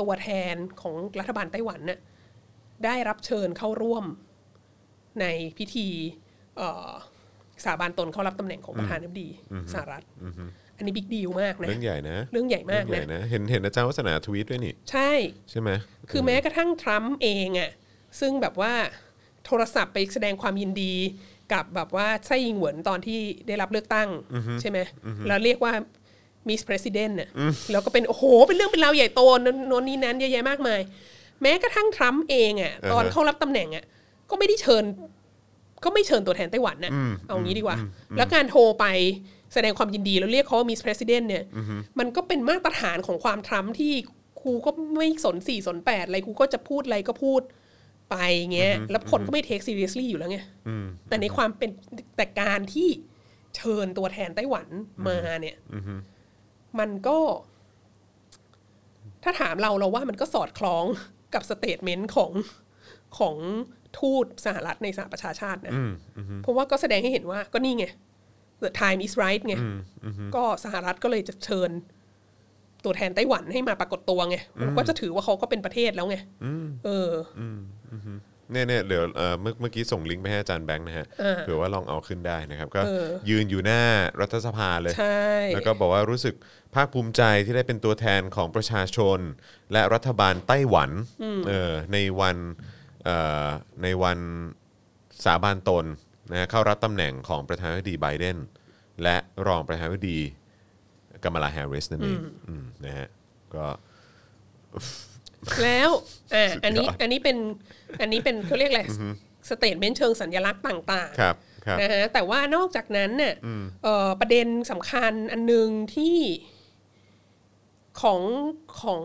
[SPEAKER 4] ตัวแทนของรัฐบาลไต้หวันน่ะได้รับเชิญเข้าร่วมในพิธีเอ่อสาบานตนเข้ารับตำแหน่งของประธานาธิบดีสหรัฐ อันนี้บิ๊กดีลมากนะ
[SPEAKER 2] เรื่องใหญ่นะ
[SPEAKER 4] เรื่องใหญ่มาก
[SPEAKER 2] เรื่องใหญ่
[SPEAKER 4] นะ
[SPEAKER 2] นะเห็นเห็นอาจารย์วัฒนาทวีตด้วยนี่
[SPEAKER 4] ใช่
[SPEAKER 2] ใช่ไหม
[SPEAKER 4] คือแม้กระทั่งทรัมป์เองอะซึ่งแบบว่าโทรศัพท์ไปแสดงความยินดีกับแบบว่าไส้ยิงเหวินตอนที่ได้รับเลือกตั้ง ใช่ไหมแล้วเรียกว่ามิส p พรสิดเนน่ะแล้วก็เป็น โอ้โห เป็นเรื่องเป็นราวใหญ่โตนนโน้นนี้นั้นเยอะแยะมากมาย แม้กระทั่งทรัมป์เองอะตอนเข้ารับตำแหน่งอะก็ไม่ได้เชิญ ก็ไม่เชิญตัวแทนไต้หวันน่ะเอางี้ดีกว่า แล้วการโทรไปแสดงความยินดีแล้วเรียกเขาว่ามิส p พรสิดเนเนี่ย มันก็เป็นมาตรฐานของความทรัมป์ที่กูก็ไม่สนสี่สนแปดอะไรกูก็จะพูดอะไรก็พูดไปเงี้ย แล้วคนก็ไม่เทคซีเรียสลี่อยู่แล้วไงแต่ในความเป็นแต่การที่เชิญตัวแทนไต้หวันมาเนี่ยมันก็ ถ้าถามเราเราว่ามันก็สอดคล้อง กับสเตทเมนต์ของของทูตสหรัฐในสหประชาชาตินะเพราะว่าก็แสดงให้เห็นว่าก็นี่ไง the time is right ไงก็สหรัฐก็เลยจะเชิญ ตัวแทนไต้หวันให้มาปรากฏตัวไงเราก็จะถือว่าเขาก็เป็นประเทศแล้วไงเออ
[SPEAKER 2] เนี่ยเนี่ยเดี๋ยวเอ่อเมื่อเมื่อกี้ส่งลิงก์ไปให้อาจารย์แบงค์นะฮะ
[SPEAKER 4] เออ
[SPEAKER 2] เผื่อว่าลองเอาขึ้นได้นะครับ ก็
[SPEAKER 4] เออ
[SPEAKER 2] ยืนอยู่หน้ารัฐสภาเลย
[SPEAKER 4] ใช่
[SPEAKER 2] แล้วก็บอกว่ารู้สึกภาคภูมิใจที่ได้เป็นตัวแทนของประชาชน และรัฐบาลไต้หวันเออในวันเอ่อในวันสาบานตนนะฮะเข้ารับตำแหน่งของประธานาธิบดีไบเดนและรองประธานาธิบดีกัมลาแฮร์ริสนั่นเองอืมนะฮะก็
[SPEAKER 4] แล้วอ่ะ
[SPEAKER 2] สุดยอด
[SPEAKER 4] อันนี้อันนี้เป็นอันนี้เป็นเขาเรียกอะไรสเตทเมนต์เชิงสัญลักษณ์ต่าง
[SPEAKER 2] ครับครับ
[SPEAKER 4] ๆนะฮะแต่ว่านอกจากนั้นเนี่ยเอ่อประเด็นสำคัญอันหนึ่งที่ของของ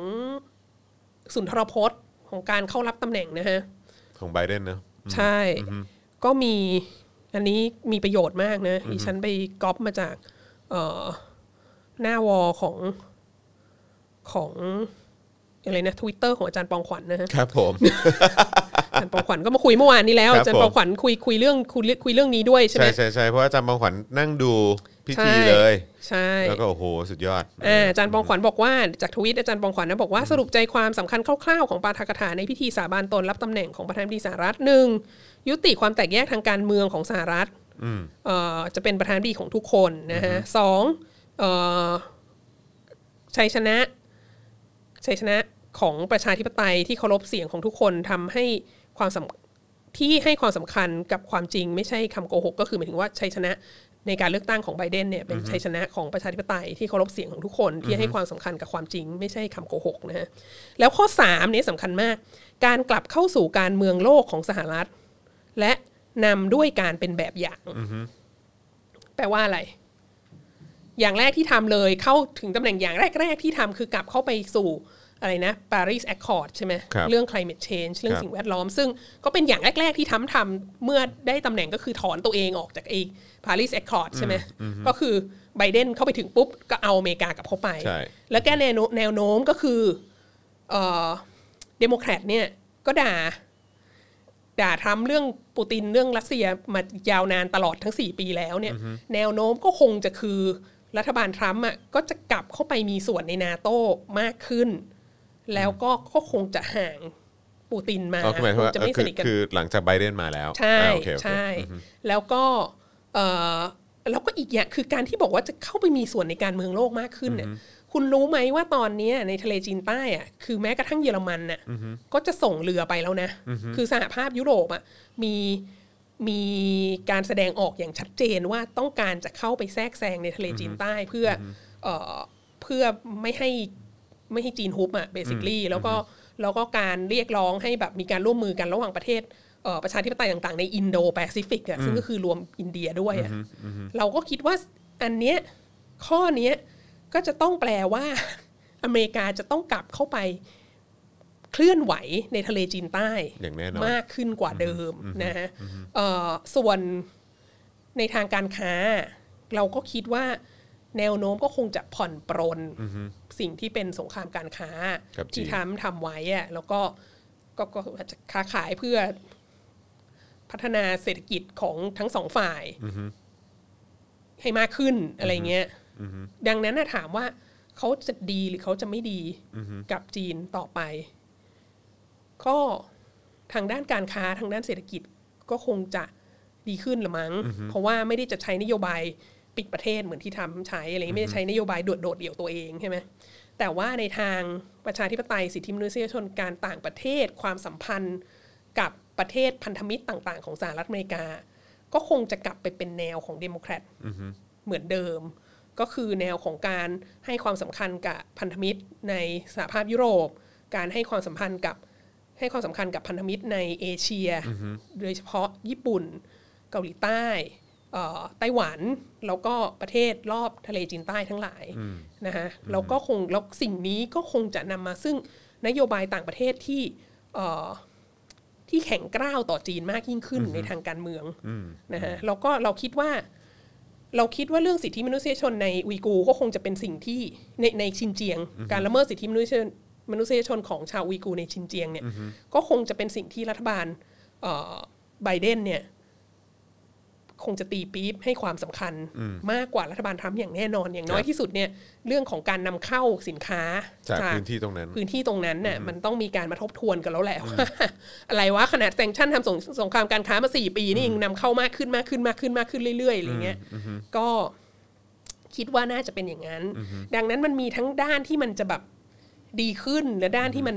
[SPEAKER 4] สุนทรพจน์ของการเข้ารับตำแหน่งนะฮะ
[SPEAKER 2] ของไบเดนเนอะ
[SPEAKER 4] ใช่ ก็มีอันนี้มีประโยชน์มากนะดิฉันไปก๊อปมาจากเอ่อหน้าวอลของของอะไรนะทวิตเตอร์ของอาจารย์ปองขวัญนะฮะ
[SPEAKER 2] ครับผม
[SPEAKER 4] อาจารย์ปองขวัญก็มา คุยเมื่อวานนี้แล้ว
[SPEAKER 2] ครับ
[SPEAKER 4] อาจารย์ปอง
[SPEAKER 2] ผม
[SPEAKER 4] ขวัญคุยคุยเรื่องคุยคุยเรื่องนี้ด้วยใช่ไหม
[SPEAKER 2] ใช่ใช่ใช่เพราะว่าอาจารย์บางขวัญนั่งดูพิธีเลย
[SPEAKER 4] ใช่
[SPEAKER 2] แล้วก็โอ้โหสุดยอด
[SPEAKER 4] อ่าอาจารย์ปองขวัญบอกว่าจากทวิตอาจารย์ปองขวัญนะบอกว่าสรุปใจความสำคัญคร่าวๆของปาฐกถาในพิธีสาบานตนรับตำแหน่งของประธานาธิบดีสหรัฐหนึ่งยุติความแตกแยกทางการเมืองของสหรัฐ เอ่อจะเป็นประธานาธิบดีของทุกคนนะฮะสองเอ่อชัยชนะชัยชนะของประชาธิปไตยที่เคารพเสียงของทุกคนทำให้ความสำที่ให้ความสำคัญกับความจริงไม่ใช่คำโกหกก็คือหมายถึงว่าชัยชนะในการเลือกตั้งของไบเดนเนี่ยเป็นชัยชนะของประชาธิปไตยที่เคารพเสียงของทุกคน ที่ให้ความสำคัญกับความจริง ไม่ใช่คำโกหกนะฮะแล้วข้อสามเนี่ยสำคัญมาก การกลับเข้าสู่การเมืองโลกของสหรัฐ และนำด้วยการเป็นแบบอย่าง แปลว่าอะไร อย่างแรกที่ทำเลยเข้าถึงตำแหน่งอย่างแรก ๆ ที่ทำคือกลับเข้าไปสู่อะไรนะ Paris Accord ใช่ไหม
[SPEAKER 2] ครับ
[SPEAKER 4] เรื่อง climate change เรื่อ
[SPEAKER 2] ครับ
[SPEAKER 4] งสิ่งแวดล้อม ซึ่งก็เป็นอย่างแรก ๆ ที่ทำทำเมื่อได้ตำแหน่งก็คือถอนตัวเองออกจากไอ้ Paris Accord ใช่ไหมก็คือไบเดนเข้าไปถึงปุ๊บ ก็เอาอเมริกากลับเข้าไป
[SPEAKER 2] ใช่
[SPEAKER 4] แล้วแกแนวโน้มแนวโน้มก็คือเดโมแครตเนี่ยก็ด่า ด่าทรัมป์เรื่องปูตินเรื่องรัสเซียมายาวนานตลอดทั้ง 4 ปีแล้วเนี่ย แนวโน้มก็คงจะคือรัฐบาลทรัมป์อ่ะก็จะกลับเข้าไปมีส่วนในนาโต้มากขึ้น แล้วก็ก็คงจะห่างปูตินมา
[SPEAKER 2] อ๋อคือหมายค
[SPEAKER 4] ความ ง
[SPEAKER 2] ว่า
[SPEAKER 4] จะไม่ส
[SPEAKER 2] คือ
[SPEAKER 4] นิทกัน
[SPEAKER 2] คือหลังจากไบเดนมาแล้ว
[SPEAKER 4] ใช่
[SPEAKER 2] อ่าโอเคโอเค
[SPEAKER 4] ใช่ แล้วก็เออแล้วก็อีกอย่างคือการที่บอกว่าจะเข้าไปมีส่วนในการเมืองโลกมากขึ้นเนี่ยคุณรู้ไหมว่าตอนเนี้ยในทะเลจีนใต้อะคือแม้กระทั่งเยอรมันน่ะก็จะส่งเรือไปแล้วนะ คือสหภาพยุโรปอ่ะมีมีการแสดงออกอย่างชัดเจนว่าต้องการจะเข้าไปแทรกแซงในทะเลจีนใต้เพื่ออเอ่อเพื่อไม่ให้ ไม่ให้จีนฮุบอ่ะเบสิคลี่แล้วก็แล้วก็การเรียกร้องให้แบบมีการร่วมมือกันระหว่างประเทศเอ่อประชาธิปไตยต่างๆในอินโดแปซิฟิกอ่ะซึ่งก็คือรวมอินเดียด้วยอ่ะเราก็คิดว่าอันเนี้ยข้อเนี้ยก็จะต้องแปลว่า อเมริกาจะต้องกลับเข้าไปเคลื่อนไหวในทะเลจีนใต้
[SPEAKER 2] อย่างแน่นอน
[SPEAKER 4] มากขึ้นกว่าเดิมนะฮะเอ่อส่วนในทางการค้า เราก็คิดว่าแนวโน้มก็คงจะผ่อนปรนสิ่งที่เป็นสงครามการค้า
[SPEAKER 2] กับจีน
[SPEAKER 4] ที่ทำทำไว้อะแล้วก็ก็ก็อาจจะค้าขายเพื่อ พัฒนาเศรษฐกิจของทั้งสองฝ่ายให้มากขึ้นอะไรเงี้ยดังนั้นนะถามว่าเขาจะดีหรือเขาจะไม่ดีกับจีนต่อไป ก็ทางด้านการค้าทางด้านเศรษฐกิจก็คงจะดีขึ้นละมั้ง เพราะว่าไม่ได้จะใช้นโยบายปิดประเทศเหมือนที่ทำใช้อะไรเงี้ยไม่ได้ใช้นโยบายโดดโดดๆเดี่ยวตัวเองใช่ไหมแต่ว่าในทางประชาธิปไตยสิทธิมนุษยชนการต่างประเทศความสัมพันธ์ กับประเทศพันธมิตรต่าง ๆ ของสหรัฐอเมริกา ก็คงจะกลับไปเป็นแนวของเดโมแครตเหมือนเดิม ก็คือแนวของการให้ความสำคัญกับพันธมิตรในสหภาพยุโรป การให้ความสัมพันธ์กับให้ความสำคัญกับพันธมิตรในเอเชีย โดยเฉพาะญี่ปุ่น เกาหลีใต้เอ่อไต้หวัน แล้วก็ประเทศรอบทะเลจีนใต้ทั้งหลายนะฮะแล้วก็คงแล้วสิ่งนี้ก็คงจะนำมาซึ่งนโยบายต่างประเทศที่เอ่อ ที่แข็งกร้าวต่อจีนมากยิ่งขึ้นในทางการเมืองนะฮะแล้วก็เราคิดว่า เราคิดว่าเรื่องสิทธิมนุษยชนในอุยกูร์ก็คงจะเป็นสิ่งที่ในในชินเจียง การละเมิดสิทธิมนุษยชนมนุษยชนของชาวอุยกูร์ในชินเจียงเนี่ยก็คงจะเป็นสิ่งที่รัฐบาลเอ่อไบเดนเนี่ย คงจะตีปี๊บให้ความสำคัญมากกว่ารัฐบาลทรัมป์อย่างแน่นอนอย่างน้อยที่สุดเนี่ย เรื่องของการนำเข้าสินค้า
[SPEAKER 2] จากพื้นที่ตรงนั้น
[SPEAKER 4] พื้นที่ตรงนั้นน่ะมันต้องมีการมาทบทวนกันแล้วแหละว่า อะไรวะขนาดแซงชั่นทำสงสงครามการค้ามาสี่ปีนี่ยังนำเข้ามากขึ้นมากขึ้นมากขึ้นมากขึ้นเรื่อยๆอะไรเงี้ยก็คิดว่าน่าจะเป็นอย่างนั้น ดังนั้นมันมีทั้งด้านที่มันจะแบบดีขึ้นและด้านที่มัน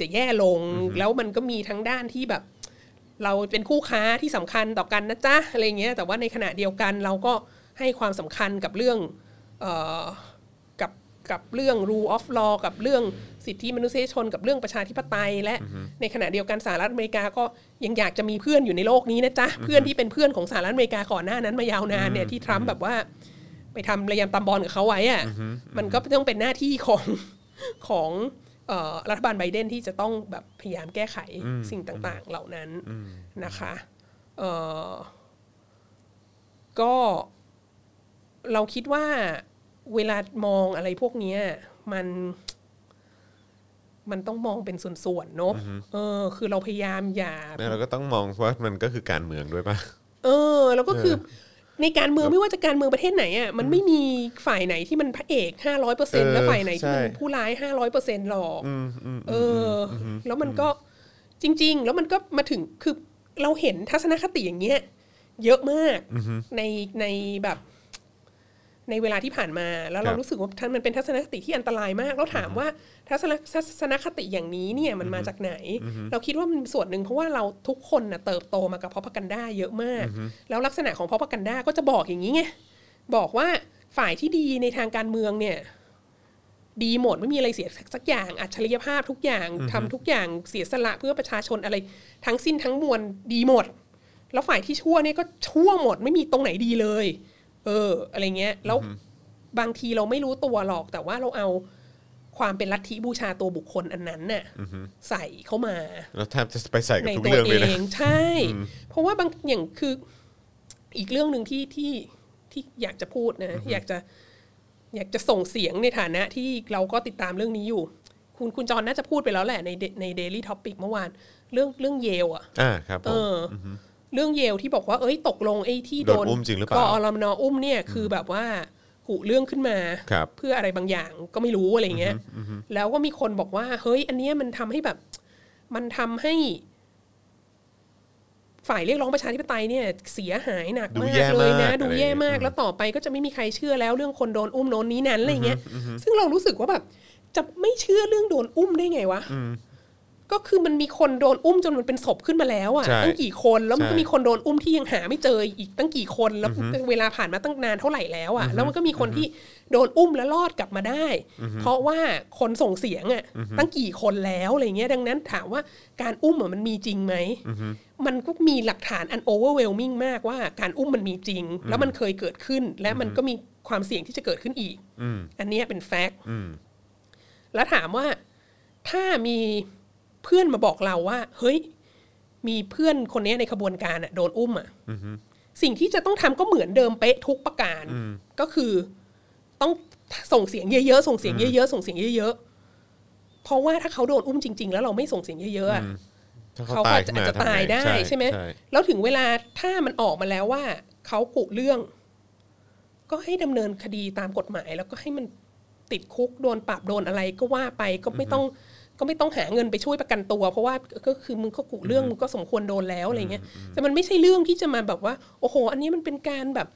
[SPEAKER 4] จะแย่ลง แล้วมันก็มีทั้งด้านที่แบบ เราเป็นคู่ค้าที่สำคัญต่อกันนะจ๊ะอะไรเงี้ยแต่ว่าในขณะเดียวกันเราก็ให้ความสำคัญกับเรื่องเอ่อ กับกับเรื่อง rule of law กับเรื่องสิทธิมนุษยชน กับเรื่องประชาธิปไตย และในขณะเดียวกันสหรัฐอเมริกาก็ยังอยากจะมีเพื่อนอยู่ในโลกนี้นะจ๊ะ เพื่อนที่เป็นเพื่อนของสหรัฐอเมริกาก่อนหน้านั้นมายาวนานเนี่ยที่ทรัมป์แบบว่า ไปทำระยำตำบอลกับเขาไว้อะมันก็ต้องเป็นหน้าที่ของ ของเอ่อรัฐบาลไบเดนที่จะต้องแบบพยายามแก้ไขสิ่งต่าง ๆ เหล่านั้นนะคะเอ่อก็เราคิดว่าเวลามองอะไรพวกเนี้ยมัน มันต้องมองเป็นส่วนๆเนอะเออ คือเราพยายามอย่า
[SPEAKER 2] แล้วเราก็ต้องมองว่ามันก็คือการเมืองด้วยป่ะ
[SPEAKER 4] เออแล้วก็คือในการเมืองไม่ว่าจะการเมืองประเทศไหนอ่ะมันไม่มีฝ่ายไหนที่มันพระเอกห้าร้อยเปอร์เซ็นต์และฝ่ายไหนที่มัน
[SPEAKER 2] ใช่
[SPEAKER 4] ผู้ร้ายห้าร้อยเปอร์เซ็นต์หรอกเอออ แล้วมันก็จริง ๆ แล้วมันก็มาถึงคือเราเห็นทัศนคติอย่างเงี้ย เยอะมากในในแบบ ในเวลาที่ผ่านมา แล้ว
[SPEAKER 2] ค
[SPEAKER 4] เรา
[SPEAKER 2] รับ
[SPEAKER 4] รู้สึกว่าท่านมันเป็นทัศนคติที่อันตรายมาก แล้วถามว่าทัศนทัศนคติอย่างนี้เนี่ยมันมาจากไหน เราคิดว่ามันส่วนหนึ่งเพราะว่าเราทุกคนน่ะเติบโตมากับพ r o พักันด้าเยอะมาก แล้วลักษณะของพ r o พักันด้าก็จะบอกอย่างนี้ไงบอกว่าฝ่ายที่ดีในทางการเมืองเนี่ย ดีหมดไม่มีอะไรเสียสักอย่างอัจฉริยภาพทุกอย่างทำทุกอย่างเสียสละเพื่อประชาชนอะไรทั้งสิ้นทั้งมวลดีหมด แล้วฝ่ายที่ชั่วเนี่ยก็ชั่วหมดไม่มีตรงไหนดีเลย เออ อะไรเงี้ยแล้วบางทีเราไม่รู้ตัวหรอก แต่ว่าเราเอาความเป็นลัทธิบูชาตัวบุคคลอันนั้นน่ะใส่เข้ามา
[SPEAKER 2] แล้วแทบจะไปใส่กับ
[SPEAKER 4] ใน
[SPEAKER 2] ทุก
[SPEAKER 4] ตัว
[SPEAKER 2] เรื่องเลย
[SPEAKER 4] เอ
[SPEAKER 2] นะ
[SPEAKER 4] งใช่ เพราะว่าบางอย่างคืออีกเรื่องหนึ่งที่ที่ที่อยากจะพูดนะ อยากจะอยากจะส่งเสียงในฐานะที่เราก็ติดตามเรื่องนี้อยู่ คุณคุณจรน่าจะพูดไปแล้วแหละในในเดลี่ท็อปิกเมื่อวาน เรื่องเรื่องเยลอะ
[SPEAKER 2] อ่าครับผ
[SPEAKER 4] เอ
[SPEAKER 2] ม
[SPEAKER 4] ออเรื่องเยลที่บอกว่าเอ้ยตกลงไอ้ที่
[SPEAKER 2] โดนอุ้มจริงหรือเปล่าก
[SPEAKER 4] อรมนอุ้มเนี่ยคือแบบว่ากุเรื่องขึ้นมา
[SPEAKER 2] ครับ
[SPEAKER 4] เพื่ออะไรบางอย่างก็ไม่รู้อะไรเงี้ยแล้วก็มีคนบอกว่า เฮ้ย อันเนี้ยมันทำให้แบบ มันทำให้ ฝ่ายเรียกร้องประชาธิปไตยเนี่ย เสียหายหนัก
[SPEAKER 2] ดู
[SPEAKER 4] มาก
[SPEAKER 2] แย่
[SPEAKER 4] เลยนะ
[SPEAKER 2] มาก
[SPEAKER 4] ดู
[SPEAKER 2] อะไร
[SPEAKER 4] แย่
[SPEAKER 2] อย่างเงี้ย
[SPEAKER 4] มากแล้วต่อไปก็จะไม่มีใครเชื่อแล้วเรื่องคนโดนอุ้มโน้นนี้นั้นอะไรเงี้ยซึ่งเรารู้สึกว่าแบบ จะไม่เชื่อเรื่องโดนอุ้มได้ไงวะ ก็คือมันมีคนโดนอุ้มจนมันเป็นศพขึ้นมาแล้ว
[SPEAKER 2] ใช่
[SPEAKER 4] อะ่ะตั้งกี่คนแล้วมันก็
[SPEAKER 2] ใช่
[SPEAKER 4] มีคนโดนอุ้มที่ยังหาไม่เจออีกตั้งกี่คนแล้วเวลาผ่านมาตั้งนานเท่าไหร่แล้วอะ่ะแล้วมันก็มีคนที่โดนอุ้มแล้วรอดกลับมาได้ เพราะว่าคนส่งเสียงอะ่ะตั้งกี่คนแล้วอะไรเงี้ยดังนั้นถามว่าการอุ้มอะมันมีจริงไหมมันก็มีหลักฐานอันโอเวอร์เวลมิ่งมากว่าการอุ้มมันมีจริง แล้วมันเคยเกิดขึ้นและมันก็มีความเสี่ยงที่จะเกิดขึ้นอีกอันเนี้ยเป็นแฟกต์ แล้วถามว่าถ้ามีเพื่อนมาบอกเราว่า เฮ้ย มีเพื่อนคนเนี้ยในขบวนการอะโดนอุ้มอะสิ่งที่จะต้องทำก็เหมือนเดิมเป๊ะทุกประการก็คือต้องส่งเสียงเยอะๆส่งเสียงเยอะๆส่งเสียงเยอะๆเพราะว่าถ้าเขาโดนอุ้มจริง ๆ แล้วเราไม่ส่งเสียงเยอะๆอะ
[SPEAKER 2] ถ้
[SPEAKER 4] เขาก็อาจจะ
[SPEAKER 2] ขึ้นม
[SPEAKER 4] ตายได้
[SPEAKER 2] ทำง
[SPEAKER 4] ใช่ไหม แล้วถึงเวลาถ้ามันออกมาแล้วว่าเขากุเรื่อง ก็ให้ดำเนินคดีตามกฎหมาย แล้วก็ให้มันติดคุกโดนปรับโดนอะไรก็ว่าไปก็ไม่ต้องก็ไม่ต้องหาเงินไปช่วยประกันตัว เพราะว่าก็คือมึงก็กุเรื่องมึงก็สมควรโดนแล้วอะไรเงี้ยแต่มันไม่ใช่เรื่องที่จะมาแบบว่า โอ้โห อันนี้มันเป็นการแบบ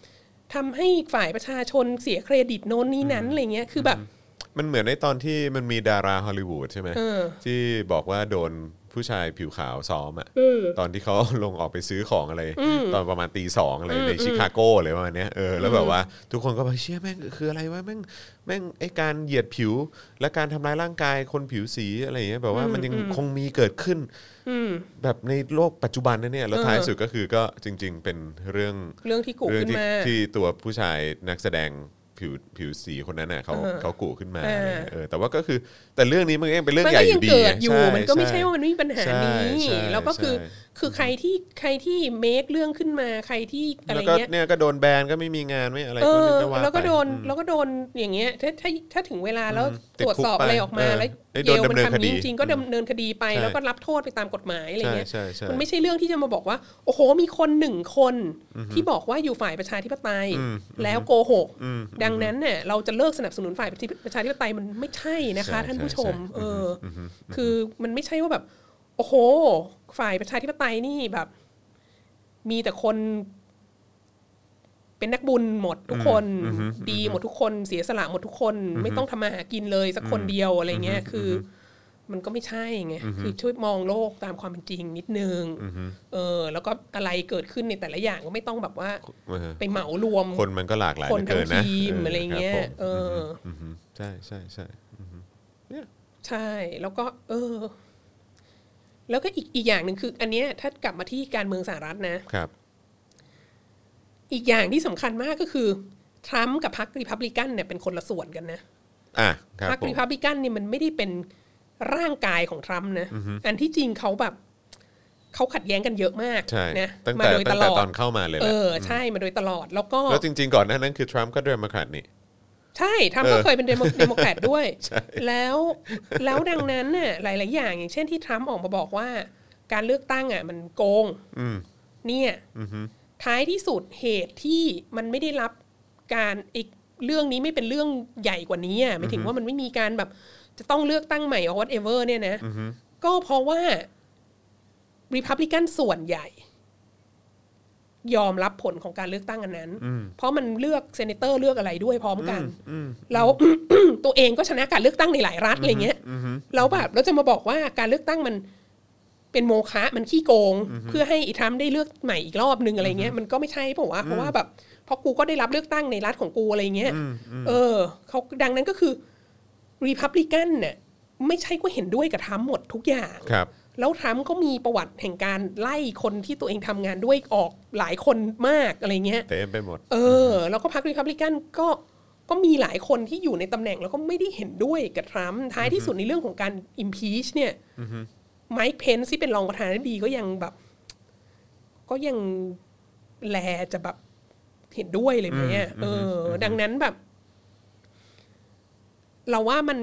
[SPEAKER 4] ทำให้ฝ่ายประชาชนเสียเครดิตโน้นนี้นั้นอะไรเงี้ยคือแบบ
[SPEAKER 2] มันเหมือนในตอนที่มันมีดาราฮอลลีวูดใช่ไหม
[SPEAKER 4] เออ
[SPEAKER 2] ที่บอกว่าโดนผู้ชายผิวขาวซ้อมอ่ะ
[SPEAKER 4] เออ
[SPEAKER 2] ตอนที่เขาลงออกไปซื้อของอะไร ตอนประมาณตีสองอะไรในชิคาโก้อะไรประมาณเนี้ยเออแล้วแบบว่าทุกคนก็แบบเชื่อแม่งคืออะไรวะแม่งแม่งไอการเหยียดผิว และการทำร้ายร่างกายคนผิวสีอะไรอย่างเงี้ยแบบว่ามันยังคงมีเกิดขึ้นแบบในโลกปัจจุบันนะเนี่ยแล้วท้ายสุดก็คือก็จริง ๆ เป็นเรื่อง
[SPEAKER 4] เรื่องที่กุ
[SPEAKER 2] เรื่อง
[SPEAKER 4] ขึ้น
[SPEAKER 2] ที่
[SPEAKER 4] มา
[SPEAKER 2] ที่ตัวผู้ชายนักแสดงผิวผิวสีคนนั้นน่ะเขาเขากูขึ้นมา
[SPEAKER 4] เออ
[SPEAKER 2] เออแต่ว่าก็คือแต่เรื่องนี้มันก็ยังเป็นเรื่อง
[SPEAKER 4] มัน
[SPEAKER 2] ให
[SPEAKER 4] ก็
[SPEAKER 2] ญ่อ
[SPEAKER 4] ยัง
[SPEAKER 2] ยู่ดี
[SPEAKER 4] เกิด
[SPEAKER 2] ไง
[SPEAKER 4] อยู่
[SPEAKER 2] ใช่
[SPEAKER 4] มันก็ไม่ใช่
[SPEAKER 2] ใช่
[SPEAKER 4] ว่ามันไม่มีปัญหานี้
[SPEAKER 2] ใช่ใช่
[SPEAKER 4] แล้วก็คือ
[SPEAKER 2] ใช่
[SPEAKER 4] คือใครที่ใครที่เมคเรื่องขึ้นมาใครที่อะไร
[SPEAKER 2] แล้วก็
[SPEAKER 4] เงี้ย
[SPEAKER 2] เนี่ยก็โดนแบนก็ไม่มีงานไม่อะไร
[SPEAKER 4] เอ
[SPEAKER 2] ก็
[SPEAKER 4] อ
[SPEAKER 2] เรียา
[SPEAKER 4] แล้วก็
[SPEAKER 2] ไป
[SPEAKER 4] โดน
[SPEAKER 2] อืม
[SPEAKER 4] แล้วก็โดนอย่างเงี้ยถ้าถ้าถ้าถึงเวลาแล้ว
[SPEAKER 2] อืมติ
[SPEAKER 4] ต
[SPEAKER 2] ด
[SPEAKER 4] รวจ
[SPEAKER 2] คุก
[SPEAKER 4] สอบ
[SPEAKER 2] ไป
[SPEAKER 4] อะไรออกมา
[SPEAKER 2] เออ
[SPEAKER 4] แล้ว
[SPEAKER 2] เอ้ย
[SPEAKER 4] เย
[SPEAKER 2] โดน
[SPEAKER 4] ลมั
[SPEAKER 2] ดำ
[SPEAKER 4] น
[SPEAKER 2] เนิน
[SPEAKER 4] ทำอย่างนี้
[SPEAKER 2] คดี
[SPEAKER 4] จริงๆก็ดำเนินคดีไป
[SPEAKER 2] ใช่
[SPEAKER 4] แล้วก็รับโทษไปตามกฎหมายอะไร
[SPEAKER 2] ใช่
[SPEAKER 4] เงี้ย
[SPEAKER 2] ใช่ใช่
[SPEAKER 4] มันไม่ใช่เรื่องที่จะมาบอกว่า โอ้โหมีคนหนึ่งคนที่บอกว่าอยู่ฝ่ายประชาธิปไตย แล้วโกหก ดังนั้นเนี่ยเราจะเลิกสนับสนุนฝ่ายประชาธิปไตยมันไม่ใช่นะคะ ท่านผู้ชม เอออคือมันไม่ใช่ว่าแบบ โอ้โห ฝ่ายประชาธิปไตยนี่แบบ มีแต่คน เป็นนักบุญหมดทุกคน ดีหมดทุกคน เสียสละหมดทุกคน ไม่ต้องทำมาหากินเลยสักคนเดียวอะไรเงี้ยคืออมันก็ไม่ใช่ไงคือช่วยมองโลกตามความเป็นจริงนิดนึงเออ แล้วก็อะไรเกิดขึ้นในแต่ละอย่างก็ไม่ต้องแบบว่า
[SPEAKER 2] เออ
[SPEAKER 4] ไปเหมารวม
[SPEAKER 2] คนมันก็หลากหลาย
[SPEAKER 4] คน
[SPEAKER 2] เหลือ
[SPEAKER 4] ทั้
[SPEAKER 2] เกิ
[SPEAKER 4] ง
[SPEAKER 2] นนะ
[SPEAKER 4] ทีมอะไรเงี้ย
[SPEAKER 2] ครับผม
[SPEAKER 4] เอออ
[SPEAKER 2] อือฮึใช่ใช่ใช่
[SPEAKER 4] ใช่ แล้วก็ เออ แล้วก็อีกอีกอย่างหนึ่งคือ อันเนี้ยถ้ากลับมาที่การเมืองสหรัฐนะ
[SPEAKER 2] ครับ
[SPEAKER 4] อีกอย่างที่สำคัญมากก็คือ ทรัมป์กับพรรครีพับลิกันเนี่ยเป็นคนละส่วนกันนะ
[SPEAKER 2] อ่ะครับ
[SPEAKER 4] พรรค
[SPEAKER 2] ผม
[SPEAKER 4] รีพับลิกันเนี่ยมันไม่ได้เป็นร่างกายของทรัมป์นะ อันที่จริงเขาแบบเขาขัดแย้งกันเยอะมาก
[SPEAKER 2] ใช่
[SPEAKER 4] นะ
[SPEAKER 2] ตั้ง
[SPEAKER 4] มา
[SPEAKER 2] แต่
[SPEAKER 4] โดยต
[SPEAKER 2] ตั้ง
[SPEAKER 4] ล
[SPEAKER 2] แต่
[SPEAKER 4] อ
[SPEAKER 2] ต
[SPEAKER 4] ด
[SPEAKER 2] อนเข้ามาเลยแห
[SPEAKER 4] เอ
[SPEAKER 2] ละ
[SPEAKER 4] อ ใช่มาโดยตลอดแล้วก็
[SPEAKER 2] แล้วจริง ๆ ก่อนหน้านั้นคือทรัมป์ก็เดโมแครตนี่
[SPEAKER 4] ใช่ทรัม
[SPEAKER 2] เออ
[SPEAKER 4] ป์ก็เคยเป็นเดโมเดโมแครตด้วย แล้วแล้วดังนั้นน่ะหลาย ๆ อย่าง อย่างเช่นที่ทรัมป์ออกมาบอกว่า การเลือกตั้งอ่ะมันโกง
[SPEAKER 2] อืม
[SPEAKER 4] เนี่ยท้ายที่สุดเหตุที่มันไม่ได้รับการอีกเรื่องนี้ไม่เป็นเรื่องใหญ่กว่านี้อ่ะไม่ถึงว่ามันไม่มีการแบบจะต้องเลือกตั้งใหม่ or whatever เนี่ยนะก็เพราะว่ารีพับลิกันส่วนใหญ่ ยอมรับผลของการเลือกตั้งอันนั้น เพราะมันเลือกเซเนเตอร์เลือกอะไรด้วยพร้อมกัน แล้ว ตัวเองก็ชนะการเลือกตั้งในหลายรัฐอะไรเงี้ยแล้วแบบเราจะมาบอกว่าการเลือกตั้งมันเป็นโมฆะมันขี้โกง เพื่อให้อีทรัมป์ได้เลือกใหม่อีกรอบนึงอะไรเงี้ยมันก็ไม่ใช่ผมว่าเพราะว่าแบบเพราะกูก็ได้รับเลือกตั้งในรัฐของกูอะไรเงี้ยเออเขาดังนั้นก็คือรีพับลิกันเนี่ยไม่ใช่ก็เห็นด้วยกับทรัมป์หมดทุกอย่าง
[SPEAKER 2] ครับ
[SPEAKER 4] แล้วทรัมป์ก็มีประวัติแห่งการไล่คนที่ตัวเองทำงานด้วยออกหลายคนมากอะไรเงี้ย
[SPEAKER 2] เต็มไปหมด
[SPEAKER 4] เออ แล้วก็พรรครีพับลิกันก็ก็มีหลายคนที่อยู่ในตำแหน่งแล้วก็ไม่ได้เห็นด้วยกับทรัมป์ท้ายที่สุดในเรื่องของการ impeach เนี่ยไมค์เพนซ์ที่เป็นรองประธานาธิบดีก็ยังแบบ ก็ยังแลจะแบบเห็นด้วยเลยไหมอะเอออ ดังนั้นแบบ เราว่ามัน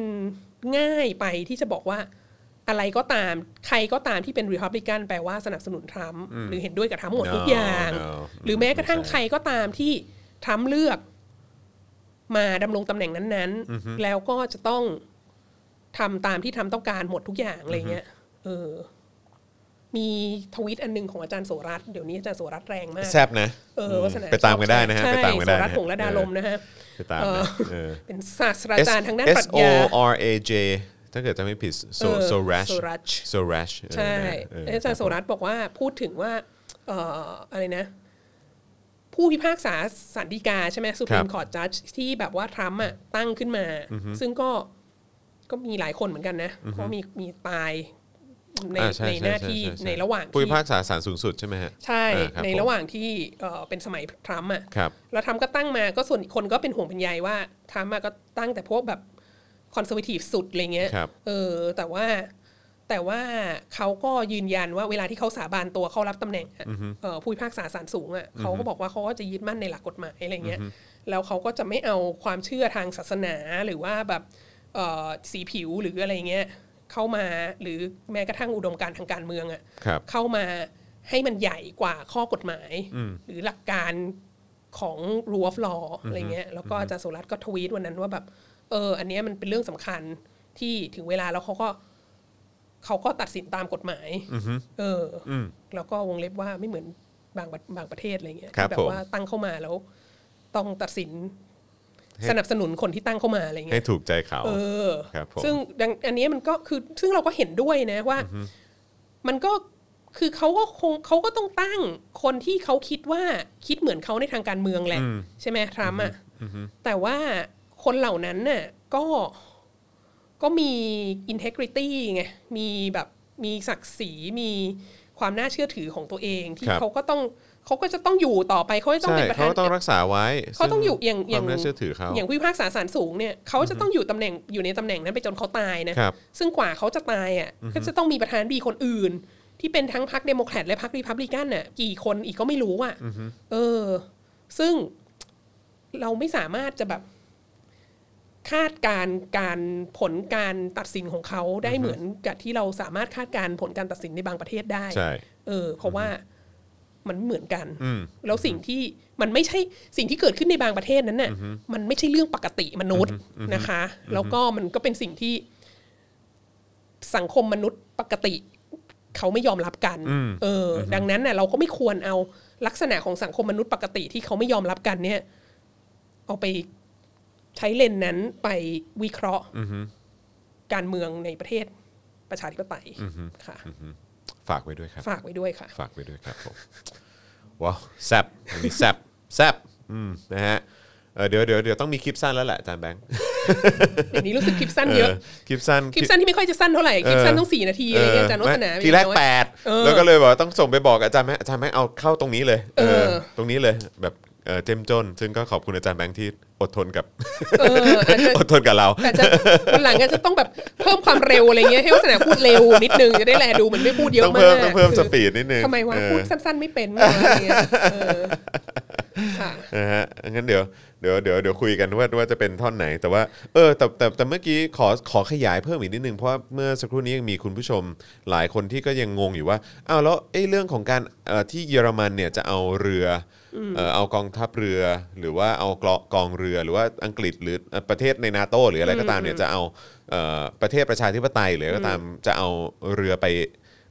[SPEAKER 4] ง่ายไปที่จะบอกว่า อะไรก็ตาม ใครก็ตามที่เป็นรีพับลิกันแปลว่าสนับสนุนทรัมป์หรือเห็นด้วยกับทรัมป์หมดทุก
[SPEAKER 2] No,
[SPEAKER 4] อย่าง
[SPEAKER 2] no
[SPEAKER 4] หรือแม้กระทั่ง
[SPEAKER 2] ไม่ใช่
[SPEAKER 4] ใครก็ตามที่ทรัมป์เลือก มาดำรงตำแหน่งนั้นๆ แล้วก็จะต้องทำตามที่ทำต้องการหมดทุกอย่างอะไรเงี้ย เออ มีทวิตอันหนึงของอาจารย์โสรัตน์เดี๋ยวนี้อาจารย์โสรัตน์แรงมาก
[SPEAKER 2] แซบนะ
[SPEAKER 4] เออวาสนา
[SPEAKER 2] ไปตามกันได้นะฮะ
[SPEAKER 4] ใช่
[SPEAKER 2] ไปตามกันได้
[SPEAKER 4] โส
[SPEAKER 2] นะฮะ
[SPEAKER 4] รัตน์หงษ์ระดาลมนะฮะ
[SPEAKER 2] ไปตามนะเออ
[SPEAKER 4] เป็นศาสตราจารย์ทางด้าน
[SPEAKER 2] S
[SPEAKER 4] ปรัช
[SPEAKER 2] O
[SPEAKER 4] ญา
[SPEAKER 2] R A J ถ้าเกิดจะไม่ผิดโซ
[SPEAKER 4] เออ
[SPEAKER 2] โซรัช
[SPEAKER 4] Sorash
[SPEAKER 2] โซรัช
[SPEAKER 4] ใช่อาจารย์โสรัตน์บอกว่าพูดถึงว่า เอ่ออะไรนะ ผู้พิพากษาสารดีกาใช่ไหมสุพรีมคอร์ t จัดที่แบบว่าทรัมป์อ่ะตั้งขึ้นมา ซึ่งก็ก็มีหลายคนเหมือนกันนะเพราะมีมีตายในในหน้าที่ในระหว่าง
[SPEAKER 2] ผู้
[SPEAKER 4] ที่
[SPEAKER 2] พิพากษาศาลสูงสุดใช่ไหมฮะ
[SPEAKER 4] ใช่
[SPEAKER 2] เออคบ
[SPEAKER 4] ในระหว่างที่เอ่อเป็นสมัยทรัมป์อ่ะ
[SPEAKER 2] ครับ
[SPEAKER 4] แล้วทรัมป์ก็ตั้งมาก็ส่วนอีกคนก็เป็นห่วงเป็นใยว่าทรัมป์อะก็ตั้งแต่พวกแบบ คอนเซอร์วทีฟสุดอะไรเงี้ย
[SPEAKER 2] ครับ
[SPEAKER 4] เออ แต่ว่าแต่ว่าเขาก็ยืนยันว่าเวลาที่เขาสาบานตัวเขารับตำแหน่งอะเอ่อผู้พิพากษาศาลสูงอ่ะเขาก็บอกว่าเขาก็จะยึดมั่นในหลักกฎหมายอะไรเงี้ยแล้วเขาก็จะไม่เอาความเชื่อทางศาสนาหรือว่าแบบเอ่อสีผิวหรืออะไรเงี้ยเข้ามาหรือแม้กระทั่งอุดมการณ์ทางการเมืองอ่ะ
[SPEAKER 2] ครับ
[SPEAKER 4] เข้ามาให้มันใหญ่กว่าข้อกฎหมาย หรือหลักการของ rule of law อะไรเงี้ยแล้วก็อาจารย์โสรัตน์ก็ทวีตวันนั้นว่าแบบเอออันเนี้ยมันเป็นเรื่องสำคัญที่ถึงเวลาแล้วเขาก็เขาก็ตัดสินตามกฎหมายเอออแล้วก็วงเล็บว่าไม่เหมือนบางประบางประเทศอะไรเงี้ย
[SPEAKER 2] ครับ
[SPEAKER 4] ที่แบ
[SPEAKER 2] ผ
[SPEAKER 4] บ
[SPEAKER 2] ม
[SPEAKER 4] ว่าตั้งเข้ามาแล้ว ต้องตัดสินสนับสนุนคนที่ตั้งเข้ามาอะไรเงี้ย
[SPEAKER 2] ให้ถูกใจเขา
[SPEAKER 4] เออ
[SPEAKER 2] ครับผม
[SPEAKER 4] ซึ่งดังอันนี้มันก็คือซึ่งเราก็เห็นด้วยนะว่า มันก็คือเขาก็คงเขาก็ต้องตั้งคนที่เขาคิดว่าคิดเหมือนเขาในทางการเมืองแหละ ใช่ไหมทรัมป์อ่ะแต่ว่าคนเหล่านั้นน่ะก็ก็มี integrity ไงมีแบบมีศักดิ์ศรีมีความน่าเชื่อถือของตัวเองที่
[SPEAKER 2] ครับ
[SPEAKER 4] เขาก็ต้องเขาก็จะต้องอยู่ต่อไปเขาจะต้อง
[SPEAKER 2] ใช่
[SPEAKER 4] เป็นประธา
[SPEAKER 2] เขา
[SPEAKER 4] น
[SPEAKER 2] ก็ต้องรักษาไว้
[SPEAKER 4] เขาต้องอยู่อย่าง
[SPEAKER 2] ซึ่
[SPEAKER 4] อย่าง
[SPEAKER 2] ความน่าเชื่อถือเขา
[SPEAKER 4] ย่างผู้พิพากษาศาลสูงเนี่ยเขาจะต้องอยู่ตำแหน่งอยู่ในตำแหน่งนั้นไปจนเขาตายนะครับ ซึ่งกว่าเขาจะตายอ่ะก็จะต้องมีประธานาธิบดีคนอื่น ที่เป็นทั้งพรรคเดโมแครตและพรรครีพับลิกันน่ะกี่คนอีกก็ไม่รู้อ่ะเออ ซึ่งเราไม่สามารถจะแบบคาดการณ์การผลการตัดสินของเขาได้เหมือนกับที่เราสามารถคาดการณ์ผลการตัดสินในบางประเทศได้
[SPEAKER 2] ใช่
[SPEAKER 4] เออเพราะว่ามันไม่เหมือนกัน
[SPEAKER 2] อืม
[SPEAKER 4] แล้วสิ่งที่มันไม่ใช่สิ่งที่เกิดขึ้นในบางประเทศนั้นน่ะมันไม่ใช่เรื่องปกติมนุษย์นะคะ แล้วก็มันก็เป็นสิ่งที่สังคมมนุษย์ปกติ เขาไม่ยอมรับกันเอออ ดังนั้นน่ะเราก็ไม่ควรเอาลักษณะของสังคมมนุษย์ปกติที่เขาไม่ยอมรับกันเนี่ย เอาไปใช้เลนส์นั้นไปวิเคราะห์การเมืองในประเทศประชาธิปไตยค่ะ
[SPEAKER 2] ฝากไว้ด้วยครับ
[SPEAKER 4] ฝากไว้ด้วยค่ะ
[SPEAKER 2] ฝากไว้ด้วยครับผม ว้าวแซบอันนี้แซบแซบอืมนะฮะเออเดี๋ยวเดี๋ยวเดี๋ยวต้องมีคลิปสั้นแล้วแหละอาจารย์แบงค์
[SPEAKER 4] เดี๋ยวนี้รู้สึกคลิปสั้นเยอะ
[SPEAKER 2] เออคลิปสั้น
[SPEAKER 4] คลิปสั้นที่ไม่ค่อยจะสั้นเท่าไหร่ คลิปสั้นต้องสี่นาทีอะไรเงี้ยอาจารย์วัฒนา
[SPEAKER 2] ทีแรก
[SPEAKER 4] มีน้อย
[SPEAKER 2] แปด
[SPEAKER 4] เออ
[SPEAKER 2] แล้วก็เลยบอกว่าต้องส่งไปบอกอาจารย์แม่อาจารย์แม่เอาเข้าตรงนี้เลย
[SPEAKER 4] เออ
[SPEAKER 2] ตรงนี้เลยแบบเออเจ้มจน ซึ่งก็ขอบคุณอาจารย์แบงค์ที่อดทนกับ
[SPEAKER 4] เอออาจจะ
[SPEAKER 2] อดทนกับเรา
[SPEAKER 4] อาจจะวันหลังอาจจะต้องแบบเพิ่มความเร็วอะไรเงี้ยให้วัฒนาพูดเร็วนิดนึงจะได้แลดูมันไม่พูดเยอะ
[SPEAKER 2] ต้อง
[SPEAKER 4] มาก
[SPEAKER 2] เพิ่มต้องเพิ่ม
[SPEAKER 4] คือ
[SPEAKER 2] สปีดนิดนึง
[SPEAKER 4] ทำไมวะ
[SPEAKER 2] เออ
[SPEAKER 4] พูดสั้น ๆ ไม่เป็นวะอะไรเงี้ยเออค่ะ
[SPEAKER 2] นะฮะงั้นเดี๋ยวเดี๋ยวเดี๋ยวเดี๋ยวคุยกันว่าว่าจะเป็นท่อนไหน แต่ว่าเออแต่แต่แต่เมื่อกี้ขอขอขยายเพิ่มอีกนิดนึงเพราะว่าเมื่อสักครู่นี้ยังมีคุณผู้ชมหลายคนที่ก็ยังงงอยู่ว่าอ้าวแล้วไอ้เรื่องของการเอ่อที่เยอรมันเนี่ยจะเอาเรืออเอ่อเอากองทัพเรือ หรือว่าเอากลกองเรือหรือว่าอังกฤษหรือเอ่อประเทศในนาโตหรืออะไรก็ตามเนี่ยจะเอาเอ่อประเทศประชาธิปไตยหรืออะไรก็ตามจะเอาเรือไป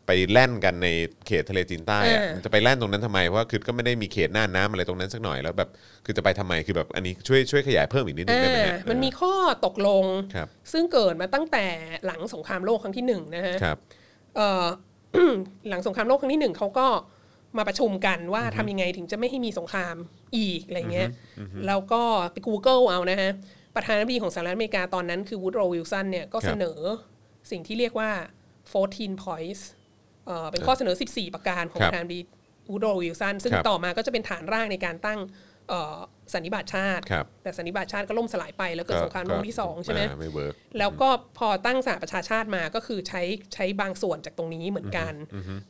[SPEAKER 2] ไปแล่นกันในเขตทะเลจีนใต้อะ
[SPEAKER 4] เออ
[SPEAKER 2] มันจะไปแล่นตรงนั้นทำไมเพราะว่าคือก็ไม่ได้มีเขตหน้าน้ำอะไรตรงนั้นสักหน่อยแล้วแบบคือจะไปทำไมคือแบบอันนี้ช่วยช่วยขยายเพิ่มอีกนิดนึงได้ไหม
[SPEAKER 4] อ่า
[SPEAKER 2] ฮะ
[SPEAKER 4] มันมีข้อตกลง
[SPEAKER 2] ครับ
[SPEAKER 4] ซึ่งเกิดมาตั้งแต่หลังสงครามโลกครั้งที่หนึ่งนะฮะ
[SPEAKER 2] ครับ
[SPEAKER 4] เอ่อ หลังสงครามโลกครั้งที่หนึ่งเขาก็มาประชุมกันว่าทำยังไงถึงจะไม่ให้มีสงครามอีกอะไรเงี้ยแล้วก็ไป Google เอานะฮะ ประธานาธิบดีของสหรัฐอเมริกาตอนนั้นคือวูดโรวิลสันเนี่ยก็เสนอสิ่งที่เรียกว่า 14 points เอ่อเป็นข้อเสนอ 14 ประการของ
[SPEAKER 2] ค
[SPEAKER 4] ป
[SPEAKER 2] รับ
[SPEAKER 4] ระธานาธิบดีวูดโรวิลสันซึ่ง
[SPEAKER 2] ครับ
[SPEAKER 4] ต่อมาก็จะเป็นฐานร่างในการตั้งเอ่อสันนิบาตชาติ
[SPEAKER 2] ครับ
[SPEAKER 4] แต่สันนิบาตชาติก็ล่มสลายไปแล้วเกิดสงครามโลกที่สองใช่ไหม
[SPEAKER 2] าไม่เวิร์ก
[SPEAKER 4] แล้วก็พอตั้งสหประชาชาติมาก็คือใช้ใช้บางส่วนจากตรงนี้เหมือนกัน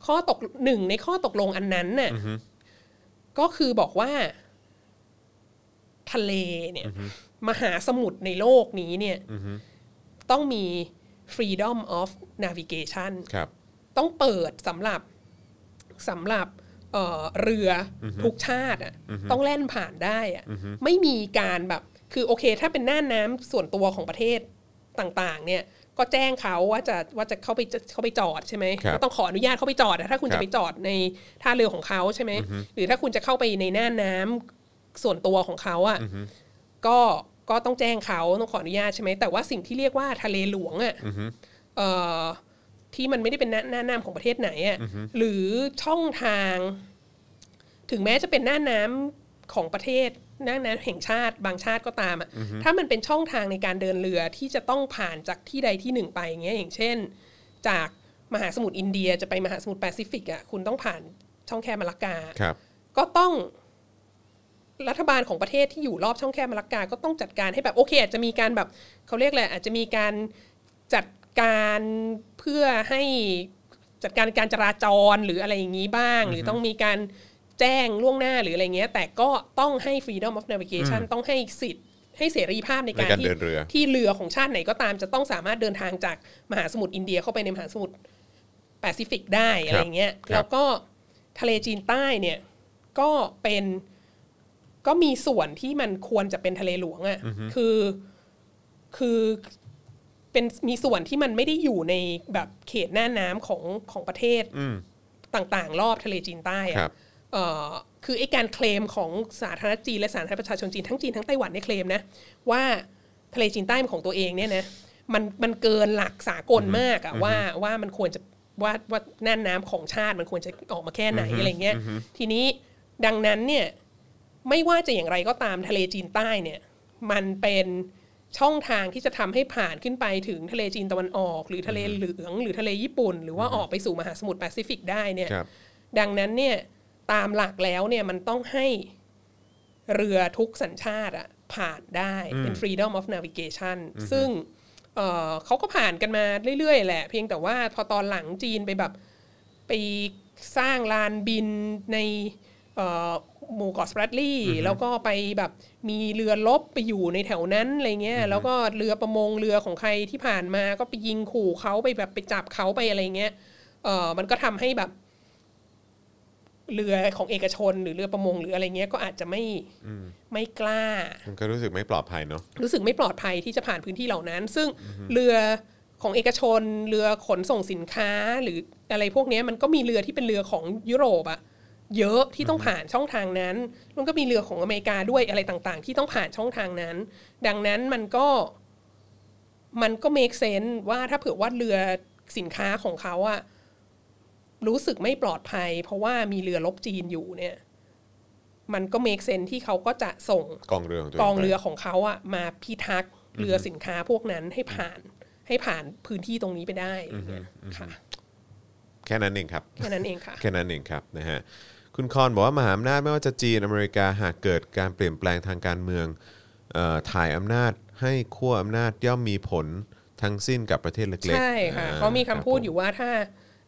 [SPEAKER 4] ข้อตกหนึ่งในข้อตกลงอันนั้นน่ะก็คือบอกว่า ทะเลเนี่ย มหาสมุทรในโลกนี้เนี่ย ต้องมี freedom of navigation
[SPEAKER 2] ครับ
[SPEAKER 4] ต้องเปิดสำหรับสำหรับเอ่อเรืออทุกชาติอ่ะต้องแล่นผ่านได้อ่ะไม่มีการแบบคือโอเค ถ้าเป็นน่านน้ำส่วนตัวของประเทศต่างๆ เนี่ย ก็แจ้งเขาว่าจะว่าจะเข้าไปจะเข้าไปจอดใช่ไหม
[SPEAKER 2] ครับ
[SPEAKER 4] ก็ต้องขออนุญาตเข้าไปจอดอะถ้าคุณ
[SPEAKER 2] ครับ
[SPEAKER 4] จะไปจอดในท่าเรือของเขาใช่ไหมหรือถ้าคุณจะเข้าไปในน่านน้ำส่วนตัวของเขาอ่ะก็ก็ต้องแจ้งเขาต้องขออนุญาตใช่ไหมแต่ว่าสิ่งที่เรียกว่าทะเลหลวงอ่ะ เอ่อที่มันไม่ได้เป็นหน้าหน้าน้ำของประเทศไหนอะ่ะหรือช่องทาง ถึงแม้จะเป็นหน้าน้ำของประเทศหน้าน้ำแห่งชาติ บางชาติก็ตามอะถ้ามันเป็นช่องทางในการเดินเรือที่จะต้องผ่านจากที่ใดที่หนึ่งไปอย่างเงี้ยอย่างเช่น จากมหาสมุทรอินเดียจะไปมหาสมุทรแปซิฟิกอะ่ะคุณต้องผ่านช่องแคบมาลากา
[SPEAKER 2] ครับ
[SPEAKER 4] ก็ต้อง รัฐบาลของประเทศที่อยู่รอบช่องแคบมาลักกา ก็ต้องจัดการให้แบบโอเค อาจจะมีการแบบเขาเรียกอะไรอาจจะมีการจัดการเพื่อให้จัดการการจราจรหรืออะไรอย่างนี้บ้าง หรือต้องมีการแจ้งล่วงหน้าหรืออะไรเงี้ย แต่ก็ต้องให้ freedom of navigation ต้องให้สิทธิ์ให้เสรีภาพในการ
[SPEAKER 2] ในการ
[SPEAKER 4] ที่
[SPEAKER 2] เดินเรือ
[SPEAKER 4] ที่เรือของชาติไหนก็ตามจะต้องสามารถเดินทางจากมหาสมุทรอินเดียเข้าไปในมหาสมุทร แปซิฟิกได้อะไรอย่างเงี้ย
[SPEAKER 2] ครับ
[SPEAKER 4] แล้วก็ทะเลจีนใต้เนี่ยก็เป็นก็มีส่วนที่มันควรจะเป็นทะเลหลวงอะ่ะคือคือเป็นมีส่วนที่มันไม่ได้อยู่ในแบบเขตหน้าน้ำของของประเทศต่างๆ รอบทะเลจีนใต้
[SPEAKER 2] ค
[SPEAKER 4] อะ
[SPEAKER 2] รับ
[SPEAKER 4] เอ่อคือไอ้การเคลมของสาธารณรัฐจีนและสาธารณรัฐประชาชนจีนทั้งจีนทั้งไต้หวันเนี่ยเคลมนะว่าทะเลจีนใต้เป็นของตัวเองเนี่ยนะมันมันเกินหลักสากลมากอะว่าว่ามันควรจะ ว่าว่าน่านน้ำของชาติมันควรจะออกมาแค่ไหนอะไรเงี้ย ทีนี้ดังนั้นเนี่ยไม่ว่าจะอย่างไรก็ตามทะเลจีนใต้เนี่ย มันเป็นช่องทางที่จะทำให้ผ่านขึ้นไปถึงทะเลจีนตะวันออก หรือทะเลเหลือง หรือทะเลญี่ปุ่น หรือว่าออกไปสู่มหาสมุทรแปซิฟิกได้เนี่ย
[SPEAKER 2] ครับ
[SPEAKER 4] ดังนั้นเนี่ยตามหลักแล้วเนี่ยมันต้องให้เรือทุกสัญชาติอะผ่านได้เป็น freedom of navigation ซึ่งเอ่อเขาก็ผ่านกันมาเรื่อย ๆ แหละ เพียงแต่ว่าพอตอนหลังจีนไปแบบ ไปสร้างลานบินในเอ่อหมู่เกาะสแปรดลีย์แล้วก็ไปแบบมีเรือลบไปอยู่ในแถวนั้นอะไรเงี้ยแล้วก็เรือประมงเรือของใครที่ผ่านมาก็ไปยิงขู่เขาไปแบบไปจับเขาไปอะไรเงี้ยเอ่อมันก็ทำให้แบบ เรือของเอกชนหรือเรือประมงหรืออะไรเงี้ยก็อาจจะไม่ไม่กล้า
[SPEAKER 2] มันก็รู้สึกไม่ปลอดภัยเนาะ
[SPEAKER 4] รู้สึกไม่ปลอดภัยที่จะผ่านพื้นที่เหล่านั้น ซึ่งเรือของเอกชน เรือขนส่งสินค้าหรืออะไรพวกเนี้ยมันก็มีเรือที่เป็นเรือของยุโรปอะเยอะที่ต้องผ่านช่องทางนั้นแล้วก็มีเรือของอเมริกาด้วยอะไรต่างๆ ที่ต้องผ่านช่องทางนั้น ดังนั้นมันก็มันก็ make sense ว่าถ้าเผื่อว่าเรือสินค้าของเขาอะรู้สึกไม่ปลอดภัย เพราะว่ามีเรือลบจีนอยู่เนี่ย มันก็ make sense ที่เขาก็จะส่ง
[SPEAKER 2] กองเรือของตัว
[SPEAKER 4] กองเรือ
[SPEAKER 2] ไป
[SPEAKER 4] ของเขาอะมาพิทักษ์เรือสินค้าพวกนั้นให้ผ่านให้ผ่านพื้นที่ตรงนี้ไปได้อะไรเงี้ยค่ะ
[SPEAKER 2] แค่นั้นเองครับ
[SPEAKER 4] แค่นั้นเองค่ะ
[SPEAKER 2] แค่นั้นเองครับนะฮะคุณคอนบอกว่ามหาอำนาจไม่ว่าจะจีนอเมริกาหากเกิดการเปลี่ยนแปลงทางการเมืองเอ่อถ่ายอำนาจให้ขั้วอำนาจย่อมมีผลทั้งสิ้นกับประเทศเล็กๆ
[SPEAKER 4] ใช่ค่ะ
[SPEAKER 2] อ่
[SPEAKER 4] เขามีคำพูด
[SPEAKER 2] รับ
[SPEAKER 4] อยู่ว่าถ้า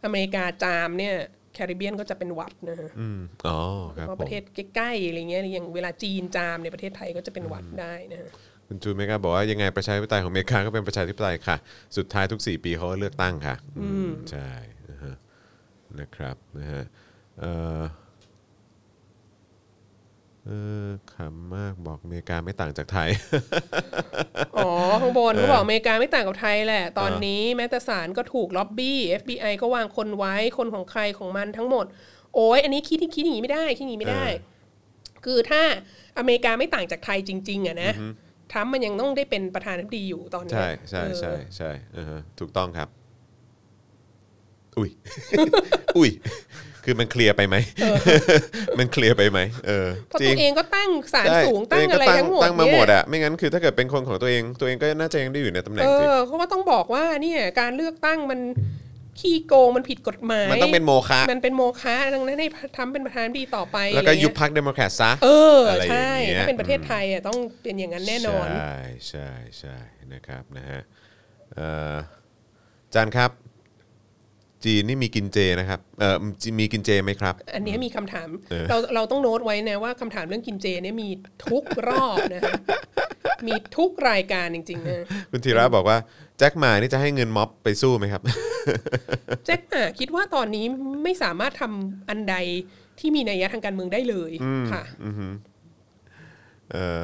[SPEAKER 4] อเมริกาจามเนี่ยแคริบเบียนก็จะเป็นหวัดนะฮะ
[SPEAKER 2] อืมอ๋อครับ
[SPEAKER 4] เพราะ
[SPEAKER 2] ผ
[SPEAKER 4] ป
[SPEAKER 2] ม
[SPEAKER 4] ระเทศใกล้ๆอะไรเงี้ยอย่างเวลาจีนจามในยประเทศไทยก็จะเป็นหวัดได้นะฮะ
[SPEAKER 2] คุณจูนเมกาบอกว่ายังไงประชาธิปไตยของอเมริกาก็เป็นประชาธิปไตยค่ะ สุดท้ายทุก 4 ปีเขาก็เลือกตั้งค่ะ อืมใช่นะฮะนะครับนะฮะเอ่อ เออขำมากบอกอเมริกาไม่ต่างจากไทย
[SPEAKER 4] อ๋อข้างบนเขาบอกอเมริกาไม่ต่างกับไทยแหละ ตอนนี้แม้แต่ศาลก็ถูกล็อบบี้ FBI ก็วางคนไว้คนของใครของมันทั้งหมด โอ้ยอันนี้คิดที่คิดอย่างนี้ไม่ได้คิดอย่างนี้ไม่ได้
[SPEAKER 2] เออ
[SPEAKER 4] คือถ้าอเมริกาไม่ต่างจากไทยจริง ๆอะนะทรัมป์มันยังต้องได้เป็นประธานาธิบดีอยู่ตอนนี้
[SPEAKER 2] ใช่ใช่ใช่
[SPEAKER 4] เออ
[SPEAKER 2] ใช่อ่าฮะถูกต้องครับ อุ้ย อุ้ย คือมันเคลียร์ไปไหม มันเคลียร์ไปไหมเออ
[SPEAKER 4] เพราะ
[SPEAKER 2] จริ
[SPEAKER 4] ตั
[SPEAKER 2] ง
[SPEAKER 4] วเองก็ตั้งศาล
[SPEAKER 2] ใช่
[SPEAKER 4] สูงตั้งอะไร
[SPEAKER 2] วเก็
[SPEAKER 4] ทั้งหมด
[SPEAKER 2] ตั้งมาหมด
[SPEAKER 4] เนี่ย
[SPEAKER 2] อะไม่งั้นคือถ้าเกิดเป็นคนของตัวเองตัวเองก็น่าจะยังได้อยู่ในตำแหน่
[SPEAKER 4] เอง
[SPEAKER 2] สิ
[SPEAKER 4] อเขาก็ต้องบอกว่าเนี่ยการเลือกตั้งมันขี้โกงมันผิดกฎหมาย
[SPEAKER 2] มันต้องเป็นโมฆะ
[SPEAKER 4] มันเป็นโมฆะดังนั้นให้ทำเป็นประธานาธิบดีต่อไป
[SPEAKER 2] แล้วก็
[SPEAKER 4] อะไรเงี้
[SPEAKER 2] ยุบพรรคเดโมแครตซะ
[SPEAKER 4] เออ
[SPEAKER 2] อะไรอย่าง
[SPEAKER 4] ใช่
[SPEAKER 2] เงี้ย
[SPEAKER 4] ถ้าเป็นประเทศไทยอ่ะต้องเป็นอย่างนั้นแน่นอน
[SPEAKER 2] ใช่ใช่ใช่นะครับนะฮะเอ่อจานครับ จีนนี่มีกินเจนะครับเออมีกินเจไหมครับ
[SPEAKER 4] อันเนี้ยมีคำถาม
[SPEAKER 2] เออ
[SPEAKER 4] เราเราต้องโน้ตไว้นะว่าคำถามเรื่องกินเจเนี่ยมีทุกรอบ นะคะมีทุกรายการจริงๆนะ
[SPEAKER 2] คุณธีระบอกว่าแจ็คหมานี่จะให้เงินม็อบไปสู้ไหมครับ
[SPEAKER 4] แจ็คหมาคิดว่าตอนนี้ไม่สามารถทำอันใดที่มีนัยยะทางการเมืองได้เลยค่ะ
[SPEAKER 2] เอ่อ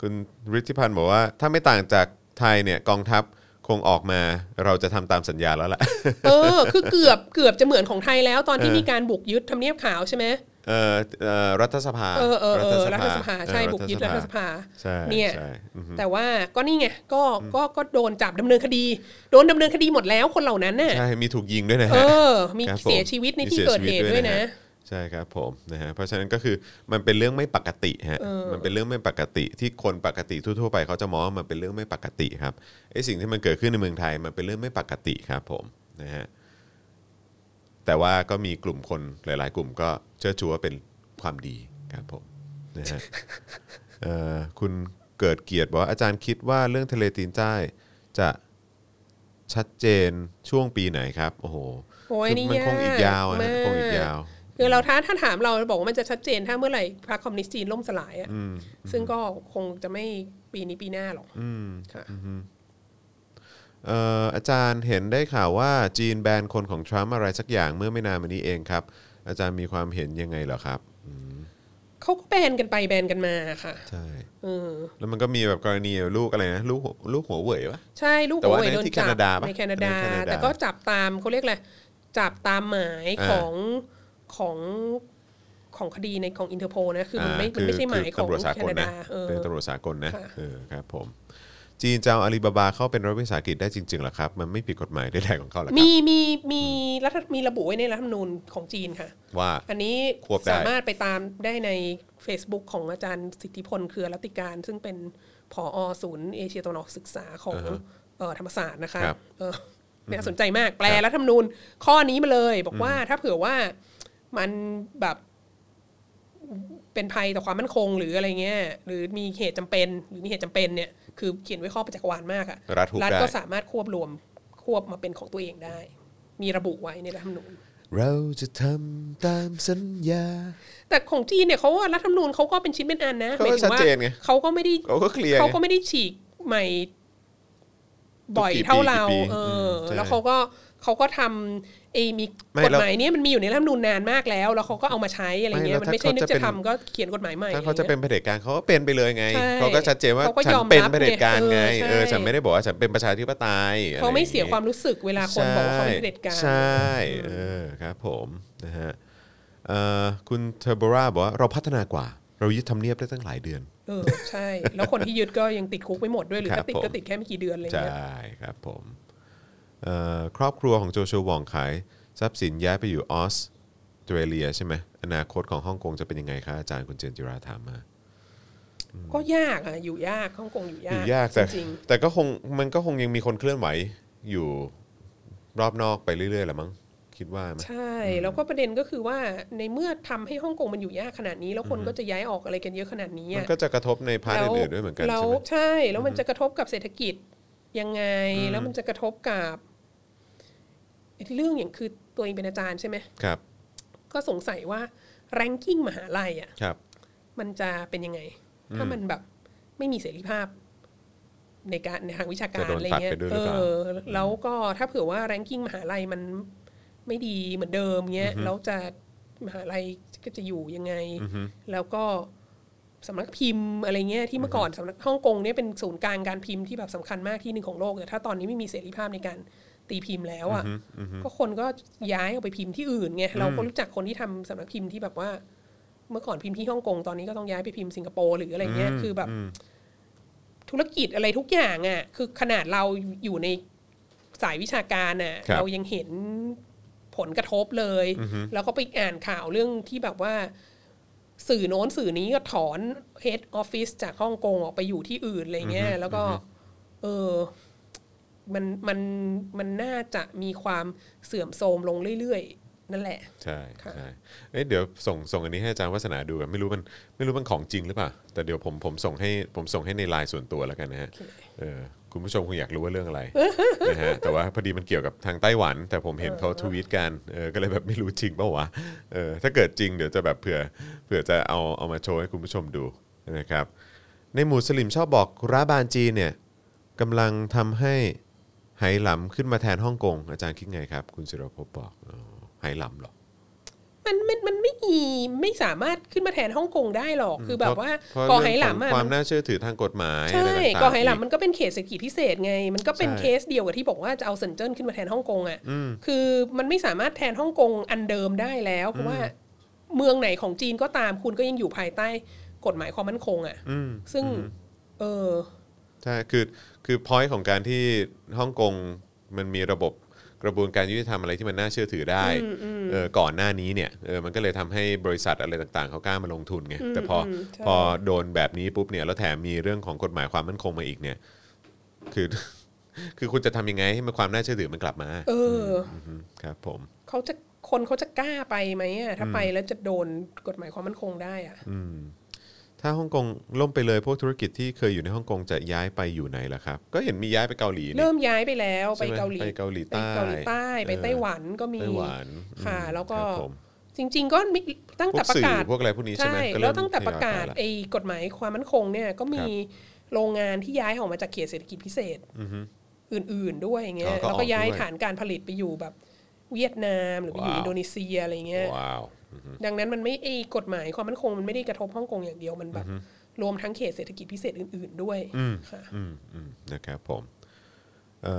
[SPEAKER 2] คุณฤทธิพันธ์บอกว่า ถ้าไม่ต่างจากไทยเนี่ยกองทัพคงออกมาเราจะทำตามสัญญาแล้วล่ะ
[SPEAKER 4] เออ คือเกือบเกือบจะเหมือนของไทยแล้ว ตอนที่
[SPEAKER 2] เออ
[SPEAKER 4] มีการบุกยึดทำเนียบขาวใช่ไหม
[SPEAKER 2] เอ่อเอ่อรัฐสภา
[SPEAKER 4] เออเออเออรั
[SPEAKER 2] รั
[SPEAKER 4] ฐสภาใช่
[SPEAKER 2] เออ
[SPEAKER 4] บุกยึดรัฐสภา
[SPEAKER 2] ใช่
[SPEAKER 4] เนี่ย
[SPEAKER 2] ใช่อือฮึ
[SPEAKER 4] แต่ว่าก็นี่ไงก็ก็ก็โดนจับดำเนินคดี โดนดำเนินคดีหมดแล้วคนเหล่านั้นน่ะ
[SPEAKER 2] ใช่มีถูกยิงด้วยนะ
[SPEAKER 4] เอ
[SPEAKER 2] ฮะ
[SPEAKER 4] อ มี
[SPEAKER 2] ครับผม
[SPEAKER 4] เสียชีวิตในที่
[SPEAKER 2] มีสีย
[SPEAKER 4] เกิดเหตุด้วยนะ
[SPEAKER 2] ฮใช่ครับผมนะฮะเพราะฉะนั้นก็คือมันเป็นเรื่องไม่ปกติฮะ
[SPEAKER 4] เออ
[SPEAKER 2] มันเป็นเรื่องไม่ปกติที่คนปกติทั่วๆไปเขาจะมองว่ามันเป็นเรื่องไม่ปกติครับไอ้สิ่งที่มันเกิดขึ้นในเมืองไทยมันเป็นเรื่องไม่ปกติครับผมนะฮะแต่ว่าก็มีกลุ่มคนหลาย ๆ กลุ่มก็เชื่อชูว่าเป็นความดีครับผม นะ ฮะเอ่อคุณเกิดเกียรติบอกว่าอาจารย์คิดว่าเรื่องทะเลจีนใต้จะชัดเจนช่วงปีไหนครับ โอ้โห
[SPEAKER 4] โอ้ยนี่
[SPEAKER 2] มันคงอีกยาวอะ
[SPEAKER 4] ม
[SPEAKER 2] ฮะคงอีกยาว
[SPEAKER 4] คือเราถ้าถ้าถามเราเราบอกว่ามันจะชัดเจนถ้าเมื่อไหร่พรรคคอมมิวนิสต์จีนล่มสลายอะ
[SPEAKER 2] อืม
[SPEAKER 4] ซึ่งก็คงจะไม่ปีนี้ปีหน้าหรอก
[SPEAKER 2] อืม
[SPEAKER 4] ค่ะ
[SPEAKER 2] เอ่ออาจารย์เห็นได้ข่าวว่าจีนแบนคนของทรัมป์อะไรสักอย่างเมื่อไม่นานมานี้เองครับ อาจารย์มีความเห็นยังไงเหรอครับอืม
[SPEAKER 4] เขาก็แบนกันไปแบนกันมาค่ะ
[SPEAKER 2] ใช่
[SPEAKER 4] เออ
[SPEAKER 2] แล้วมันก็มีแบบกรณีลูกอะไรนะลูกหัวลูกหัวเว่ยปะ
[SPEAKER 4] ใช่ลูก
[SPEAKER 2] แต่ว่า
[SPEAKER 4] หัวเว่ย
[SPEAKER 2] ใน
[SPEAKER 4] โดน
[SPEAKER 2] ที่
[SPEAKER 4] จับ
[SPEAKER 2] แคนาดาปะ
[SPEAKER 4] ในแคนาดา
[SPEAKER 2] ในแคนาดา
[SPEAKER 4] แต่ก็จับตามเขาเรียกอะไรจับตามหมาย
[SPEAKER 2] อ่า
[SPEAKER 4] ของของของคดีในของอินเตอร์โพนะคือมันไม่
[SPEAKER 2] า
[SPEAKER 4] มันไม่ใช่หมาย
[SPEAKER 2] คื
[SPEAKER 4] ของ
[SPEAKER 2] ตำรวจสา
[SPEAKER 4] แค
[SPEAKER 2] กล
[SPEAKER 4] นา
[SPEAKER 2] นะ
[SPEAKER 4] ดาเออ
[SPEAKER 2] เป็นตำรวจสากลนะ
[SPEAKER 4] ค่ะ
[SPEAKER 2] เออครับผมจีนจะเอาอาลีบาบาเข้าเป็นรัฐวิสาหกิจได้จริงๆเหรอครับ มันไม่ผิดกฎหมายใดๆของเขาเหรอครั
[SPEAKER 4] มี
[SPEAKER 2] บ
[SPEAKER 4] มีมีรัฐมีระบุไว้ในรัฐธรรมนูญของจีนค่ะ
[SPEAKER 2] ว่า
[SPEAKER 4] อันนี้
[SPEAKER 2] ควบได้
[SPEAKER 4] สามารถไปตามได้ใน Facebook ของอาจารย์สิทธิพลเครือรัตติการ ซึ่งเป็นผอศูนย์เอเชียตะวันออกศึกษาของเอ่อธรรมศาสตร์นะคะ
[SPEAKER 2] ครับ
[SPEAKER 4] เออน่าสนใจมากแปลรัฐธรรมนูญข้อนี้มาเลยบอกว่าถ้าเผื่อว่ามันแบบเป็นภัยต่อความมั่นคงหรืออะไรเงี้ยหรือมีเหตุจำเป็น หรือมีเหตุจำเป็นเนี่ยคือเขียนไว้ข้อประจักษ์วาลมากอะ
[SPEAKER 2] รัฐถูก
[SPEAKER 4] รัฐ
[SPEAKER 2] ได้
[SPEAKER 4] ก็สามารถควบรวมควบมาเป็นของตัวเองได้ มีระบุไว้ในรัฐธรรมนูญ
[SPEAKER 2] เราจะทำตามสัญญา
[SPEAKER 4] แต่ของจีนเนี่ยเขาว่ารัฐธรรมนูญเขาก็เป็นชิ้นเป็นอันนะ
[SPEAKER 2] เขาก็
[SPEAKER 4] หมยถึ
[SPEAKER 2] ชัดเจนไง
[SPEAKER 4] เขาก็ไม่ได้
[SPEAKER 2] เขาก็เคลียร์
[SPEAKER 4] เขาก็
[SPEAKER 2] ไง
[SPEAKER 4] ไม่ได้ฉีกใหม่บ่อย
[SPEAKER 2] ทุกกี่ปี
[SPEAKER 4] เท่าเรา
[SPEAKER 2] กี่ปี
[SPEAKER 4] เอออ
[SPEAKER 2] มใช่
[SPEAKER 4] แล้วเขาก็เขาก็ทำไอ้มี
[SPEAKER 2] ไม่
[SPEAKER 4] กฎ
[SPEAKER 2] แล้ว
[SPEAKER 4] หมายเนี้ยมันมีอยู่ในรัฐธรรมนูญนานมากแล้ว แล้วเขาก็เอามาใช้อะไรเงี้ย
[SPEAKER 2] ไม่แล้ว
[SPEAKER 4] มันไม่ใช่
[SPEAKER 2] ถ้า
[SPEAKER 4] นึก
[SPEAKER 2] เขาจะ
[SPEAKER 4] จะ
[SPEAKER 2] เป็น
[SPEAKER 4] ทำก็เขียนกฎหมายใหม่
[SPEAKER 2] ถ้าเขาจะ
[SPEAKER 4] อะไร
[SPEAKER 2] เป็น
[SPEAKER 4] งี้ย
[SPEAKER 2] เผด็จการเขาก็เป็นไปเลยไง
[SPEAKER 4] ใช่
[SPEAKER 2] เขาก็ชัดเจนว่า
[SPEAKER 4] เขาก็
[SPEAKER 2] ฉัน
[SPEAKER 4] ยอม
[SPEAKER 2] เป็น
[SPEAKER 4] รับ
[SPEAKER 2] เผด็จการไง
[SPEAKER 4] ไงเออ
[SPEAKER 2] เออ
[SPEAKER 4] ใช่
[SPEAKER 2] ฉันไม่ได้บอกว่าฉันเป็นประชาธิปไตยอะร
[SPEAKER 4] เขาไม่
[SPEAKER 2] องงี้
[SPEAKER 4] เสียความรู้สึกเวลาคนบอกว่าเขาเป็นเผด็จการ
[SPEAKER 2] ใช่ เออครับผมนะฮะเอ่อคุณเทอร์โบราบอกว่าเราพัฒนากว่า เรายึดทำเนียบได้ตั้งหลายเดือน
[SPEAKER 4] เออใช่ แล้วคนที่ยึดก็ยังติดคุกไม่หมดด้วยหรือ
[SPEAKER 2] ครั
[SPEAKER 4] ถ้า
[SPEAKER 2] บ
[SPEAKER 4] ติด
[SPEAKER 2] ผม
[SPEAKER 4] ก็ติดแค่ไม่กี่เดือนอะไร
[SPEAKER 2] ใช่
[SPEAKER 4] เงี้ย
[SPEAKER 2] ครับผมเอ่อครอบครัวของโจชัวหวองขายทรัพย์สินย้ายไปอยู่ออสเตรเลียใช่ไหมอนาคตของฮ่องกงจะเป็นยังไงคะอาจารย์คุณเจนจิราถามมา
[SPEAKER 4] ก็ยากอะอยู่ยากฮ่องกงอ
[SPEAKER 2] อย
[SPEAKER 4] ยู่าก
[SPEAKER 2] ยู่ยากแต่
[SPEAKER 4] จริง
[SPEAKER 2] แต่ก็คงมันก็คงยังมีคนเคลื่อนไหวอยู่รอบนอกไปเรื่อยๆแหละมั้งคิดว่าไหม
[SPEAKER 4] ๆใช่ แล้วก็ประเด็นก็คือว่าในเมื่อทำให้ฮ่องกงมันอยู่ยากขนาดนี้ แล้วคนก็จะย้ายออกอะไรกันเยอะขนาดนี้
[SPEAKER 2] มัน
[SPEAKER 4] อะ
[SPEAKER 2] ก็จะกระทบในพาร์ท
[SPEAKER 4] แล้ว
[SPEAKER 2] อื่นๆด้วยเหมือนกัน
[SPEAKER 4] แล้ว
[SPEAKER 2] ใช่ไหม
[SPEAKER 4] ใช่ แล้วมันจะกระทบกับเศรษฐกิจยังไง แล้วมันจะกระทบกับไอ้เรื่องอย่างคือตัวเองเป็นอาจารย์ใช่ไหม
[SPEAKER 2] ครับ
[SPEAKER 4] ก็สงสัยว่าแรงกิ้งมหาลัยอ่ะ
[SPEAKER 2] ครับ
[SPEAKER 4] มันจะเป็นยังไง ถ้ามันแบบไม่มีเสรีภาพ ในการในทางวิชาการ
[SPEAKER 2] จะโดน
[SPEAKER 4] อะไร
[SPEAKER 2] ตัด
[SPEAKER 4] เงี้ย
[SPEAKER 2] ไปด้วยห
[SPEAKER 4] เอ
[SPEAKER 2] รือเปล่า
[SPEAKER 4] อแล้วก็ถ้าเผื่อว่าแรงกิ้งมหาลัยมันไม่ดีเหมือนเดิมเงี้ยแล้วจะมหาลัยก็จะอยู่ยังไง แล้วก็สำนักพิมพ์อะไรเงี้ยที่เมื่อก่อนสำนักฮ่องกงเนี่ยเป็นศูนย์กลางการพิมพ์ที่แบบสำคัญมากที่หนึ่งของโลกแต่ถ้าตอนนี้ไม่มีเสรีภาพในการตีพิมพ์แล้วอ่ะก็คนก็ย้ายออกไปพิมพ์ที่อื่นไงเราก็รู้จักคนที่ทำสำนักพิมพ์ที่แบบว่า เมื่อก่อนพิมพ์ที่ฮ่องกงตอนนี้ก็ต้องย้ายไปพิมพ์สิงคโปร์หรืออะไรเงี้ยคือแบบ ธุรกิจอะไรทุกอย่างอะ่ะ คือขนาดเราอยู่ในสายวิชาการอ่ะ
[SPEAKER 2] ครับ
[SPEAKER 4] เรายังเห็นผลกระทบเลย แล้วก็ไปอ่านข่าวเรื่องที่แบบว่า สื่อโน้นสื่อนี้ก็ถอน head office จากฮ่องกงออกไปอยู่ที่อื่นอะไรเงี้ยแล้วก็ เออ มันมันมันน่าจะมีความเสื่อมโทรมลงเรื่อยๆ นั่นแหละ
[SPEAKER 2] ใช่
[SPEAKER 4] ค่ะ
[SPEAKER 2] ใช่เอ้ยเดี๋ยวส่งส่งอันนี้ให้อาจารย์วัฒนาดูกันไม่รู้มันไม่รู้มันของจริงหรือเปล่า แต่เดี๋ยวผมผมส่งให้ผมส่งให้ในไลน์ส่วนตัวแล้วกันนะฮะเออคุณผู้ชมคงอยากรู้ว่าเรื่องอะไร นะฮะแต่ว่าพอดีมันเกี่ยวกับทางไต้หวัน แต่ผมเห็นเขาทวีตกันเออก็เลยแบบไม่รู้จริงเปล่าวะเออถ้าเกิดจริงเดี๋ยวจะแบบเผื่อเผื่อจะเอาเอามาโชว์ให้คุณผู้ชมดูนะครับในหมู่สลิมชอบบอกร้าบานจีนเนี่ยกำลังทำให้ไหหลำขึ้นมาแทนฮ่องกงอาจารย์คิดไงครับคุณศิรภพบอกอ๋อไหหลำเหรอ
[SPEAKER 4] มันมันมันไม่มีไม่สามารถขึ้นมาแทนฮ่องกงได้หรอก คือแบบว่า
[SPEAKER 2] เพระ
[SPEAKER 4] ก่อ
[SPEAKER 2] เรื่ง
[SPEAKER 4] ไหหลำ
[SPEAKER 2] ข
[SPEAKER 4] อ่ะ
[SPEAKER 2] งควา
[SPEAKER 4] มั
[SPEAKER 2] ม
[SPEAKER 4] น
[SPEAKER 2] น่าเชื่อถือทางกฎหมาย
[SPEAKER 4] ใช่
[SPEAKER 2] อะไรต่างๆ
[SPEAKER 4] เกาะไหหลำ
[SPEAKER 2] อี
[SPEAKER 4] มันก็เป็นเขตเศรษฐกิจพิเศษไง มันก็เป็น
[SPEAKER 2] ใช่
[SPEAKER 4] เคสเดียวกับที่บอกว่าจะเอาเซินเจิ้นขึ้นมาแทนฮ่องกงอ่ะคือมันไม่สามารถแทนฮ่องกงอันเดิมได้แล้วเพราะว่าเมืองไหนของจีนก็ตามคุณก็ยังอยู่ภายใต้กฎหมายความมั่นคงอ่ะ
[SPEAKER 2] อืม
[SPEAKER 4] ซึ่ง เออ
[SPEAKER 2] ใช่คือคือพอยต์ของการที่ฮ่องกงมันมีระบบกระบวนการยุติธรรมอะไรที่มันน่าเชื่อถือได้เออก่อนหน้านี้เนี่ยเออมันก็เลยทำให้บริษัทอะไรต่างๆ เขากล้ามาลงทุนไงแต่พออ
[SPEAKER 4] ใช่
[SPEAKER 2] พอโดนแบบนี้ปุ๊บเนี่ยแล้วแถมมีเรื่องของกฎหมายความมั่นคงมาอีกเนี่ยคือ คือคุณจะทำยังไงให้มันความน่าเชื่อถือมันกลับมา
[SPEAKER 4] เออ
[SPEAKER 2] อือฮึครับผม
[SPEAKER 4] เขาจะคนเขาจะกล้าไปไหมอ่ะถ้าไปแล้วจะโดนกฎหมายความมั่นคงได้อ่ะ
[SPEAKER 2] ถ้าฮ่องกงล่มไปเลยพวกธุรกิจที่เคยอยู่ในฮ่องกงจะย้ายไปอยู่ไหนล่ะครับ ก็เห็นมีย้ายไปเกาหลีนี่
[SPEAKER 4] เริ่มย้ายไปแล้วไป
[SPEAKER 2] ใช่ไหม
[SPEAKER 4] เกาหลี
[SPEAKER 2] ไปเกาหลี
[SPEAKER 4] ไปเกาหลี
[SPEAKER 2] ใต้
[SPEAKER 4] ใต้ไป
[SPEAKER 2] เออ
[SPEAKER 4] ไต้หวันก็มี
[SPEAKER 2] ไต้หวัน
[SPEAKER 4] ค่ะ
[SPEAKER 2] อืม
[SPEAKER 4] แล้วก็
[SPEAKER 2] ครับผม
[SPEAKER 4] จริง ๆ ก็มิตั้ง
[SPEAKER 2] พว
[SPEAKER 4] แต่
[SPEAKER 2] ก
[SPEAKER 4] ประ
[SPEAKER 2] สื่อก
[SPEAKER 4] าศ
[SPEAKER 2] พวกอะไรพวกนี้ใช่
[SPEAKER 4] ใช่
[SPEAKER 2] ไหมก็เ
[SPEAKER 4] แล้วตั้งแต่ประกาศ
[SPEAKER 2] ทยอยไปละ
[SPEAKER 4] ไอ้กฎหมายความมั่นคงเนี่ยก็มี
[SPEAKER 2] ครั
[SPEAKER 4] โรงงานที่ย้ายออกมาจากเขตเศรษฐกิจพิเศษอื่นๆด้วยอย่างเงี้
[SPEAKER 2] อ๋
[SPEAKER 4] ย
[SPEAKER 2] อก็
[SPEAKER 4] แล้ว
[SPEAKER 2] ออ
[SPEAKER 4] ก็
[SPEAKER 2] ก
[SPEAKER 4] ย้าย
[SPEAKER 2] ด้วย
[SPEAKER 4] ฐานการผลิตไปอยู่แบบเวียดนามหรือไปอยู่
[SPEAKER 2] ว้าว
[SPEAKER 4] อินโดนีเซียอะไรเงี้ย
[SPEAKER 2] ว้าว
[SPEAKER 4] ดังนั้นมันไม่ไอ้กฎหมายความมั่นคงมันไม่ได้กระทบฮ่องกงอย่างเดียวมันแบบรวมทั้งเขตเศรษฐกิจพิเศษอื่น ๆ ด้วย
[SPEAKER 2] อืม
[SPEAKER 4] ค่ะ
[SPEAKER 2] อืมอืมนะครับผมเอ่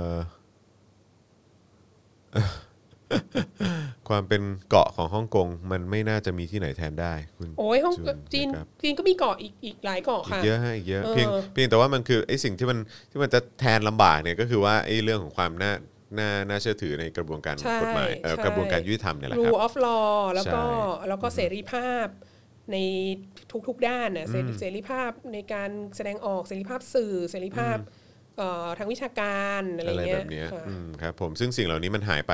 [SPEAKER 2] อ ความเป็นเกาะของฮ่องกงมันไม่น่าจะมีที่ไหนแทนได้ คุณ
[SPEAKER 4] โอ้ยฮ่องกงจีน
[SPEAKER 2] ครับ
[SPEAKER 4] จีนก็มีเกาะอีกอีกหลายเกาะ
[SPEAKER 2] อีก
[SPEAKER 4] ค่ะ
[SPEAKER 2] เยอะฮะอีกเยอะ
[SPEAKER 4] เออ
[SPEAKER 2] เพียงเพียงแต่ว่ามันคือไอ้สิ่งที่มันที่มันจะแทนลำบากเนี่ยก็คือว่าไอ้เรื่องของความน่าน่าน่าเชื่อถือในกระบวนการ
[SPEAKER 4] ใช่
[SPEAKER 2] กฎหมายเอ่อ
[SPEAKER 4] ใช่
[SPEAKER 2] กระบวนการยุติธรรมเนี่ยแหละครับ
[SPEAKER 4] rule of law แล้วก็
[SPEAKER 2] ใช่
[SPEAKER 4] แล้วก็เสรีภาพในทุกๆด้านน่ะเสรีเสรีภาพในการแสดงออกเสรีภาพสื่อเสรีภาพเอ่อทางวิชาการอะไร
[SPEAKER 2] อะไร
[SPEAKER 4] เงี้
[SPEAKER 2] แบ
[SPEAKER 4] ย
[SPEAKER 2] บเนี้ย
[SPEAKER 4] ค่ะ
[SPEAKER 2] อืมครับผมซึ่งสิ่งเหล่านี้มันหายไป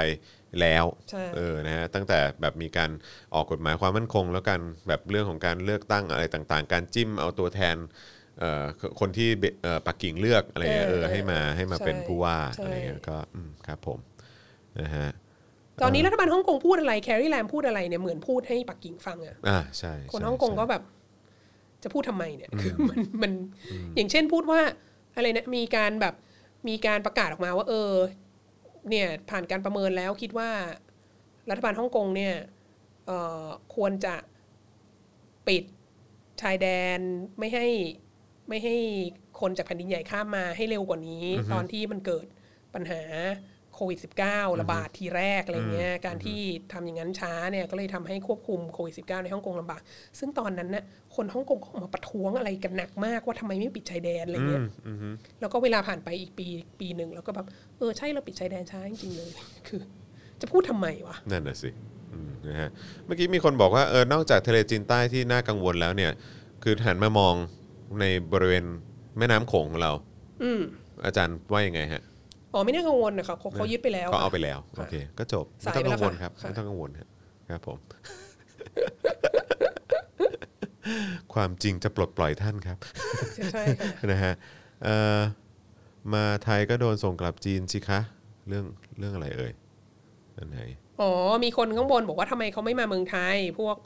[SPEAKER 2] แล้ว
[SPEAKER 4] ใช่
[SPEAKER 2] เออนะฮะตั้งแต่แบบมีการออกกฎหมายความมั่นคง แล้วกันแบบเรื่องของการเลือกตั้งอะไรต่างๆ การจิ้มเอาตัวแทนเอ่อคนที่เบเอ่อปักกิ่งเลือกอะไรเงี้ยเออให้มาให้มาเป็นผู้ว่าอะไรเงี้ยก็อืมครับผมนะฮะ
[SPEAKER 4] ตอนนี้รัฐบาลฮ่องกงพูดอะไรแคร์รี่แลมพูดอะไรเนี่ยเหมือนพูดให้ปักกิ่งฟังอ่ะ
[SPEAKER 2] อ่าใช่
[SPEAKER 4] คน
[SPEAKER 2] ใช่
[SPEAKER 4] ฮ่องกง
[SPEAKER 2] ใช่
[SPEAKER 4] ก็แบบจะพูดทำไมเนี่ยคือมันมันอย่างเช่นพูดว่าอะไรนะมีการแบบมีการประกาศออกมาว่า เออ เนี่ยผ่านการประเมินแล้วคิดว่า รัฐบาลฮ่องกงเนี่ยเอ่อควรจะปิดชายแดนไม่ให้ไม่ให้คนจากแผ่นดินใหญ่ข้ามมาให้เร็วกว่านี้ ตอนที่มันเกิดปัญหาโควิด -19 ระบาดทีแรกอะไรเงี้ยการที่ทำอย่างนั้นช้าเนี่ยก็เลยทำให้ควบคุมโควิด -19 ในฮ่องกงลำบาก ซึ่งตอนนั้นน่ะคนฮ่องกงก็ออกมาประท้วงอะไรกันหนักมากว่าทำไมไม่ปิดชายแดนอะไรเงี้ย แล้วก็เวลาผ่านไปอีกปีปีหนึ่งแล้วก็แบบเออใช่เราปิดชายแดนช้าจริงๆเลย คือ จะพูดทำไมวะ
[SPEAKER 2] นั่นน่ะสิอืมนะฮะเมื่อกี้มีคนบอกว่าเออนอกจากทะเลจีนใต้ที่น่ากังวลแล้วเนี่ย คือหันมามองในบริเวณแม่น้ำโขงของเราอาจารย์ว่ายังไงฮะ
[SPEAKER 4] อ๋อไม่น่ากังวลนะคะเขาเขายึดไปแล้ว
[SPEAKER 2] ก็เอาไปแล้วโอเค ก็จบ
[SPEAKER 4] สา
[SPEAKER 2] ไม่
[SPEAKER 4] ย
[SPEAKER 2] ต้องกังวล
[SPEAKER 4] ไปแล้ว
[SPEAKER 2] ค
[SPEAKER 4] ค่ะ
[SPEAKER 2] รับ
[SPEAKER 4] ค่ะ
[SPEAKER 2] ไม่ต้องกังวลฮะครับผม ความจริงจะปลดปล่อยท่านครับ
[SPEAKER 4] ใช่ใช่ค่ะ
[SPEAKER 2] นะฮะเอ่อมาไทยก็โดนส่งกลับจีนสิคะ เรื่องเรื่องอะไรเอ่ยอันไหน
[SPEAKER 4] อ๋อมีคนข้างบนบอกว่าทำไมเขาไม่มาเมืองไทย พวก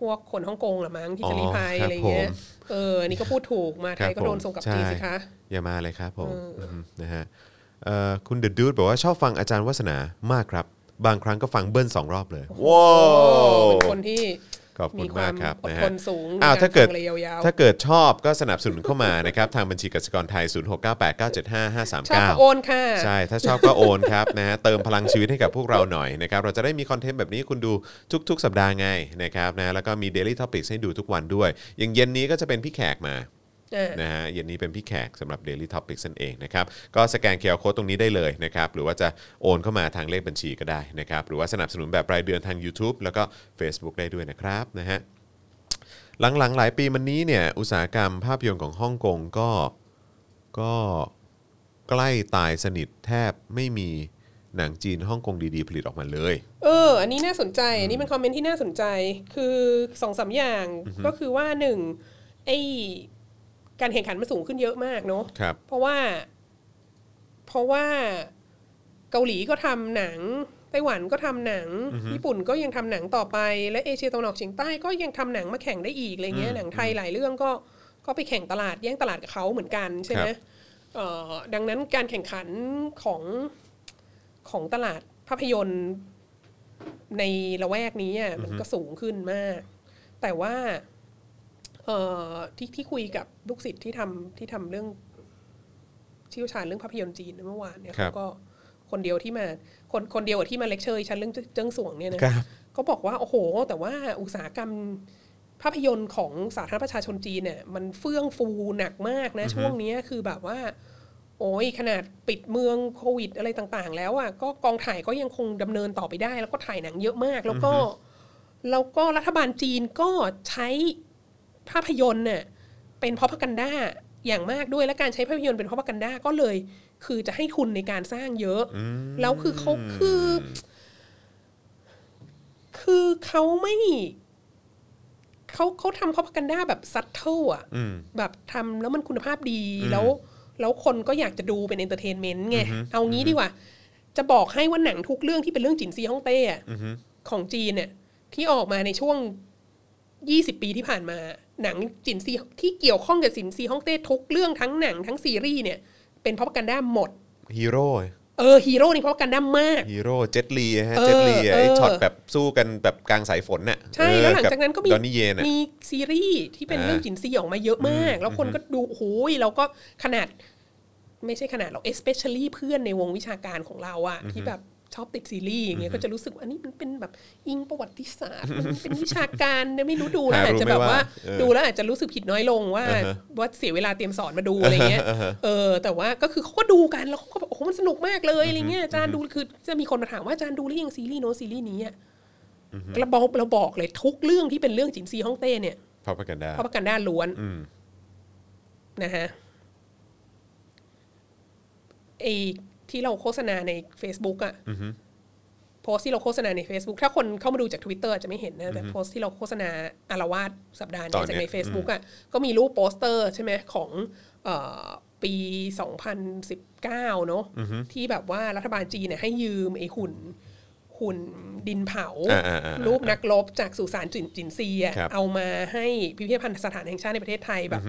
[SPEAKER 4] พวกคนฮ่องกงเหรือมั้งที่จะรีภัย
[SPEAKER 2] อ๋อครับ
[SPEAKER 4] อะไรเงี้
[SPEAKER 2] ผม
[SPEAKER 4] ยเออนี่ก็พูดถูกมา
[SPEAKER 2] ค
[SPEAKER 4] ไท
[SPEAKER 2] รั
[SPEAKER 4] ย
[SPEAKER 2] บ
[SPEAKER 4] ก็โดน
[SPEAKER 2] ผม
[SPEAKER 4] ส่งกลับ
[SPEAKER 2] ใช่
[SPEAKER 4] จีนสิคะ
[SPEAKER 2] อย่ามาเลยครับผมมนะฮะเอ่อคุณเดอะดูดบอกว่าชอบฟังอาจารย์วัฒนามากครับ บางครั้งก็ฟังเบิ้ลสองรอบเลยว้า
[SPEAKER 4] โอ้
[SPEAKER 2] ว
[SPEAKER 4] เป็นคนที่
[SPEAKER 2] ขอบคุ
[SPEAKER 4] มี
[SPEAKER 2] ณ
[SPEAKER 4] ควา
[SPEAKER 2] า
[SPEAKER 4] ม
[SPEAKER 2] ม กครับ
[SPEAKER 4] อด
[SPEAKER 2] นะ
[SPEAKER 4] ท
[SPEAKER 2] ฮะ
[SPEAKER 4] นสูง
[SPEAKER 2] อ้าว
[SPEAKER 4] ในร
[SPEAKER 2] ถ้าเกิด
[SPEAKER 4] ฟังอะไรยาวๆ
[SPEAKER 2] ถ้าเกิดชอบก็สนับสนุนเข้ามานะครับ ทางบัญชีกสิกรไทย
[SPEAKER 4] ชอบ
[SPEAKER 2] 0698975539
[SPEAKER 4] โอนค่ะ
[SPEAKER 2] ใช่ ถ้าชอบก็โอนครับ นะฮะเติมพลังชีวิตให้กับพวกเราหน่อยนะครับ เราจะได้มีคอนเทนต์แบบนี้คุณดูทุก ๆ สัปดาห์ไงนะครับนะแล้วก็มี Daily Topics ให้ดูทุกวันด้วย อย่างเย็นนี้ก็จะเป็นพี่แขกมา
[SPEAKER 4] เออ
[SPEAKER 2] นะฮะเย็นนี้เป็นพี่แขกสำหรับ Daily Topic นั่นเองนะครับ ก็สแกนเคอร์โคตรงนี้ได้เลยนะครับ หรือว่าจะโอนเข้ามาทางเลขบัญชีก็ได้นะครับ หรือว่าสนับสนุนแบบรายเดือนทาง YouTube แล้วก็ Facebook ได้ด้วยนะครับนะฮะหลังๆ หลายปีมานี้เนี่ย อุตสาหกรรมภาพยนตร์ของฮ่องกงก็ก็ใกล้ตายสนิทแทบไม่มีหนังจีนฮ่องกงดีๆ ผลิตออกมาเลย
[SPEAKER 4] เออ อันนี้น่าสนใจ อันนี้เป็นคอมเมนต์ที่น่าสนใจ คือสองสามอย่างก็คือว่าหนึ่งไอการแข่งขันมันสูงขึ้นเยอะมากเนาะ
[SPEAKER 2] ครับ
[SPEAKER 4] เพราะว่า เพราะว่าเกาหลีก็ทำหนัง ไต้หวันก็ทำหนัง ญี่ปุ่นก็ยังทำหนังต่อไป และเอเชียตะวันออกเฉียงใต้ก็ยังทำหนังมาแข่งได้อีกอะไรเงี้ยหนังไทยหลายเรื่องก็ก็ไปแข่งตลาดแย่งตลาดกับเขาเหมือนกันใช่ไห
[SPEAKER 2] ค
[SPEAKER 4] ม
[SPEAKER 2] รับ
[SPEAKER 4] เอ่อดังนั้นการแข่งขันของของตลาดภาพยนตร์ในละแวกนี้อะมันก็สูงขึ้นมาก แต่ว่า เอ่อที่ที่คุยกับลูกศิษย์ที่ทำที่ทำเรื่องเชี่ยวชาญเรื่องภาพยนตร์จีนเมื่อวานเนี่ย
[SPEAKER 2] ครับ
[SPEAKER 4] เขาก็คนเดียวที่มาคนคนเดียวกับที่มาเลคเชอร์ฉันเรื่องเจิ้งสวงเนี่ยนะครับ ก็บอกว่า โอ้โห แต่ว่าอุตสาหกรรมภาพยนตร์ของสาธารณประชาชนจีนเนี่ยมันเฟื่องฟูหนักมากนะ ช่วงเนี้ยคือแบบว่า โอ้ยขนาดปิดเมืองโควิดอะไรต่างๆ แล้วอ่ะก็กองถ่ายก็ยังคงดำเนินต่อไปได้ แล้วก็ถ่ายหนังเยอะมาก แล้วก็แล้วก็รัฐบาลจีนก็ใช้ ภาพยนตร์เนี่ยเป็นพ r o พกันด้าอย่างมากด้วยและการใช้ภาพยนตร์เป็นพ r o พกันด้าก็เลย คือจะให้ทุนในการสร้างเยอะ แล้วคือเขาคือ คือเขาไม่ เข เขาเขาทำ propaganda แบบซัตเทิลอ่ะแบบทำแล้วมันคุณภาพดีแล้ว แล้วคนก็อยากจะดูเป็นเอนเตอร์เทนเมนต์ไง เอางี้ดีกว่า จะบอกให้ว่าหนังทุกเรื่องที่เป็นเรื่องจินซีฮ่องเต้อะของจีนเนี่ย ที่ออกมาในช่วง 20 ปีที่ผ่านมา หนังจินซีที่เกี่ยวข้องกับจินซีฮ่องเต้ทุกเรื่องทั้งหนังทั้งซีรีส์เนี่ย เป็นพ r o p a g a n d a หมด
[SPEAKER 2] ฮีโร่
[SPEAKER 4] เออฮีโร่นี่พ r o p a g a n d a มาก
[SPEAKER 2] ฮีโร่เจ็ตลีฮะ
[SPEAKER 4] เออ
[SPEAKER 2] เจ็ตลีไอ้
[SPEAKER 4] เออ
[SPEAKER 2] ช็อตแบบสู้กันแบบกลางสายฝนน่ะ
[SPEAKER 4] ใช่แล้วหลังจากนั้นก็มี
[SPEAKER 2] ดอนนี่เยนน่ะ
[SPEAKER 4] มีซีรีส์ที่เป็น
[SPEAKER 2] อ่า
[SPEAKER 4] เรื่องจินซีออกมาเยอะมาก แล้วคนก็ดูโอ้โหแล้วก็ขนาดไม่ใช่ขนาดหรอก especially เพื่อนในวงวิชาการของเราอะที่แบบชอบติดซีรีส์อย่างเงี้ยก็จะรู้สึกว่าอันนี้มันเป็นแบบอิงประวัติศา สตร์ มันเป็นวิชาการเนี่ยไม่รู้ดูแล้ว
[SPEAKER 2] หารู้
[SPEAKER 4] อาจจะแบบว่า
[SPEAKER 2] ไม่ว่าเออ
[SPEAKER 4] ดูแล้วอาจจะรู้สึกผิดน้อยลงว่า
[SPEAKER 2] อ่าฮะ
[SPEAKER 4] ว่าเสียเวลาเตรียมสอนมาดูอะไรเงี้ย
[SPEAKER 2] อ่าฮะ
[SPEAKER 4] เออ แต่ว่าก็คือเขาก็ดูกันแล้วเขาก็บอกโอ้โหมันสนุกมากเลยอะไรเงี้ยอาจารย์ดูคือจะมีคนมาถามว่าอาจารย์ดูหรือยังซีรีส์โน้นซีรีส์นี้อะ เราบอกเราบอกเลยทุกเรื่องที่เป็นเรื่องจินซีฮ่องเต้เนี่ย
[SPEAKER 2] พอพักันได้
[SPEAKER 4] พระประกันด้านล้วน
[SPEAKER 2] อืม
[SPEAKER 4] นะฮะไอที่เราโฆษณาใน Facebook อะ
[SPEAKER 2] อือฮึ
[SPEAKER 4] โพสต์ที่เราโฆษณาใน Facebook ถ้าคนเข้ามาดูจาก Twitter อาจจะไม่เห็นนะ แต่โพสต์ที่เราโฆษณาอารวาสสัปดาห์
[SPEAKER 2] ตอนเนี้ย
[SPEAKER 4] เนี้จากใน Facebook อะก็มีรูปโปสเตอร์ใช่ไหมของเอ่อปี 2019 เนอะที่แบบว่ารัฐบาลจีนเนี่ยให้ยืมไอหุ่นหุ่นดินเผา
[SPEAKER 2] อ่าอ่าอ่า
[SPEAKER 4] รูปนักรบจากสุสานจินจินซีอะ
[SPEAKER 2] ครับ
[SPEAKER 4] เอามาให้พิพิธภัณฑ์สถานแห่งชาติในประเทศไทยแบบ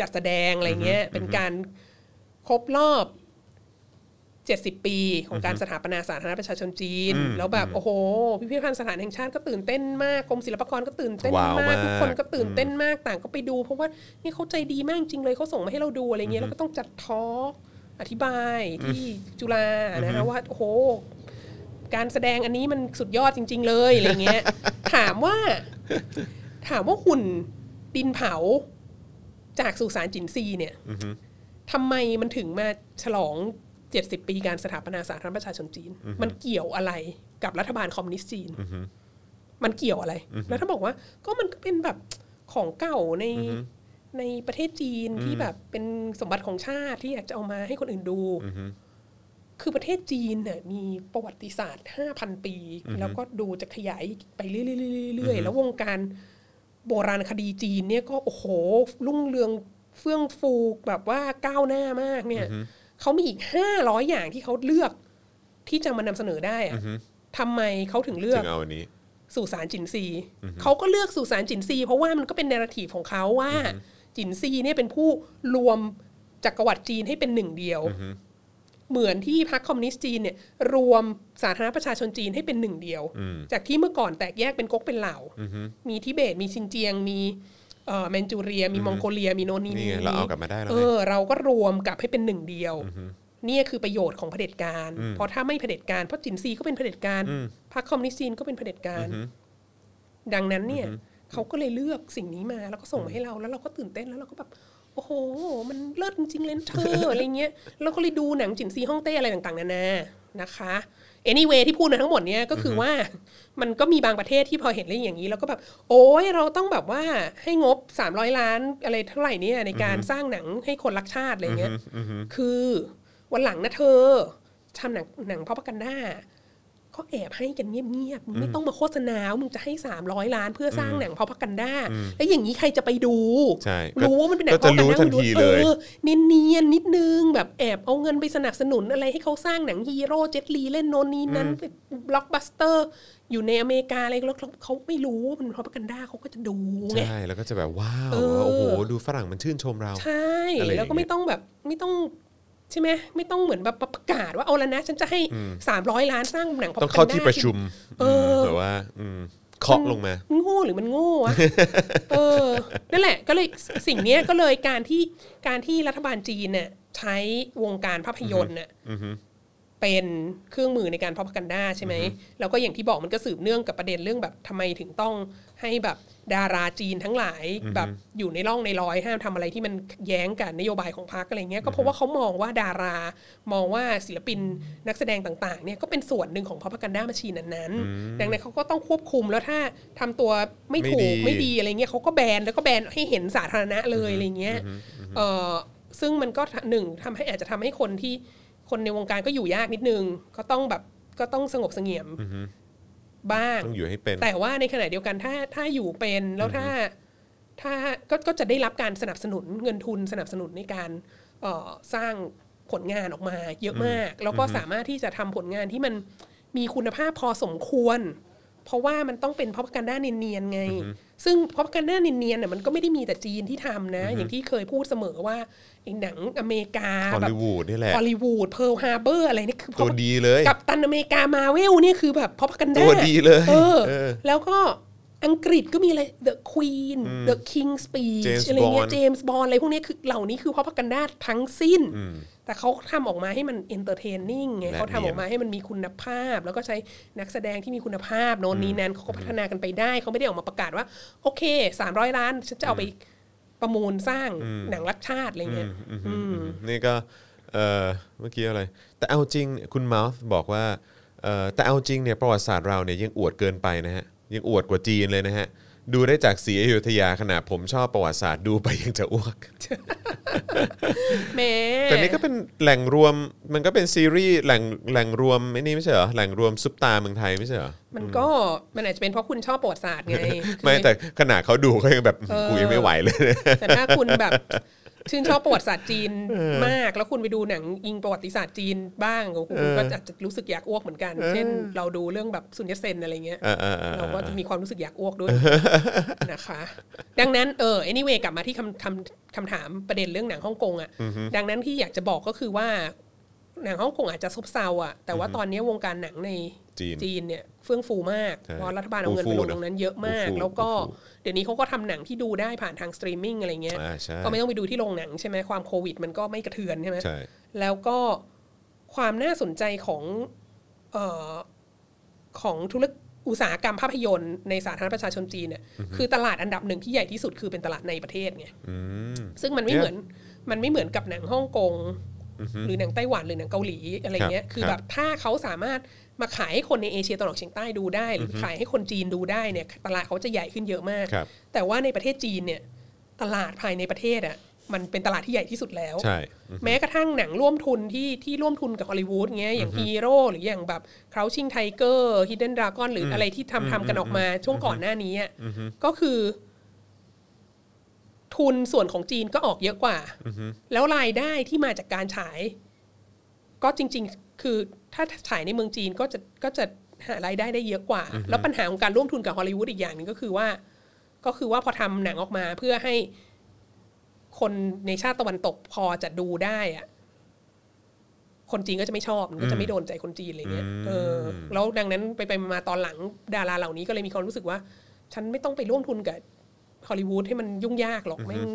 [SPEAKER 4] จัดแสดงอะไรเงี้ยเป็นการครบรอบ 70 ปีของการสถาปนาสาธารณรัฐประชาชนจีน แล้วแบบโอ้โห พิพิธภัณฑ์สถานแห่งชาติก็ตื่นเต้นมากกรมศิลปากรก็ตื่นเต้น
[SPEAKER 2] ว้า
[SPEAKER 4] มาม
[SPEAKER 2] วาก ก
[SPEAKER 4] ทุกคนก็ตื่นเต้นมากต่างก็ไปดู เพราะว่านี่เขาใจดีมากจริงเลยเขาส่งมาให้เราดูอะไรเงี้ยแล้วก็ต้องจัดทอล์กอธิบายที่จุฬานะคะว่าโอ้โห การแสดงอันนี้มันสุดยอดจริง ๆ เลยอะไรเงี้ย ถามว่า ถามว่าหุ่นดินเผาจากสุสานจินซีเนี่ยทำไมมันถึงมาฉลอง 70 ปีการสถาปนาสาธารณรัฐประชาชนจีน มันเกี่ยวอะไรกับรัฐบาลคอมมิวนิสต์จีน มันเกี่ยวอะไร แล้วถ้าบอกว่า ก็มันก็เป็นแบบของเก่าในในประเทศจีนที่แบบเป็นสมบัติของชาติที่อยากจะเอามาให้คนอื่นดู คือประเทศจีนเนี่ยมีประวัติศาสตร์ 5,000 ปี แล้วก็ดูจะขยายไปเรื่อยๆๆๆแล้ววงการโบราณคดีจีนเนี่ยก็โอ้โห รุ่งเรืองเฟื่องฟูแบบว่าก้าวหน้ามากเนี่ยเขามีอีก 500 อย่างที่เขาเลือกที่จะมานำเสนอได้อะทำไมเขาถึงเลือก
[SPEAKER 2] ถึงเอาอันนี้
[SPEAKER 4] สู่สารจินซีเขาก็เลือกสู่สารจินซีเพราะว่ามันก็เป็นเนราทีฟของเขาว่า จินซีเนี่ยเป็นผู้รวมจักรวรรดิจีนให้เป็นหนึ่งเดียว เหมือนที่พรรคคอมมิวนิสต์จีนเนี่ยรวมสาธารณประชาชนจีนให้เป็นหนึ่งเดียว จากที่เมื่อก่อนแตกแยกเป็นก๊กเป็นเหล่า มีทิเบตมีซินเจียง มีเอ่อแมนจูเรีย มีมองโกเลีย มีโนนนี
[SPEAKER 2] นี่ไงเราเอากลับมาได้แล้วไง
[SPEAKER 4] เออ เออเราก็รวมกลับให้เป็นหนึ่งเดียวเนี่ยคือประโยชน์ของเผด็จการ เพราะถ้าไม่เผด็จการเพราะจินซีก็เป็นเผด็จการพรรคคอมมิวนิสต์จีนก็เป็นเผด็จการ ดังนั้นเนี่ยเขาก็เลยเลือกสิ่งนี้มาแล้วก็ส่งมาให้เราแล้วเราก็ตื่นเต้นแล้วเราก็แบบโอ้โห มันเลิศจริงๆเลยนะเธ อ อะไรเงี้ยเราก็เลยดูหนังจินซีฮ่องเต้อะไรต่างๆนานานะคะ anyway ที่พูดมาทั้งหมดเนี่ยก็คือว่า มันก็มีบางประเทศที่พอเห็นเรื่องอย่างนี้ แล้วก็แบบโอ้ยเราต้องแบบว่าให้งบ 300 ล้านอะไรเท่าไหร่เนี่ยในการสร้างหนังให้คนรักชาติอะไรเงี้ยคือวันหลังนะเธอทำหนังหนังพ่อประกันด้า เขาแอบให้กันเงียบๆมึงไม่ต้องมาโฆษณาว่ามึงจะให้ 300 ล้านเพื่อสร้างหนังพอพักกันด้า แล้วอย่างนี้ใครจะไปดู
[SPEAKER 2] ใช่ก็
[SPEAKER 4] รู้ว่ามันเป็นหนัง
[SPEAKER 2] ก็จะรู้
[SPEAKER 4] พอ
[SPEAKER 2] ทั
[SPEAKER 4] กัน
[SPEAKER 2] น
[SPEAKER 4] ด้า
[SPEAKER 2] ที
[SPEAKER 4] เอ
[SPEAKER 2] เลย
[SPEAKER 4] อเนียนๆนิดนึง แบบแอบเอาเงินไปสนับสนุนอะไรให้เขาสร้างหนังฮีโร่เจ็ตลีเล่นโนนนี้นั้นเป็นบล็อกบัสเตอร์ อยู่ในอเมริกาอะไรแล้วเขาไม่รู้ว่ามันพอพักกันด้าเขาก็จะดูไง
[SPEAKER 2] ใช่แล้วก็จะแบบว้าว
[SPEAKER 4] เออ
[SPEAKER 2] โอ้โหดูฝรั่งมันชื่นชมเรา
[SPEAKER 4] ใช่
[SPEAKER 2] อะไรอย่างเงี้ย
[SPEAKER 4] แล้วก็ไม่ต้องแบบไม่ต้องใช่ไหมไม่ต้องเหมือนแบบประกาศว่าเอาละนะ ฉันจะให้ 300 ล้านสร้างหนังพอ
[SPEAKER 2] ต้
[SPEAKER 4] พั
[SPEAKER 2] อก ง
[SPEAKER 4] กั
[SPEAKER 2] เข้าน
[SPEAKER 4] ด้า
[SPEAKER 2] ที่ประชุม
[SPEAKER 4] เอออื
[SPEAKER 2] มแต่ว่าอืมเคาะลงมา
[SPEAKER 4] โง่หรือมันโง่ วะ เออ นั่นแหละ ก็เลยสิ่งเนี้ยก็เลยการที่การที่รัฐบาลจีนเนี่ยใช้วงการภาพยนตร์เนี่ยเป็นเครื่องมือในการพ r o กันด้าใช่ไหม แล้วก็อย่างที่บอกมันก็สืบเนื่องกับประเด็นเรื่องแบบทำไมถึงต้องให้แบบดาราจีนทั้งหลายแบบอยู่ในร่องในร้อยห้ามทำอะไรที่มันแย้งกับนโยบายของพรรคอะไรเงี้ย ก็เพราะว่าเขามองว่าดารามองว่าศิลปินนักแสดงต่างๆเนี่ยก็เป็นส่วนหนึ่งของพ r o กันด้ามาชีนนั้นๆดังนั้นเขาก็ต้องควบคุมแล้วถ้าทำตัวไม่
[SPEAKER 2] ไม่
[SPEAKER 4] ถู
[SPEAKER 2] ดี
[SPEAKER 4] กไม่ดี ดีอะไรเงี้ยเขาก็แบนแล้วก็แบนให้เห็นสาธารณะเลยอะไรเงี้ยเออซึ่งมันก็หนึ่งทำให้อาจจะทำให้คนที่คนในวงการก็อยู่ยากนิดนึง ก็ต้องแบบก็ต้องสงบเสงี่ยมบ้าง
[SPEAKER 2] ต้องอยู่ให้เป็น
[SPEAKER 4] แต่ว่าในขณะเดียวกันถ้าถ้าอยู่เป็นแล้วถ้า ถ้าก็ก็จะได้รับการสนับสนุนเงินทุนสนับสนุนในการเอ่อสร้างผลงานออกมาเยอะมาก แล้วก็สามารถที่จะทำผลงานที่มันมีคุณภาพพอสมควร เพราะว่ามันต้องเป็นพ r o กันด้าเนียนๆไง ซึ่งพ r o กันด้าเนียนๆน่ะมันก็ไม่ได้มีแต่จีนที่ทำนะ อย่างที่เคยพูดเสมอว่าไอ้หนังอเมริกา
[SPEAKER 2] ฮอล
[SPEAKER 4] แบบ
[SPEAKER 2] ลีวูดนี่แหละ
[SPEAKER 4] ฮอลลีวูดเพิร์ลฮาร์เบอร์อะไรนี่คือ
[SPEAKER 2] ตัวดีเลย
[SPEAKER 4] กับตันอเมริกามาเวลนี่คือแบบพอพักันได้
[SPEAKER 2] ตัวดีเลย
[SPEAKER 4] เออ
[SPEAKER 2] เออ
[SPEAKER 4] แล้วก็อังกฤษก็มีอะไร The Queen The King's Speech
[SPEAKER 2] James
[SPEAKER 4] อะไรเงี้ย
[SPEAKER 2] Bond
[SPEAKER 4] เจมส์บอลอะไรพวกเนี้ยคือเหล่านี้คือพอพักันได้ทั้งสิ้น แต่เขาทำออกมาให้มันเอนเตอร์เทนนิ่งไง
[SPEAKER 2] และ
[SPEAKER 4] เขาทำออก
[SPEAKER 2] เนี
[SPEAKER 4] มาย
[SPEAKER 2] น
[SPEAKER 4] ให้มันมีคุณภาพ แล้วก็ใช้นักแสดงที่มีคุณภาพโนนนี้นั้นเขาก็พัฒนากันไปได้เขาไม่ได้ออกมาประกาศว่า โอเค 300 ล้านฉันจะเอาไปประมูลสร้างหนังรักชาติอะไรเงี้ย
[SPEAKER 2] นี่ก็เอ่อเมื่อกี้อะไร แต่เอาจริงคุณมา t h บอกว่าเอ่อแต่เอาจริงเนี่ยประวัติศาสตร์เราเนี่ยยังอวดเกินไปนะฮะยังอวดกว่าจีนเลยนะฮะ ดูได้จากสีอยุธยาขนาดผมชอบประวัติศาสตร์ดูไปยังจะอ้วก
[SPEAKER 4] แหม
[SPEAKER 2] แต่นี่ก็เป็นแหล่งรวมมันก็เป็นซีรีส์แหล่งแหล่งรวมไม่นี่ไม่ใช่เหรอแหล่งรวมซุปตาเมืองไทยไม่ใช่เหรอ
[SPEAKER 4] มันก็มันอาจจะเป็นเพราะคุณชอบประวัติศาสตร์ไงคือ
[SPEAKER 2] ไม่แต่ขนาดเขาดูเขายังแบบกูยังไม่ไหวเลย
[SPEAKER 4] แต่ถ้าคุณ แบบ ชื่นชอบประวัติศาสตร์จีนมาก แล้วคุณไปดูหนังอิงประวัติศาสตร์จีนบ้างโอ้โหคุณก็อาจจะรู้สึกอยากอ้วกเหมือนกัน เช่น เราดูเรื่องแบบสุญญเซนอะไรเงี้ย
[SPEAKER 2] เออเออเออ
[SPEAKER 4] เราก็จะมีความรู้สึกอยากอ้วกด้วยนะคะ ดังนั้นเออ anyway กลับมาที่คำคำคำถามประเด็นเรื่องหนังฮ่องกงอ่ะ ดังนั้นที่อยากจะบอกก็คือว่า หนังฮ่องกงอาจจะซบเซาอ่ะ แต่ว่าตอนนี้วงการหนังใน
[SPEAKER 2] จีน
[SPEAKER 4] นเนี่ยเฟื่องฟูมาก
[SPEAKER 2] ใช่
[SPEAKER 4] เพราะรัฐบาลเอาเงิน
[SPEAKER 2] ฟู
[SPEAKER 4] ไป
[SPEAKER 2] ฟู
[SPEAKER 4] ลงตรงนั้นเยอะมาก
[SPEAKER 2] ฟูฟู
[SPEAKER 4] แล้วก็
[SPEAKER 2] ฟูฟู
[SPEAKER 4] เดี๋ยวนี้เขาก็ทำหนังที่ดูได้ผ่านทางสตรีมมิ่งอะไรเงี้ย
[SPEAKER 2] อ่าใช่
[SPEAKER 4] ก็ไม่ต้องไปดูที่โรงหนังใช่ไหมความโควิด มันก็ไม่กระเทือนใช่ไหม
[SPEAKER 2] ใช่
[SPEAKER 4] แล้วก็ความน่าสนใจของเออของธุรกิจอุตสาหกรรมภาพยนตร์ในสาธารณประชาชนจีนเนี่ยคือตลาดอันดับหนึ่งที่ใหญ่ที่สุดคือเป็นตลาดในประเทศไง
[SPEAKER 2] อืม
[SPEAKER 4] ซึ่งมันไม่เหมือนมันไม่เหมือนกับหนังฮ่องกงหรือหนังไต้หวันหรือหนังเกาหลีอะไรเงี้
[SPEAKER 2] ค
[SPEAKER 4] ย
[SPEAKER 2] รับ
[SPEAKER 4] คือ
[SPEAKER 2] ครับ
[SPEAKER 4] แบบถ้าเขาสามารถมาขายให้คนในเอเชียตะวันออกเฉียงใต้ดูได้ หรือขายให้คนจีนดูได้เนี่ยตลาดเขาจะใหญ่ขึ้นเยอะมาก
[SPEAKER 2] ครับ
[SPEAKER 4] แต่ว่าในประเทศจีนเนี่ยตลาดภายในประเทศอ่ะมันเป็นตลาดที่ใหญ่ที่สุดแล้ว
[SPEAKER 2] ใช่
[SPEAKER 4] แม้กระทั่งหนังร่วมทุนที่ที่ร่วมทุนกับฮอลลีวูดเงี้ยอย่างฮีโร่หรืออย่างแบบคราวชิงไทเกอร์ฮิดเด้นดราก้อนหรืออะไรที่ทำทำกันออกมาช่วงก่อนหน้านี้อะก็คือ ทุนส่วนของจีนก็ออกเยอะกว่า แล้วรายได้ที่มาจากการฉาย ก็จริง ๆ คือถ้าฉายในเมืองจีนก็จะก็จะหารายได้ได้เยอะกว่า แล้วปัญหาของการร่วมทุนกับฮอลลีวูดอีกอย่างหนึงก็คือว่า ก็คือว่าพอทำหนังออกมาเพื่อให้คนในชาติตะวันตกพอจะดูได้อะคนจีนก็จะไม่ชอบมันก็จะไม่โดนใจคนจีนอะไรเงี้ยเออแล้วดังนั้นไปไปมาตอนหลังดาราเหล่านี้ก็เลยมีความรู้สึกว่า ฉันไม่ต้องไปร่วมทุนกับฮอลลีวูดให้มันยุ่งยากหรอกไม่ง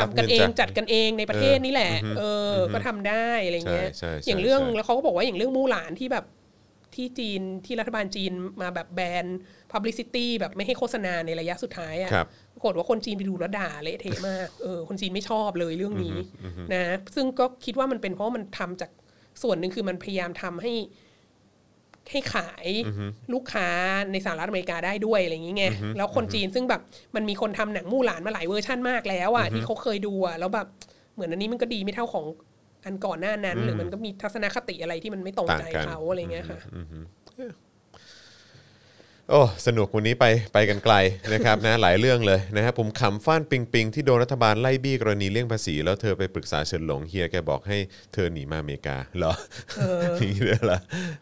[SPEAKER 2] รับ
[SPEAKER 4] ทำกัน
[SPEAKER 2] เงิน
[SPEAKER 4] เอง
[SPEAKER 2] จาก
[SPEAKER 4] จัดกันเองในประเทศนี่แหละ เออ ก็ทำได้อะไรเงี้ย
[SPEAKER 2] ใช่ใช่ใช่
[SPEAKER 4] อย่างเรื่อง
[SPEAKER 2] ใช่
[SPEAKER 4] แล้วเขาก็บอกว่าอย่างเรื่องมู่หลานที่แบบ ที่จีนที่รัฐบาลจีนมาแบบแบน publicity แบบไม่ให้โฆษณาในระยะสุดท้ายอะ
[SPEAKER 2] ครับ
[SPEAKER 4] ปรากฏว่าคนจีนไปดูแล้วด่าเละเทะมาก เออ คนจีนไม่ชอบเลยเรื่องนี้นะ ซึ่งก็คิดว่ามันเป็นเพราะมันทำจากส่วนหนึ่งคือมันพยายามทำให้ให้ขายลูกค้าในสหรัฐอเมริกาได้ด้วยอะไรอย่างเงี้ยแล้วคนจีนซึ่งแบบมันมีคนทำหนังมู่หลานมาหลายเวอร์ชั่นมากแล้วอะที่เขาเคยดูอะแล้วแบบเหมือนอันนี้มันก็ดีไม่เท่าของอันก่อนหน้านั้น หรือมันก็มีทัศนคติอะไรที่มันไม่ตรงใจ
[SPEAKER 2] ต่างกัน
[SPEAKER 4] เขาอะไรเงี้ยค่ะ
[SPEAKER 2] โอ้ สนุกวันนี้ไปไปกันไกลนะครับนะ หลายเรื่องเลยนะฮะผมขำฟ้านปิงปิงที่โดนรัฐบาลไล่บี้กรณีเลี่ยงภาษี แล้วเธอไปปรึกษาเฉินหลงเฮียแกบอกให้เธอหนีมาอเมริกาเหรอ อย่างนี้เลยเหรอ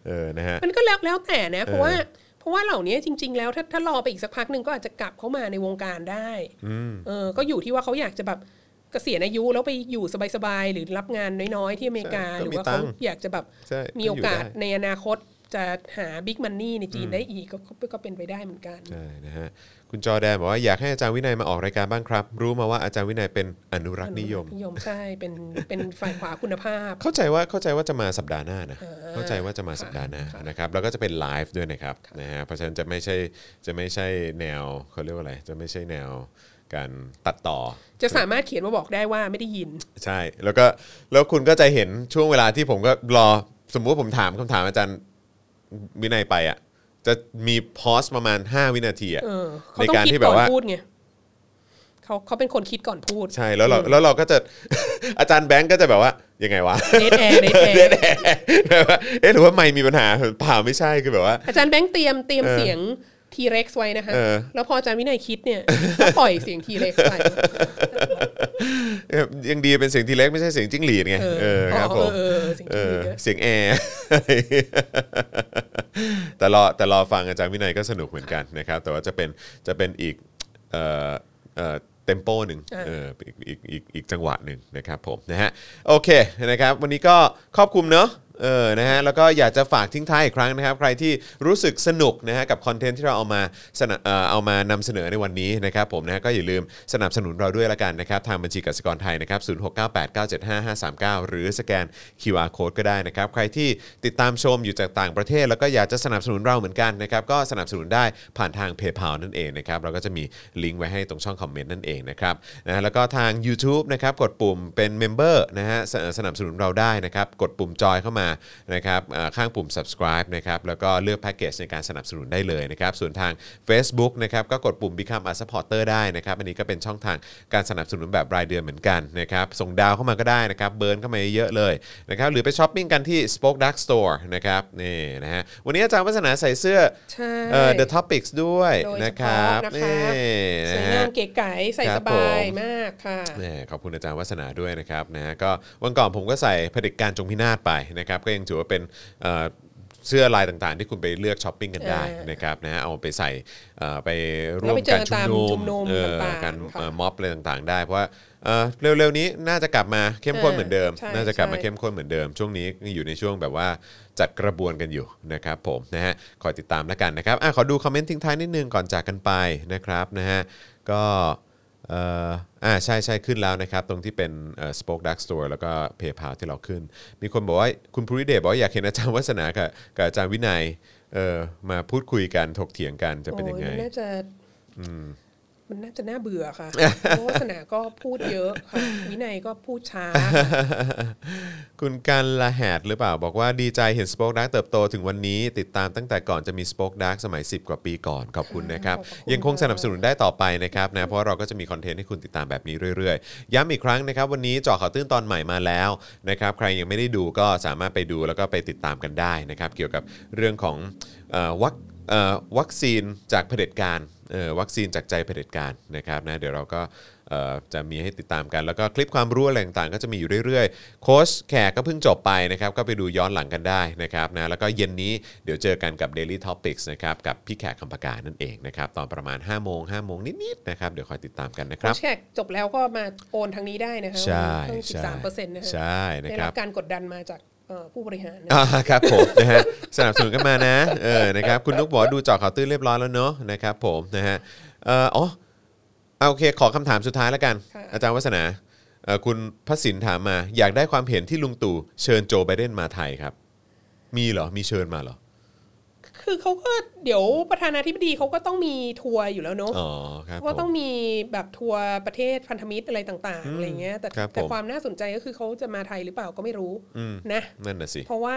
[SPEAKER 2] เออนะฮะ
[SPEAKER 4] มันก็แล้วแล้วแต่นะ เพราะว่าเพราะว่าเหล่านี้จริง ๆ แล้วถ้าถ้ารอไปอีกสักพักหนึ่งก็อาจจะกลับเข้ามาในวงการได้เออ ก็อยู่ที่ว่าเขาอยากจะแบบเกษียณอายุแล้วไปอยู่สบายๆหรือรับงานน้อยๆที่อเมริกา
[SPEAKER 2] ใช่
[SPEAKER 4] ห
[SPEAKER 2] ก็
[SPEAKER 4] รือ
[SPEAKER 2] มี
[SPEAKER 4] ว่า
[SPEAKER 2] ตั
[SPEAKER 4] เขา
[SPEAKER 2] งค์
[SPEAKER 4] อยากจะแบบ
[SPEAKER 2] ใช่
[SPEAKER 4] มีโอกาส
[SPEAKER 2] ก็อยู่ได้
[SPEAKER 4] ในอนาคตจะหาบิ๊กมันนี่ในจีนได้อีกก็ก็ก็เป็นไปได้เหมือนกัน
[SPEAKER 2] ใช่นะฮะคุณจอแดนบอกว่าอยากให้อาจารย์วินัยมาออกรายการบ้างครับ รู้มาว่าอาจารย์วินัยเป็นอนุรักษ์นิยม
[SPEAKER 4] นิยมใช่เป็นเป็นฝ่ายขวาคุณภาพ
[SPEAKER 2] เข้าใจว่าเข้าใจว่าจะมาสัปดาห์หน้านะเข้าใจว่าจะมาสัปดาห์หน้านะครับแล้วก็จะเป็นไลฟ์ด้วยนะครับนะฮะเพราะฉะนั้นจะไม่ใช่จะไม่ใช่แนวเขาเรียกว่าอะไรจะไม่ใช่แนวการตัดต่อ
[SPEAKER 4] จะสามารถเขียนมาบอกได้ว่าไม่ได้ยิน
[SPEAKER 2] ใช่แล้วก็แล้วคุณก็จะเห็นช่วงเวลาที่ผมก็รอสมมุติว่าผมถามคำถามอาจารย์วินัยไปอ่ะจะมีพอสประมาณ 5 วินาทีอ่ะ
[SPEAKER 4] เออเขา
[SPEAKER 2] ใน
[SPEAKER 4] ต้อง
[SPEAKER 2] การ
[SPEAKER 4] คิด
[SPEAKER 2] ที่แบ
[SPEAKER 4] ก่อบ น
[SPEAKER 2] ว่า
[SPEAKER 4] พูดไงเขาเขาเป็นคนคิดก่อนพูด
[SPEAKER 2] ใช่แล้วเราแล้วเราก็จะ อาจารย์แบงก์ก็จะแบบว่ายังไงวะ
[SPEAKER 4] เดทแอร์เดทแอร์
[SPEAKER 2] แบบว่าเอ๊ะหรือว่าไม่มีปัญหาเปล่าไม่ใช่คือแบบว่า
[SPEAKER 4] อาจารย์แบงค์เตรียมเตรียม
[SPEAKER 2] เออ
[SPEAKER 4] เสียง ทีเร็กซ์ไว้นะคะ
[SPEAKER 2] เออ
[SPEAKER 4] แล้วพออาจารย์วินัยคิดเนี่ย ก็ปล่อยเสียงทีเร็กซ์ไป
[SPEAKER 2] เออยังดีเป็นเสียงทีเล็กไม่ใช่เสียงจิ้งหรีดไง
[SPEAKER 4] เออ
[SPEAKER 2] เออครับผม
[SPEAKER 4] เออเออเสียงจิ้งหรีดเยอะ
[SPEAKER 2] เออเสียงแอร์ แต่รอแต่รอฟังอาจารย์วินัยก็สนุกเหมือนกันนะครับ แต่ว่าจะเป็นจะเป็นอีกเอ่อเอ่อเต็มโปหนึ่งเอออีกอีกอีกอีกจังหวะหนึ่งนะครับผมนะฮะโอเคนะครับวันนี้ก็ครอบคลุมเนอะเออนะฮะแล้วก็อยากจะฝากทิ้งท้ายอีกครั้งนะครับ ใครที่รู้สึกสนุกนะฮะกับคอนเทนต์ที่เราเอามาสนับเอ่อเอามานำเสนอในวันนี้นะครับผมนะฮะก็อย่าลืมสนับสนุนเราด้วยละกันนะครับ ทางบัญชีกสิกรไทยนะครับศูนย์หกเก้าแปดเก้าเจ็ดห้าห้าสามเก้าหรือสแกน QR code ก็ได้นะครับ ใครที่ติดตามชมอยู่จากต่างประเทศ แล้วก็อยากจะสนับสนุนเราเหมือนกันนะครับ ก็สนับสนุนได้ผ่านทางเพย์พานั่นเองนะครับ เราก็จะมีลิงก์ไว้ให้ตรงช่องคอมเมนต์นั่นเองนะครับนะฮะแล้วก็ทาง u t u b e นะครับกดปุ่มเป็นเมมเบอร์นะฮะสสนับสนุนเราได้นะครับ กดปุ่มจอยเข้ามานะครับเอ่อข้างปุ่ม subscribe นะครับแล้วก็เลือกแพ็กเกจในการสนับสนุนได้เลยนะครับ ส่วนทาง Facebook นะครับก็กดปุ่ม Become a supporter ได้นะครับ อันนี้ก็เป็นช่องทางการสนับสนุนแบบรายเดือนเหมือนกันนะครับ ส่งดาวเข้ามาก็ได้นะครับ เบิร์นเข้ามาเยอะๆเลยนะครับ หรือไปช้อปปิ้งกันที่ Spoke Dark Store นะครับ นี่นะฮะ วันนี้อาจารย์วัฒนาใส่เสื้อ
[SPEAKER 4] ใช่
[SPEAKER 2] เอ่อ The Topics ด้วย
[SPEAKER 4] โดยเฉพาะ
[SPEAKER 2] นะครับ
[SPEAKER 4] นะคะ
[SPEAKER 2] นี่
[SPEAKER 4] สวย
[SPEAKER 2] นะ
[SPEAKER 4] งา
[SPEAKER 2] ฮะ
[SPEAKER 4] มเก๋ไก๋ใส่
[SPEAKER 2] ครั
[SPEAKER 4] ส
[SPEAKER 2] บผม
[SPEAKER 4] บายมากค่ะ
[SPEAKER 2] แหมขอบคุณอาจารย์วัฒนาด้วยนะครับนะฮะก็วันก่อนผมก็ใส่เผด็จการจงพินาศไปนะครับ ก็ยังถือว่าเป็นเอ่อเสื้อลายต่างๆ ที่คุณไปเลือกช้อปปิ้งกันได้
[SPEAKER 4] เออ
[SPEAKER 2] นะครับนะฮะเอาไปใส่เอ่อไปร่ว
[SPEAKER 4] แล้ว
[SPEAKER 2] ม
[SPEAKER 4] ไปเจ
[SPEAKER 2] การ
[SPEAKER 4] อ
[SPEAKER 2] ชุม
[SPEAKER 4] ตาม
[SPEAKER 2] นุ
[SPEAKER 4] ชุ
[SPEAKER 2] ม
[SPEAKER 4] มนุม
[SPEAKER 2] เออ
[SPEAKER 4] ต่างๆ
[SPEAKER 2] การ
[SPEAKER 4] ค่ะ
[SPEAKER 2] เอ่อม็อบอะไรต่างๆ ได้เพราะว่าเอ่อเร็วๆนี้น่าจะกลับมาเข้มข้น
[SPEAKER 4] เออ
[SPEAKER 2] เหมือนเดิม
[SPEAKER 4] ใช่
[SPEAKER 2] น่าจะกลับมา
[SPEAKER 4] ใช่
[SPEAKER 2] เข้มข้นเหมือนเดิม ช่วงนี้อยู่ในช่วงแบบว่าจัดกระบวนกันอยู่นะครับผมนะฮะคอยติดตามแล้วกันนะครับอ่ะขอดูคอมเมนต์ทิ้งท้ายนิดนึงก่อนจากกันไปนะครับนะฮะก็ เอ่ออ่าใช่ใช่ขึ้นแล้วนะครับ ตรงที่เป็นเอ่อ Spoke Dark Store แล้วก็ PayPal ที่เราขึ้น มีคนบอกว่าคุณภูริเดชบอกว่าอยากเห็นอาจารย์วัฒนากับกับอาจารย์วินัยเออมาพูดคุยกันถกเถียงกันจะเป็นยังไง
[SPEAKER 4] โอ้ยมันน่าจะมันน่าจะน่าเบื่อค่ะ เพราะวาสนาก็พูดเยอะค่ะ วินัยก็พูดช้า
[SPEAKER 2] คุณการละแหดหรือเปล่า บอกว่าดีใจเห็น Spoke Dark เติบโตถึงวันนี้ ติดตามตั้งแต่ก่อนจะมี Spoke Dark สมัย 10 กว่าปีก่อน ขอบคุณนะครับ
[SPEAKER 4] ขอบคุณ
[SPEAKER 2] ยังคงสนับสนุนได้ต่อไปนะครับนะเพราะเราก็จะมีคอนเทนต์ให้คุณติดตามแบบนี้เรื่อยๆ ย้ำอีกครั้งนะครับ วันนี้เจาะข่าวตื้นตอนใหม่มาแล้วนะครับใครยังไม่ได้ดูก็สามารถไปดูแล้วก็ไปติดตามกันได้นะครับ เกี่ยวกับเรื่องของเอ่อวัคเอ่อวัคซีนจากเผด็จการเอ่อวัคซีนจากใจเผด็จการนะครับนะเดี๋ยวเราก็ เอ่อจะมีให้ติดตามกัน แล้วก็คลิปความรู้อะไรต่างๆ ก็จะมีอยู่เรื่อยๆ โค้ชแขกก็เพิ่งจบไปนะครับ ก็ไปดูย้อนหลังกันได้นะครับนะแล้วก็เย็นนี้เดี๋ยวเจอกันกับ Daily Topics นะครับกับพี่แขกคำปากานั่นเองนะครับ ตอนประมาณ 5 โมง 5 โมงนิดๆนะครับ เดี๋ยวคอยติดตามกันนะค
[SPEAKER 4] โค้
[SPEAKER 2] รับ
[SPEAKER 4] ชแขกจบแล้วก็มาโอนทางนี้ได้นะคะ
[SPEAKER 2] ใช่
[SPEAKER 4] เพิ่มสิบ
[SPEAKER 2] ใช่
[SPEAKER 4] สามเปอร์เซ็นต์นะคะ
[SPEAKER 2] ใช่นะ
[SPEAKER 4] ได้
[SPEAKER 2] ค
[SPEAKER 4] รั
[SPEAKER 2] รั
[SPEAKER 4] บบ การกดดันมาจากเอ่อผู้บริหารนะ
[SPEAKER 2] อ่าครับผมนะฮะสนับสนุนกันมานะเออนะครับคุณนุกบอกว่าดูเจอข่าวตื้นเรียบร้อยแล้วเนอะนะครับผมนะฮะเอ่ออ๋อเอาโอเคขอคำถามสุดท้ายแล้วกัน
[SPEAKER 4] ค่ะ
[SPEAKER 2] อาจารย์วัฒนาเอ่อคุณพระสินถามมาอยากได้ความเห็นที่ลุงตู่เชิญโจไบเดนมาไทยครับ มีเหรอมีเชิญมาเหรอ
[SPEAKER 4] คือเขาก็เดี๋ยวประธานาธิบดีเขาก็ต้องมีทัวร์อยู่แล้วเนอะ
[SPEAKER 2] อ๋อครับ
[SPEAKER 4] ก็
[SPEAKER 2] ผ
[SPEAKER 4] ต้อง
[SPEAKER 2] ม
[SPEAKER 4] มีแบบทัวร์ประเทศพันธมิตรอะไรต่างๆอะไรเงี้ยแต่
[SPEAKER 2] ครับผม
[SPEAKER 4] แต่ความน่าสนใจก็คือเขาจะมาไทยหรือเปล่าก็ไม่รู้นะ
[SPEAKER 2] นั่นน่ะสิ
[SPEAKER 4] เพราะว่า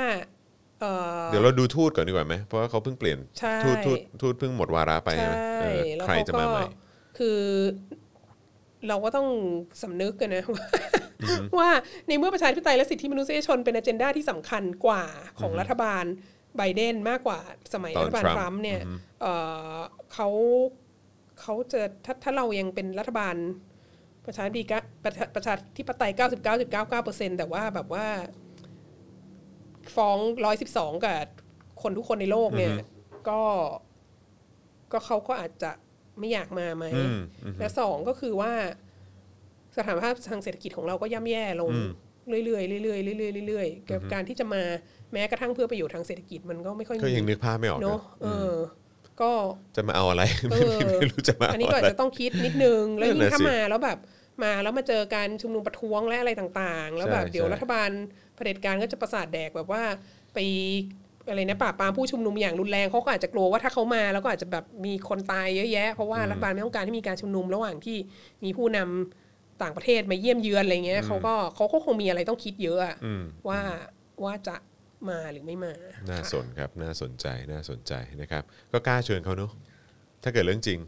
[SPEAKER 4] เอ่อ
[SPEAKER 2] เดี๋ยวเราดูทูตก่อนดีกว่าไหมเพราะว่าเขาเพิ่งเปลี่ยน
[SPEAKER 4] ใช่
[SPEAKER 2] ทูตทูตทูตเพิ่งหมดวาระไปใช่ไหมเออ
[SPEAKER 4] แล้ว
[SPEAKER 2] ใคร
[SPEAKER 4] เขา
[SPEAKER 2] จะ
[SPEAKER 4] ก็
[SPEAKER 2] มาใหม่
[SPEAKER 4] คือเราก็ต้องสำนึกกันนะ ว่าว่าในเมื่อประชาธิปไตยและสิทธิมนุษยชนเป็นอ g e n d a ที่สำคัญกว่าของรัฐบาลไบเดนมากกว่าสมัย
[SPEAKER 2] ตอน
[SPEAKER 4] รัฐบาล
[SPEAKER 2] ทรัมป์
[SPEAKER 4] ทรัมป์เนี่ยเอ่อเขาเขาจะถ้าถ้าเรายังเป็นรัฐบาลประชาธิปไตยก็ประชาประชาธิปไตย 99.99%แต่ว่าแบบว่า ฟ้อง 112 กับคนทุกคนในโลกเนี่ย ก็ ก็เขาก็อาจจะไม่อยากมาไหม
[SPEAKER 2] อืมอืม
[SPEAKER 4] และสองก็คือว่าสถานภาพทางเศรษฐกิจของเราก็ย่ำแย่ลง
[SPEAKER 2] อืม
[SPEAKER 4] เรื่อยๆเรื่อยๆเรื่อยๆเรื่อยๆกับการที่จะมาแม้กระทั่งเพื่อประโยชน์ทางเศรษฐกิจมันก็ไม่ค่อย
[SPEAKER 2] ก็
[SPEAKER 4] มี
[SPEAKER 2] ยังนึกภาพไม่ออกเล
[SPEAKER 4] เนอะ
[SPEAKER 2] ย
[SPEAKER 4] เออ ก็
[SPEAKER 2] จะมาเอาอะไร
[SPEAKER 4] เอ
[SPEAKER 2] ไม่
[SPEAKER 4] อ
[SPEAKER 2] ไม่รู้จะมา
[SPEAKER 4] อั
[SPEAKER 2] เอา
[SPEAKER 4] นนี้ก็อา
[SPEAKER 2] อะ
[SPEAKER 4] จ
[SPEAKER 2] ไร
[SPEAKER 4] จะต้องคิดนิดนึง แล้วยิ่
[SPEAKER 2] นั่น
[SPEAKER 4] ง
[SPEAKER 2] น่ะ
[SPEAKER 4] ถ้า
[SPEAKER 2] สิ
[SPEAKER 4] มาแล้วแบบมาแล้วมาเจอการชุมนุมประท้วงและอะไรต่างๆ แล้วแบบ
[SPEAKER 2] ใช่
[SPEAKER 4] เดี๋ยว
[SPEAKER 2] ใช่
[SPEAKER 4] รัฐบาลเผด็จการก็จะประสาทแดกแบบว่าไปอะไรนะปราบปรามผู้ชุมนุมอย่างรุนแรงเขาก็อาจจะกลัวว่าถ้าเขามาแล้วก็อาจจะแบบมีคนตายเยอะแยะเพราะว่ารัฐบาลไม่ต้องการให้มีการชุมนุมระหว่างที่มีผู้นำต่างประเทศมาเยี่ยมเยือนอะไรเงี้ยเขาก็เขาก็คงมีอะไรต้องคิดเยอะอะ
[SPEAKER 2] อืม
[SPEAKER 4] ว่าว่าจะมาหรือไม่มา
[SPEAKER 2] น่าส
[SPEAKER 4] ค่ะ
[SPEAKER 2] นครับ น่าสนใจ น่าสนใจนะครับ ก็กล้าเชิญเขาเนอะถ้าเกิดเรื่องจริง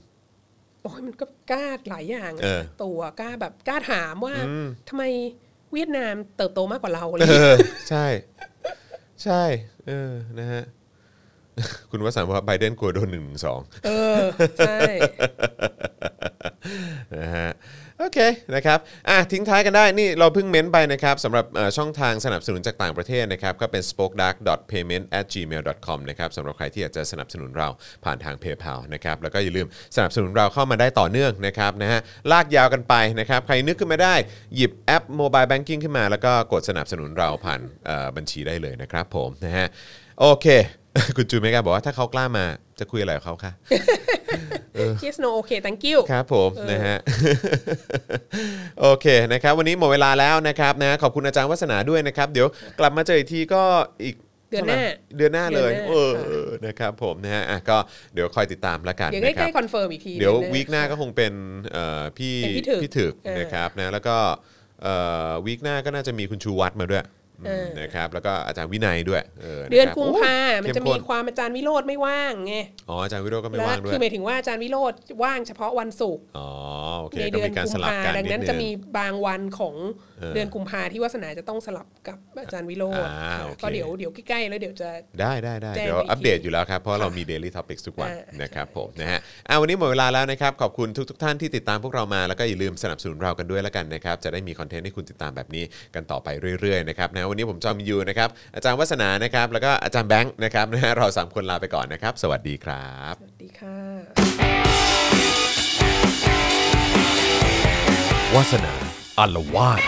[SPEAKER 4] โอ้ยมันก็กล้าหลายอย่างอะ
[SPEAKER 2] เออ
[SPEAKER 4] ตัวกล้าแบบกล้าถามว่าทำไมเวียดนามเติบโตมากกว่าเราอะไร
[SPEAKER 2] เอ
[SPEAKER 4] เล
[SPEAKER 2] อ
[SPEAKER 4] ย
[SPEAKER 2] ใช่ ใช่ เออ นะฮะ คุณวสันต์ว่าไบเดนกลัวโดนหนึ่งสอง
[SPEAKER 4] เออ ใช่
[SPEAKER 2] นะฮะโอเคนะครับอ่ะทิ้งท้ายกันได้นี่เราเพิ่งเม้นไปนะครับสำหรับเอ่อช่องทางสนับสนุนจากต่างประเทศนะครับ ก็เป็น spokedark.payment@gmail.com นะครับสำหรับใครที่อยากจะสนับสนุนเราผ่านทาง PayPal นะครับแล้วก็อย่าลืมสนับสนุนเราเข้ามาได้ต่อเนื่องนะครับนะฮะลากยาวกันไปนะครับ ใครนึกขึ้นมาได้หยิบแอป Mobile Banking ขึ้นมา แล้วก็กดสนับสนุนเราผ่านเอ่อบัญชีได้เลยนะครับผมนะฮะโอเค คุณจูนเมกาบอกว่าถ้าเขากล้ามาจะคุยอะไรกับเขาคะ
[SPEAKER 4] yes no okay thank you
[SPEAKER 2] ครับผมนะฮะ โอเคนะครับ วันนี้หมดเวลาแล้วนะครับนะขอบคุณอาจารย์วัฒนาด้วยนะครับ เดี๋ยวกลับมาเจออีกทีก็อีก
[SPEAKER 4] เดือนหน้า
[SPEAKER 2] ท่ไร่เดือนหน้าเลย
[SPEAKER 4] เดือนหน้า
[SPEAKER 2] เออนะครับผมนะฮะอ่ะก็เดี๋ยวคอยติดตามละกัน
[SPEAKER 4] เดี๋ยว
[SPEAKER 2] นะค
[SPEAKER 4] ใก
[SPEAKER 2] รั
[SPEAKER 4] ล้
[SPEAKER 2] บ
[SPEAKER 4] ๆคอนเฟิร์มอีกที
[SPEAKER 2] เดี๋ยว
[SPEAKER 4] ะ
[SPEAKER 2] วีคหน้าก็คงเป็นเอ่อพี่
[SPEAKER 4] เป็นพี่ถึก
[SPEAKER 2] ถึก
[SPEAKER 4] เออ
[SPEAKER 2] นะครับนะแล้วก็เอ่อวีคหน้าก็น่าจะมีคุณชูวัตรมาด้วย
[SPEAKER 4] เออ
[SPEAKER 2] นะครับแล้วก็อาจารย์วินัยด้วย
[SPEAKER 4] เดือนกุมภา
[SPEAKER 2] มั
[SPEAKER 4] มันจะมีความอาจารย์วิโรธไม่ว่างไง
[SPEAKER 2] อ๋ออาจารย์วิโรจน์ก็ไม่
[SPEAKER 4] และ
[SPEAKER 2] ว่างด้วย
[SPEAKER 4] คือหมายถึงว่าอาจารย์วิโรธว่างเฉพาะวันศุกร์
[SPEAKER 2] อ๋อโอเค
[SPEAKER 4] ใน
[SPEAKER 2] ก็
[SPEAKER 4] เดือน
[SPEAKER 2] มีการ
[SPEAKER 4] กุ
[SPEAKER 2] ส
[SPEAKER 4] ม
[SPEAKER 2] ลับ
[SPEAKER 4] ภา
[SPEAKER 2] กัน
[SPEAKER 4] ดัง
[SPEAKER 2] นิด
[SPEAKER 4] นั้น
[SPEAKER 2] นึ
[SPEAKER 4] จะ
[SPEAKER 2] ง
[SPEAKER 4] มีบางวันของ
[SPEAKER 2] เออ
[SPEAKER 4] เดือนกุมภาที่วาสนาจะต้องสลับกับอาจารย์วิโรธ
[SPEAKER 2] อ่าโอเค
[SPEAKER 4] ก็เดี๋ยวเดี๋ยวใกล้ๆแล้วเดี๋ยวจะ
[SPEAKER 2] ได้ได้ได้
[SPEAKER 4] แจ้ง
[SPEAKER 2] เดี๋ยว
[SPEAKER 4] ไปอีก
[SPEAKER 2] อัปเดต
[SPEAKER 4] ที
[SPEAKER 2] อยู่แล้วครับ เพราะเรามี Daily Topics ทุกวัน
[SPEAKER 4] อ่าน
[SPEAKER 2] นะครับผมนะฮะอ่ะวันนี้หมดเวลาแล้วนะครับ ขอบคุณทุกทท่านที่ติดตามพวกเรามาแล้วก็อย่าลืมสนับสนุนเรากันด้วยแล้วกันนะครับ จะได้มีคอนเทนต์ให้คุณติดตามแบบนี้กันต่อไปเรื่อยๆนะครับนะวันนี้ผมจอมยูนะครับอาจารย์วัฒนานะครับ แล้วก็อาจารย์แบงค์นะครับนะฮะเราสามคนลาไปก่อนนะครับ สวัสดีครับ
[SPEAKER 4] สวัสดีค่ะ
[SPEAKER 1] วาสนาอารวาส